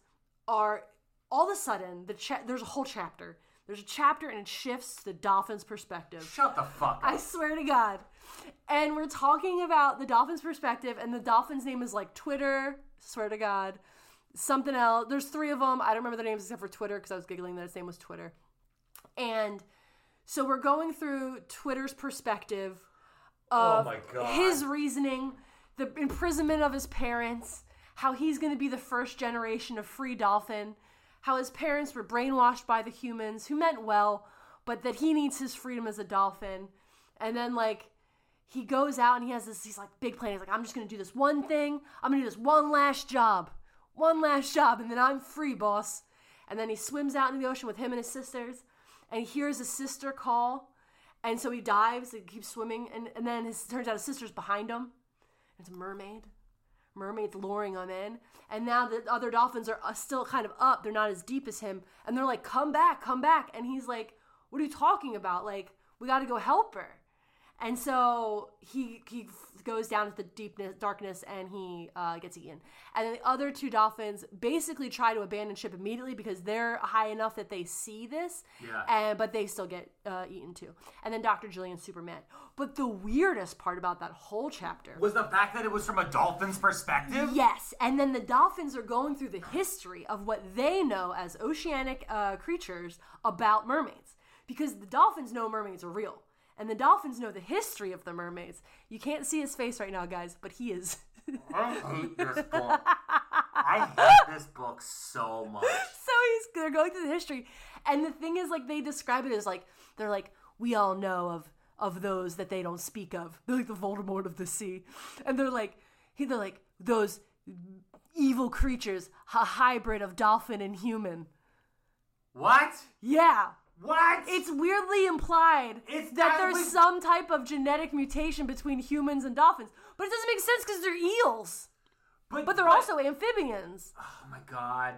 S4: are all of a sudden the cha- there's a whole chapter. There's a chapter and it shifts to the dolphins' perspective.
S3: Shut the fuck up.
S4: I swear to God. And we're talking about the dolphin's perspective, and the dolphin's name is like Twitter. Swear to God. Something else. There's three of them. I don't remember their names except for Twitter because I was giggling that his name was Twitter. And so we're going through Twitter's perspective of
S3: Oh my God.
S4: his reasoning, the imprisonment of his parents, how he's going to be the first generation of free dolphin, how his parents were brainwashed by the humans who meant well, but that he needs his freedom as a dolphin. And then, like, he goes out and he has this he's like big plan he's like i'm just gonna do this one thing i'm gonna do this one last job one last job and then i'm free boss and then he swims out into the ocean with him and his sisters and he hears his sister call and so he dives and keeps swimming and, and then his turns out his sister's behind him it's a mermaid mermaid's luring him in and now the other dolphins are uh, still kind of up they're not as deep as him and they're like come back come back and he's like what are you talking about like we gotta go help her and so he he f- goes down to the deepness darkness and he uh, gets eaten. And then the other two dolphins basically try to abandon ship immediately because they're high enough that they see this.
S3: Yeah.
S4: And but they still get uh, eaten too. And then Dr. Jillian's Superman. But the weirdest part about that whole chapter
S3: was the fact that it was from a dolphin's perspective?
S4: Yes, and then the dolphins are going through the history of what they know as oceanic uh, creatures about mermaids, because the dolphins know mermaids are real, and the dolphins know the history of the mermaids. You can't see his face right now, guys, but he is.
S3: I hate this book. I hate this book so much.
S4: so he's they're going through the history, and the thing is, like they describe it as like they're like we all know of of those that they don't speak of. They're like the Voldemort of the sea, and they're like he they're like those evil creatures, a hybrid of dolphin and human.
S3: What?
S4: Yeah.
S3: What?
S4: It's weirdly implied
S3: It's
S4: that
S3: that
S4: there's
S3: we-
S4: some type of genetic mutation between humans and dolphins. But it doesn't make sense because they're eels. But they're also amphibians.
S3: Oh my god.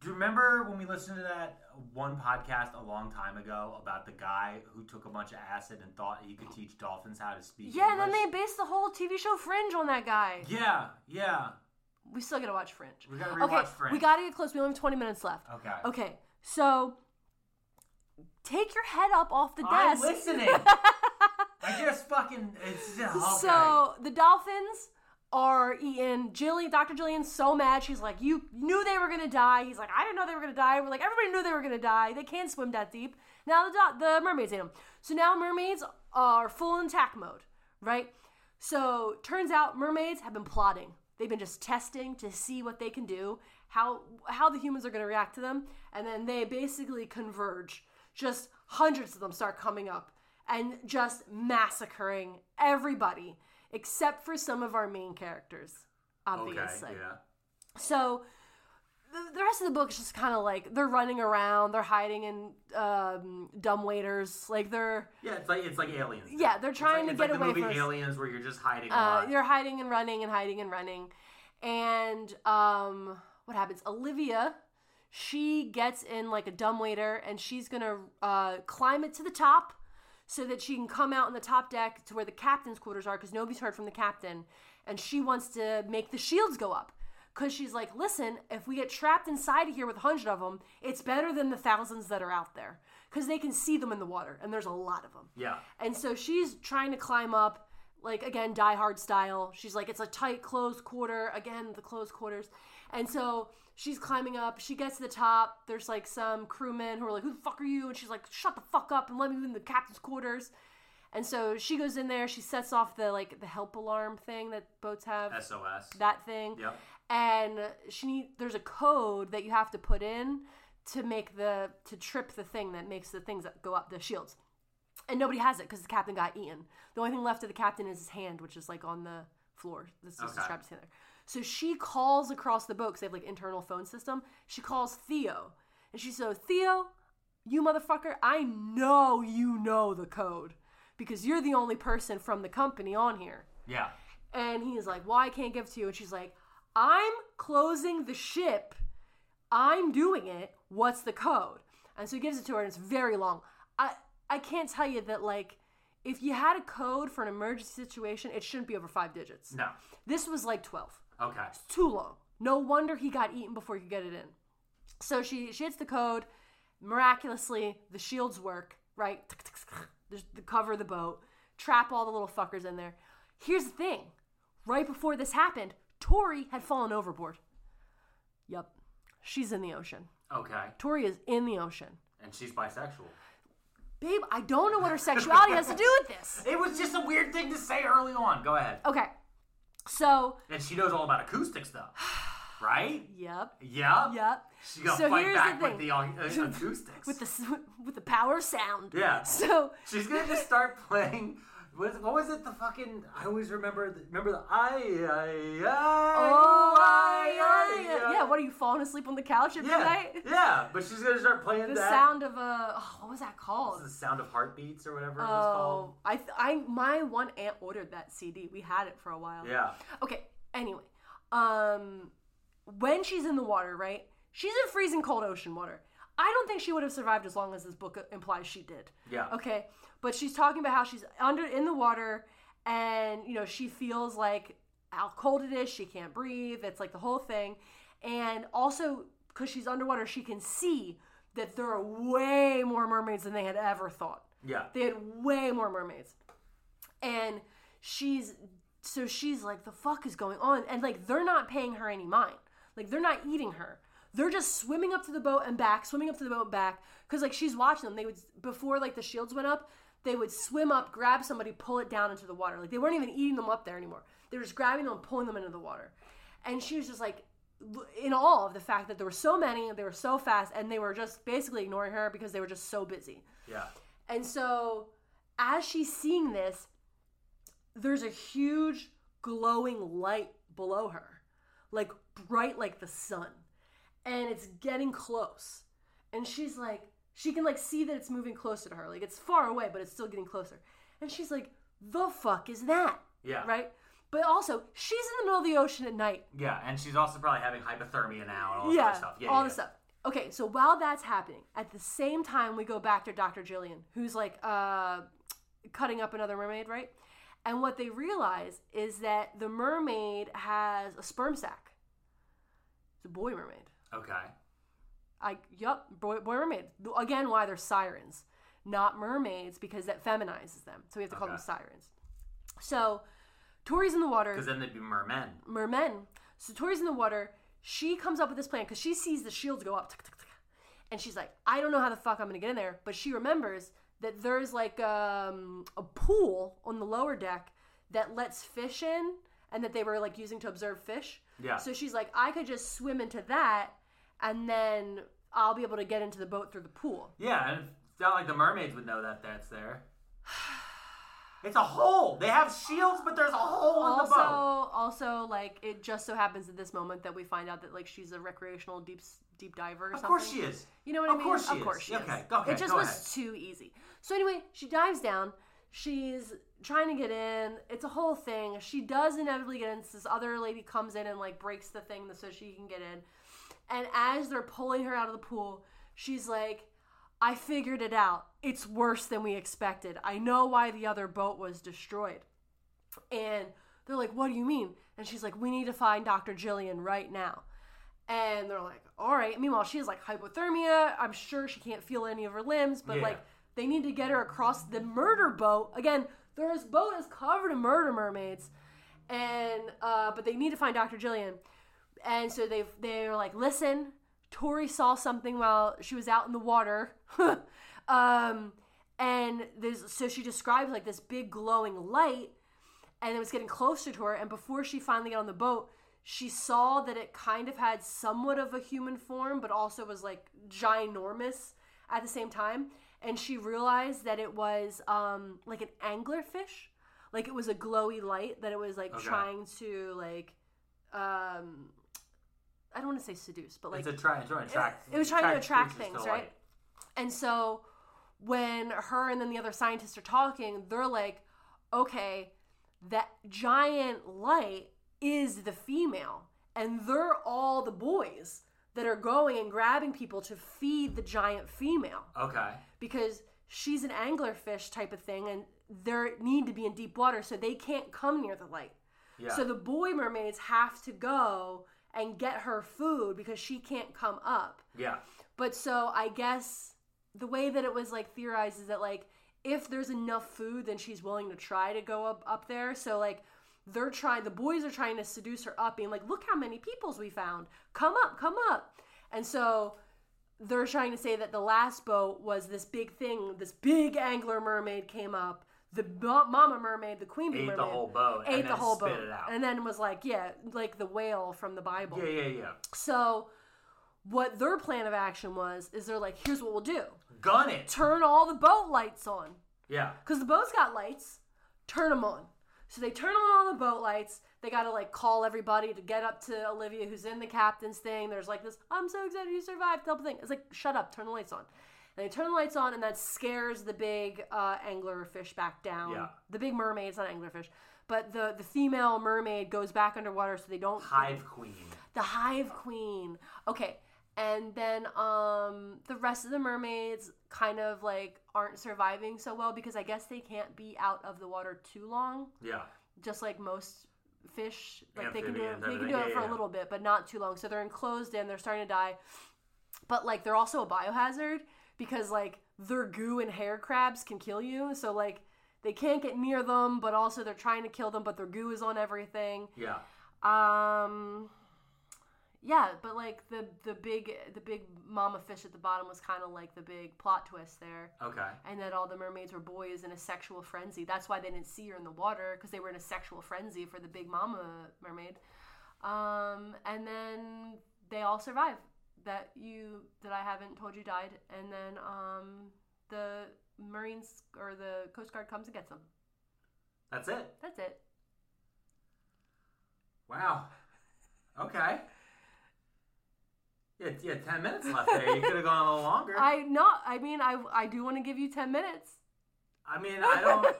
S3: Do you remember when we listened to that one podcast a long time ago about the guy who took a bunch of acid and thought he could teach dolphins how to speak?
S4: Yeah, and then
S3: English?
S4: they based the whole TV show Fringe on that guy.
S3: Yeah, yeah.
S4: We still gotta watch Fringe.
S3: We gotta
S4: okay,
S3: rewatch Fringe.
S4: We gotta get close. We only have 20 minutes left.
S3: Okay.
S4: Okay, so take your head up off the
S3: I'm
S4: desk.
S3: listening. I just fucking. It's, okay.
S4: So the Dolphins are eating. Jillian, Dr. Jillian's so mad. She's like, You knew they were going to die. He's like, I didn't know they were going to die. We're like, Everybody knew they were going to die. They can't swim that deep. Now the, do- the mermaids ate them. So now mermaids are full in attack mode, right? So turns out mermaids have been plotting. They've been just testing to see what they can do, how how the humans are going to react to them, and then they basically converge. Just hundreds of them start coming up and just massacring everybody except for some of our main characters,
S3: okay.
S4: obviously.
S3: Yeah.
S4: So the, the rest of the book is just kind of like they're running around, they're hiding in um, dumb waiters, like they're
S3: Yeah, it's like it's like aliens.
S4: Yeah, they're trying to
S3: it's
S4: get
S3: like
S4: away
S3: the
S4: from
S3: movie
S4: us.
S3: Aliens, where you're just hiding. a
S4: uh,
S3: lot.
S4: they're hiding and running and hiding and running. And um, what happens? Olivia, she gets in like a dumbwaiter and she's gonna uh, climb it to the top so that she can come out on the top deck to where the captain's quarters are because nobody's heard from the captain. And she wants to make the shields go up because she's like, listen, if we get trapped inside of here with a hundred of them, it's better than the thousands that are out there because they can see them in the water and there's a lot of them.
S3: yeah.
S4: And so she's trying to climb up, like again, Die Hard style. She's like, it's a tight, closed quarter. Again, the closed quarters. And so She's climbing up. She gets to the top. There's like some crewmen who are like, "Who the fuck are you?" And she's like, "Shut the fuck up and let me in the captain's quarters." And so she goes in there. She sets off the like the help alarm thing that boats have.
S3: SOS.
S4: that thing.
S3: Yep.
S4: And she need, there's a code that you have to put in to make the to trip the thing that makes the things that go up the shields. And nobody has it because the captain got eaten. The only thing left of the captain is his hand, which is like on the floor. This is
S3: Okay.
S4: trapped in there. So she calls across the boat because they have like internal phone system. She calls Theo, and she says, "Theo, you motherfucker, I know you know the code because you're the only person from the company on here."
S3: Yeah.
S4: And he's like, Well, I can't give it to you. And she's like, I'm closing the ship. I'm doing it. What's the code? And so he gives it to her, and it's very long. I I can't tell you that like if you had a code for an emergency situation, it shouldn't be over five digits.
S3: No.
S4: This was like twelve
S3: Okay.
S4: too long. No wonder he got eaten before he could get it in. So she she hits the code. Miraculously, the shields work. Right, There's the cover of the boat, trap all the little fuckers in there. Here's the thing: right before this happened, Tori had fallen overboard. Yup, she's in the ocean.
S3: Okay.
S4: Tori is in the ocean.
S3: And she's bisexual.
S4: Babe, I don't know what her sexuality has to do with this.
S3: It was just a weird thing to say early on. Go ahead.
S4: Okay, so
S3: And she knows all about acoustic stuff, right?
S4: yup,
S3: Yeah.
S4: yup.
S3: She gonna
S4: So
S3: fight
S4: here's
S3: back
S4: the
S3: with
S4: thing.
S3: the uh, uh, acoustics.
S4: with the s- with the power of sound.
S3: Yeah.
S4: So
S3: She's gonna just start playing. What, is- what was it? The fucking I always remember. The, remember the I I I.
S4: Oh,
S3: I, I,
S4: yeah, yeah. What are you falling asleep on the couch at
S3: yeah,
S4: night?
S3: yeah. But she's gonna start playing
S4: The
S3: that.
S4: sound of a oh, what was that called?
S3: the sound of heartbeats or whatever it was
S4: Oh,
S3: called.
S4: I th- I my one aunt ordered that CD. We had it for a while.
S3: Yeah.
S4: Okay. Anyway, um, when she's in the water, right? She's in freezing cold ocean water. I don't think she would have survived as long as this book implies she did.
S3: Yeah.
S4: Okay. But she's talking about how she's under in the water and, you know, she feels like how cold it is, she can't breathe. It's like the whole thing. And also cuz she's underwater, she can see that there are way more mermaids than they had ever thought.
S3: Yeah.
S4: They had way more mermaids. And she's so she's like, the fuck is going on? And like they're not paying her any mind. Like they're not eating her. They're just swimming up to the boat and back, swimming up to the boat and back. Cause like she's watching them. They would before like the shields went up, they would swim up, grab somebody, pull it down into the water. Like they weren't even eating them up there anymore. They were just grabbing them and pulling them into the water. And she was just like in awe of the fact that there were so many, they were so fast, and they were just basically ignoring her because they were just so busy.
S3: Yeah.
S4: And so, as she's seeing this, there's a huge glowing light below her, like bright like the sun. And it's getting close. And she's like, she can like see that it's moving closer to her. Like it's far away, but it's still getting closer. And she's like, the fuck is that?
S3: Yeah.
S4: Right? But also, she's in the middle of the ocean at night.
S3: Yeah. And she's also probably having hypothermia now and all this
S4: yeah,
S3: other stuff. Yeah.
S4: all
S3: yeah,
S4: this stuff. Okay, so while that's happening, at the same time we go back to Dr. Jillian, who's like uh, cutting up another mermaid, right? And what they realize is that the mermaid has a sperm sac. It's a boy mermaid.
S3: yeah. Okay.
S4: I yup, boy, boy mermaid. Again, why they're sirens, not mermaids, because that feminizes them. So we have to call them
S3: Okay.
S4: sirens. So Tori's in the water
S3: Because then they'd be mermen.
S4: mermen. So Tori's in the water. She comes up with this plan because she sees the shields go up. tick, tick, tick. and she's like, I don't know how the fuck I'm going to get in there. But she remembers that there's like um, a pool on the lower deck that lets fish in and that they were like using to observe fish.
S3: Yeah.
S4: So she's like, I could just swim into that and then I'll be able to get into the boat through the pool.
S3: Yeah, and it's not like the mermaids would know that that's there. It's a hole. They have shields, but there's a hole in the
S4: also
S3: boat.
S4: also like it just so happens at this moment that we find out that like she's a recreational deep deep diver or
S3: Of
S4: something.
S3: course she is.
S4: You know what I
S3: of
S4: mean?
S3: Course she
S4: of course
S3: is.
S4: she is.
S3: okay, go ahead.
S4: It just
S3: go
S4: was
S3: ahead.
S4: too easy. So anyway, she dives down. She's trying to get in. It's a whole thing. She does inevitably get in. So This other lady comes in and like breaks the thing so she can get in. And as they're pulling her out of the pool, she's like, "I figured it out. It's worse than we expected. I know why the other boat was destroyed." And they're like, "What do you mean?" And she's like, "We need to find Dr. Jillian right now." And they're like, all right. Meanwhile, she has like hypothermia. I'm sure she can't feel any of her limbs, but
S3: Yeah.
S4: like they need to get her across the murder boat. Again, this boat is covered in murder mermaids. And, uh, but they need to find Dr. Jillian. and so they they're like, listen, Tori saw something while she was out in the water. um, and there's so she described like this big glowing light, and it was getting closer to her. And before she finally got on the boat, she saw that it kind of had somewhat of a human form, but also was like ginormous at the same time. And she realized that it was um, like an anglerfish, like it was a glowy light that it was like
S3: Okay.
S4: trying to like um, I don't want to say seduce, but like
S3: it's a try, it's trying to attract.
S4: it was trying to attract
S3: creatures to
S4: things,
S3: light.
S4: right? And so when her and then the other scientists are talking, they're like, okay, that giant light is the female, and they're all the boys that are going and grabbing people to feed the giant female
S3: Okay.
S4: because she's an anglerfish type of thing, and they need to be in deep water, so they can't come near the light.
S3: Yeah.
S4: So the boy mermaids have to go and get her food because she can't come up.
S3: yeah.
S4: But so I guess the way that it was like theorized is that like if there's enough food, then she's willing to try to go up up there. So like they're trying, the boys are trying to seduce her up, being like, "Look how many peoples we found! Come up, come up!" And so they're trying to say that the last boat was this big thing. This big angler mermaid came up. The ma- mama mermaid, the queen bee
S3: Ate
S4: mermaid,
S3: the whole boat.
S4: ate
S3: and
S4: the
S3: then
S4: whole
S3: spit
S4: boat,
S3: It out.
S4: and then was like, "Yeah, like the whale from the Bible."
S3: yeah, yeah, yeah.
S4: So what their plan of action was is they're like, here's what we'll do.
S3: Gun it.
S4: Turn all the boat lights on.
S3: Yeah.
S4: Because the boat's got lights. Turn them on. So they turn on all the boat lights. They got to like call everybody to get up to Olivia, who's in the captain's thing. There's like this, I'm so excited you survived type of thing. It's like, shut up, turn the lights on. And they turn the lights on, and that scares the big uh, anglerfish back down.
S3: Yeah.
S4: The big mermaid, it's not anglerfish, but the, the female mermaid goes back underwater so they don't
S3: Hive queen.
S4: the Hive Queen. Okay. And then um the rest of the mermaids kind of like aren't surviving so well because I guess they can't be out of the water too long.
S3: Yeah.
S4: Just like most fish. Like they can do
S3: Amphibians,
S4: it, they can do it
S3: everything. Yeah,
S4: for
S3: yeah,
S4: a
S3: yeah.
S4: little bit, but not too long. So they're enclosed in, they're starting to die. But like they're also a biohazard because like their goo and hair crabs can kill you. So like they can't get near them, but also they're trying to kill them, but their goo is on everything.
S3: Yeah.
S4: Um, yeah, but like the the big the big mama fish at the bottom was kind of like the big plot twist there,
S3: Okay.
S4: and that all the mermaids were boys in a sexual frenzy. That's why they didn't see her in the water because they were in a sexual frenzy for the big mama mermaid. Um, and then they all survive. That you that I haven't told you died, and then um the marines or the coast guard comes and gets them.
S3: That's it.
S4: That's it.
S3: Wow. Okay. Yeah, yeah, 10 minutes left there. You could have gone a little longer. I,
S4: I not. I mean, I I do want to give you ten minutes.
S3: mean, I don't.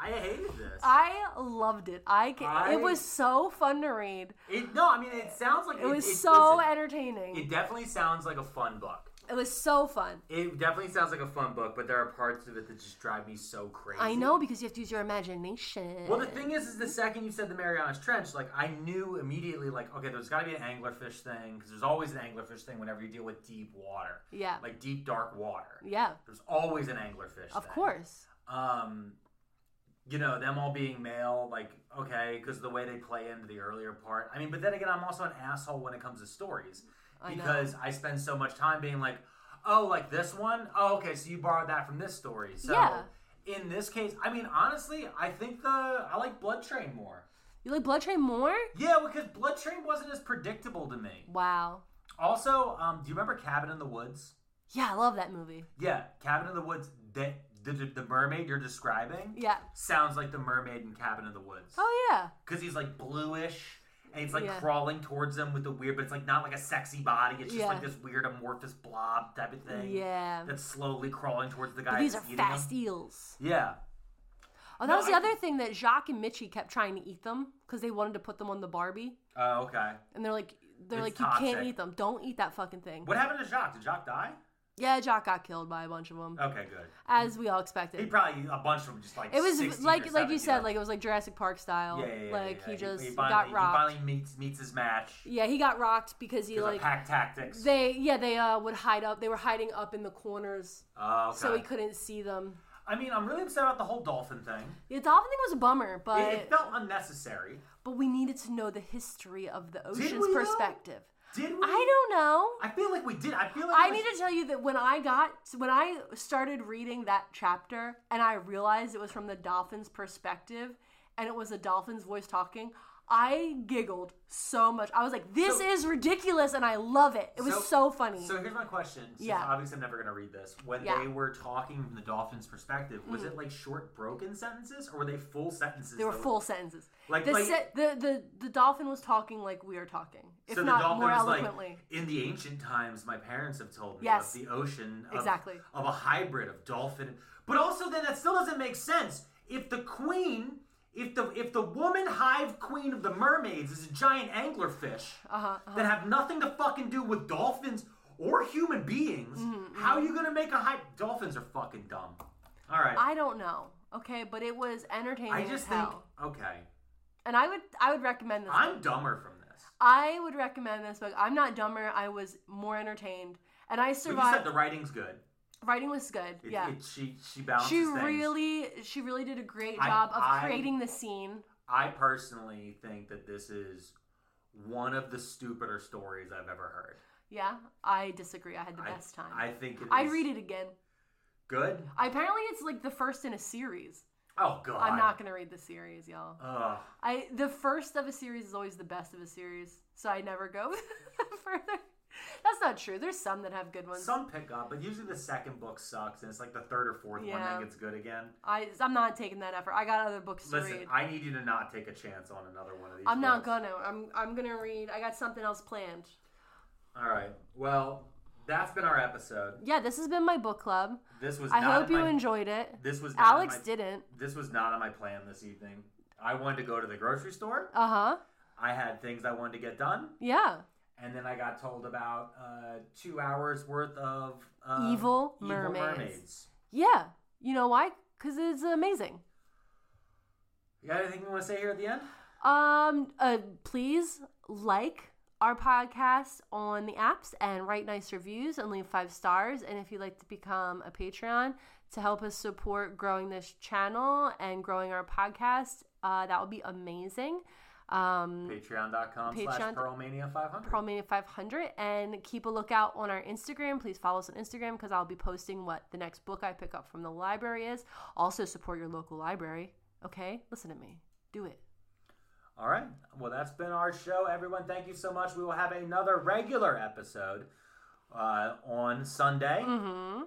S3: I hated this.
S4: I loved it. I, ca-
S3: I-
S4: it was so fun to read.
S3: it, no, I mean, it sounds like
S4: It was
S3: it,
S4: so
S3: listen,
S4: entertaining.
S3: It definitely sounds like a fun book.
S4: it was so fun.
S3: It definitely sounds like a fun book, but there are parts of it that just drive me so crazy.
S4: I know because you have to use your imagination.
S3: Well, the thing is, is the second you said the Marianas Trench, like I knew immediately, like okay, there's got to be an anglerfish thing because there's always an anglerfish thing whenever you deal with deep water,
S4: yeah,
S3: like deep dark water.
S4: yeah,
S3: There's always an anglerfish.
S4: of
S3: thing.
S4: course.
S3: Um, you know them all being male, like okay, because the way they play into the earlier part. I mean, but then again, I'm also an asshole when it comes to stories
S4: I know.
S3: because I spend so much time being like, oh, like this one. Oh, okay, so you borrowed that from this story. So
S4: Yeah.
S3: in this case, I mean, honestly, I think the I like Blood Train more.
S4: You like Blood Train more?
S3: Yeah, because Blood Train wasn't as predictable to me.
S4: Wow.
S3: Also, um, do you remember Cabin in the Woods?
S4: Yeah, I love that movie.
S3: Yeah, Cabin in the Woods. The, the, the mermaid you're describing
S4: Yeah.
S3: sounds like the mermaid in Cabin in the Woods
S4: Oh yeah.
S3: because he's like bluish and he's like
S4: Yeah.
S3: crawling towards them with the weird, but it's like not like a sexy body. It's just
S4: Yeah.
S3: like this weird amorphous blob type of thing.
S4: Yeah.
S3: that's slowly crawling towards the
S4: But
S3: guy.
S4: these are
S3: that's eating
S4: fast e-
S3: him.
S4: eels.
S3: Yeah,
S4: Oh, that
S3: No,
S4: was the
S3: I-
S4: other thing that Jacques and Mitchie kept trying to eat them because they wanted to put them on the Barbie,
S3: Oh, okay.
S4: and they're like, they're like,
S3: It's
S4: you
S3: toxic.
S4: can't eat them. Don't eat that fucking thing.
S3: What happened to Jacques? Did Jacques die?
S4: Yeah, Jacques got killed by a bunch of them,
S3: Okay, good.
S4: as we all
S3: He
S4: expected.
S3: probably a bunch of them just like
S4: It was
S3: 16
S4: like
S3: or
S4: like you
S3: 17
S4: said,
S3: or-
S4: like it was like Jurassic Park style.
S3: yeah, yeah, yeah,
S4: like
S3: yeah,
S4: he
S3: yeah.
S4: just
S3: finally,
S4: got rocked.
S3: He finally meets meets his match.
S4: yeah, he got rocked because he
S3: 'cause of
S4: like
S3: pack tactics.
S4: they yeah they uh would hide up. They were hiding up in the corners,
S3: oh, okay.
S4: so he couldn't see them.
S3: I mean, I'm really upset about the whole dolphin thing.
S4: The dolphin thing was a bummer, but
S3: It, it felt unnecessary.
S4: But we needed to know the history of the ocean's
S3: we, though? Mm-hmm.
S4: perspective.
S3: Did we?
S4: I don't know.
S3: I feel like we did. I feel like
S4: I
S3: it was-
S4: need to tell you that when I got when I started reading that chapter and I realized it was from the dolphin's perspective and it was a dolphin's voice talking, I giggled so much. I was like, "This
S3: So-
S4: is ridiculous," and I love it. It was so, funny.
S3: So here's my question. Since
S4: Yeah.
S3: Obviously, I'm never going to read this. When
S4: Yeah. Mm-hmm.
S3: they were talking from the dolphin's perspective, was it like short, broken sentences, or were they full sentences?
S4: they were
S3: though?
S4: full sentences.
S3: Like-
S4: the,
S3: like-
S4: se- the the the dolphin was talking like we are talking, if
S3: So the
S4: not
S3: dolphin
S4: more
S3: was
S4: eloquently.
S3: like, in the ancient times, my parents have told me
S4: Yes.
S3: of the ocean of,
S4: Exactly.
S3: of a hybrid of dolphin. But also, then that still doesn't make sense. If the queen, if the if the woman hive queen of the mermaids is a giant anglerfish
S4: Uh-huh,
S3: that have nothing to fucking do with dolphins or human beings,
S4: Mm-hmm,
S3: how are you gonna make a hype? Dolphins are fucking dumb. All right,
S4: I don't know, okay, but it was entertaining.
S3: I
S4: as
S3: just think
S4: hell.
S3: okay,
S4: and I would I would recommend this.
S3: I'm dumber from this.
S4: I would recommend this book. I'm not dumber. I was more entertained, and I
S3: But you said
S4: survived.
S3: the writing's good.
S4: Writing was good.
S3: It,
S4: yeah,
S3: it- she she balances
S4: she
S3: things.
S4: really, she really did a great
S3: I-
S4: job of
S3: I-
S4: creating the scene.
S3: I personally think that this is one of the stupider stories I've ever heard.
S4: Yeah, I disagree. I had the
S3: I-
S4: best time.
S3: I think it is
S4: I would read it again.
S3: good.
S4: I, apparently, it's like the first in a series.
S3: Oh god.
S4: I'm not gonna read the series, y'all.
S3: Ugh.
S4: I the first of a series is always the best of a series, so I never go further. That's not true. There's some that have good ones.
S3: Some pick up, but usually the second book sucks, and it's like the third or fourth one
S4: Yeah.
S3: that gets good again.
S4: I I'm not taking that effort. I got other books to
S3: Listen,
S4: read.
S3: I need you to not take a chance on another one of these.
S4: I'm not
S3: books.
S4: gonna. I'm I'm gonna read. I got something else planned.
S3: All right. Well, that's been our episode.
S4: Yeah, this has been my book club.
S3: This was.
S4: I
S3: not
S4: hope
S3: in
S4: you
S3: my-
S4: enjoyed it.
S3: This was. Not in
S4: Alex
S3: my-
S4: didn't.
S3: This was not on my plan this evening. I wanted to go to the grocery store.
S4: Uh huh.
S3: I had things I wanted to get done.
S4: Yeah.
S3: and then I got told about uh, two hours worth of um,
S4: Evil mermaids. Yeah. You know why? Because it's amazing.
S3: You got anything you want to say here at the end?
S4: Um. Uh. Please like our podcast on the apps and write nice reviews and leave five stars. And if you'd like to become a Patreon to help us support growing this channel and growing our podcast, uh, that would be amazing. Um.
S3: Patreon.com slash
S4: Patreon-
S3: Pearlmania500.
S4: Pearlmania 500 and keep a lookout on our Instagram. Please follow us on Instagram because I'll be posting what the next book I pick up from the library is. Also, support your local library. Okay? Listen to me. Do it.
S3: All right. Well, that's been our show, everyone. Thank you so much. We will have another regular episode uh, on Sunday,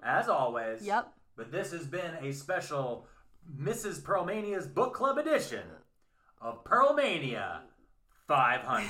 S3: as always.
S4: Mm-hmm. Yep.
S3: But this has been a special Mrs. Pearlmania's Book Club edition of Pearlmania 500.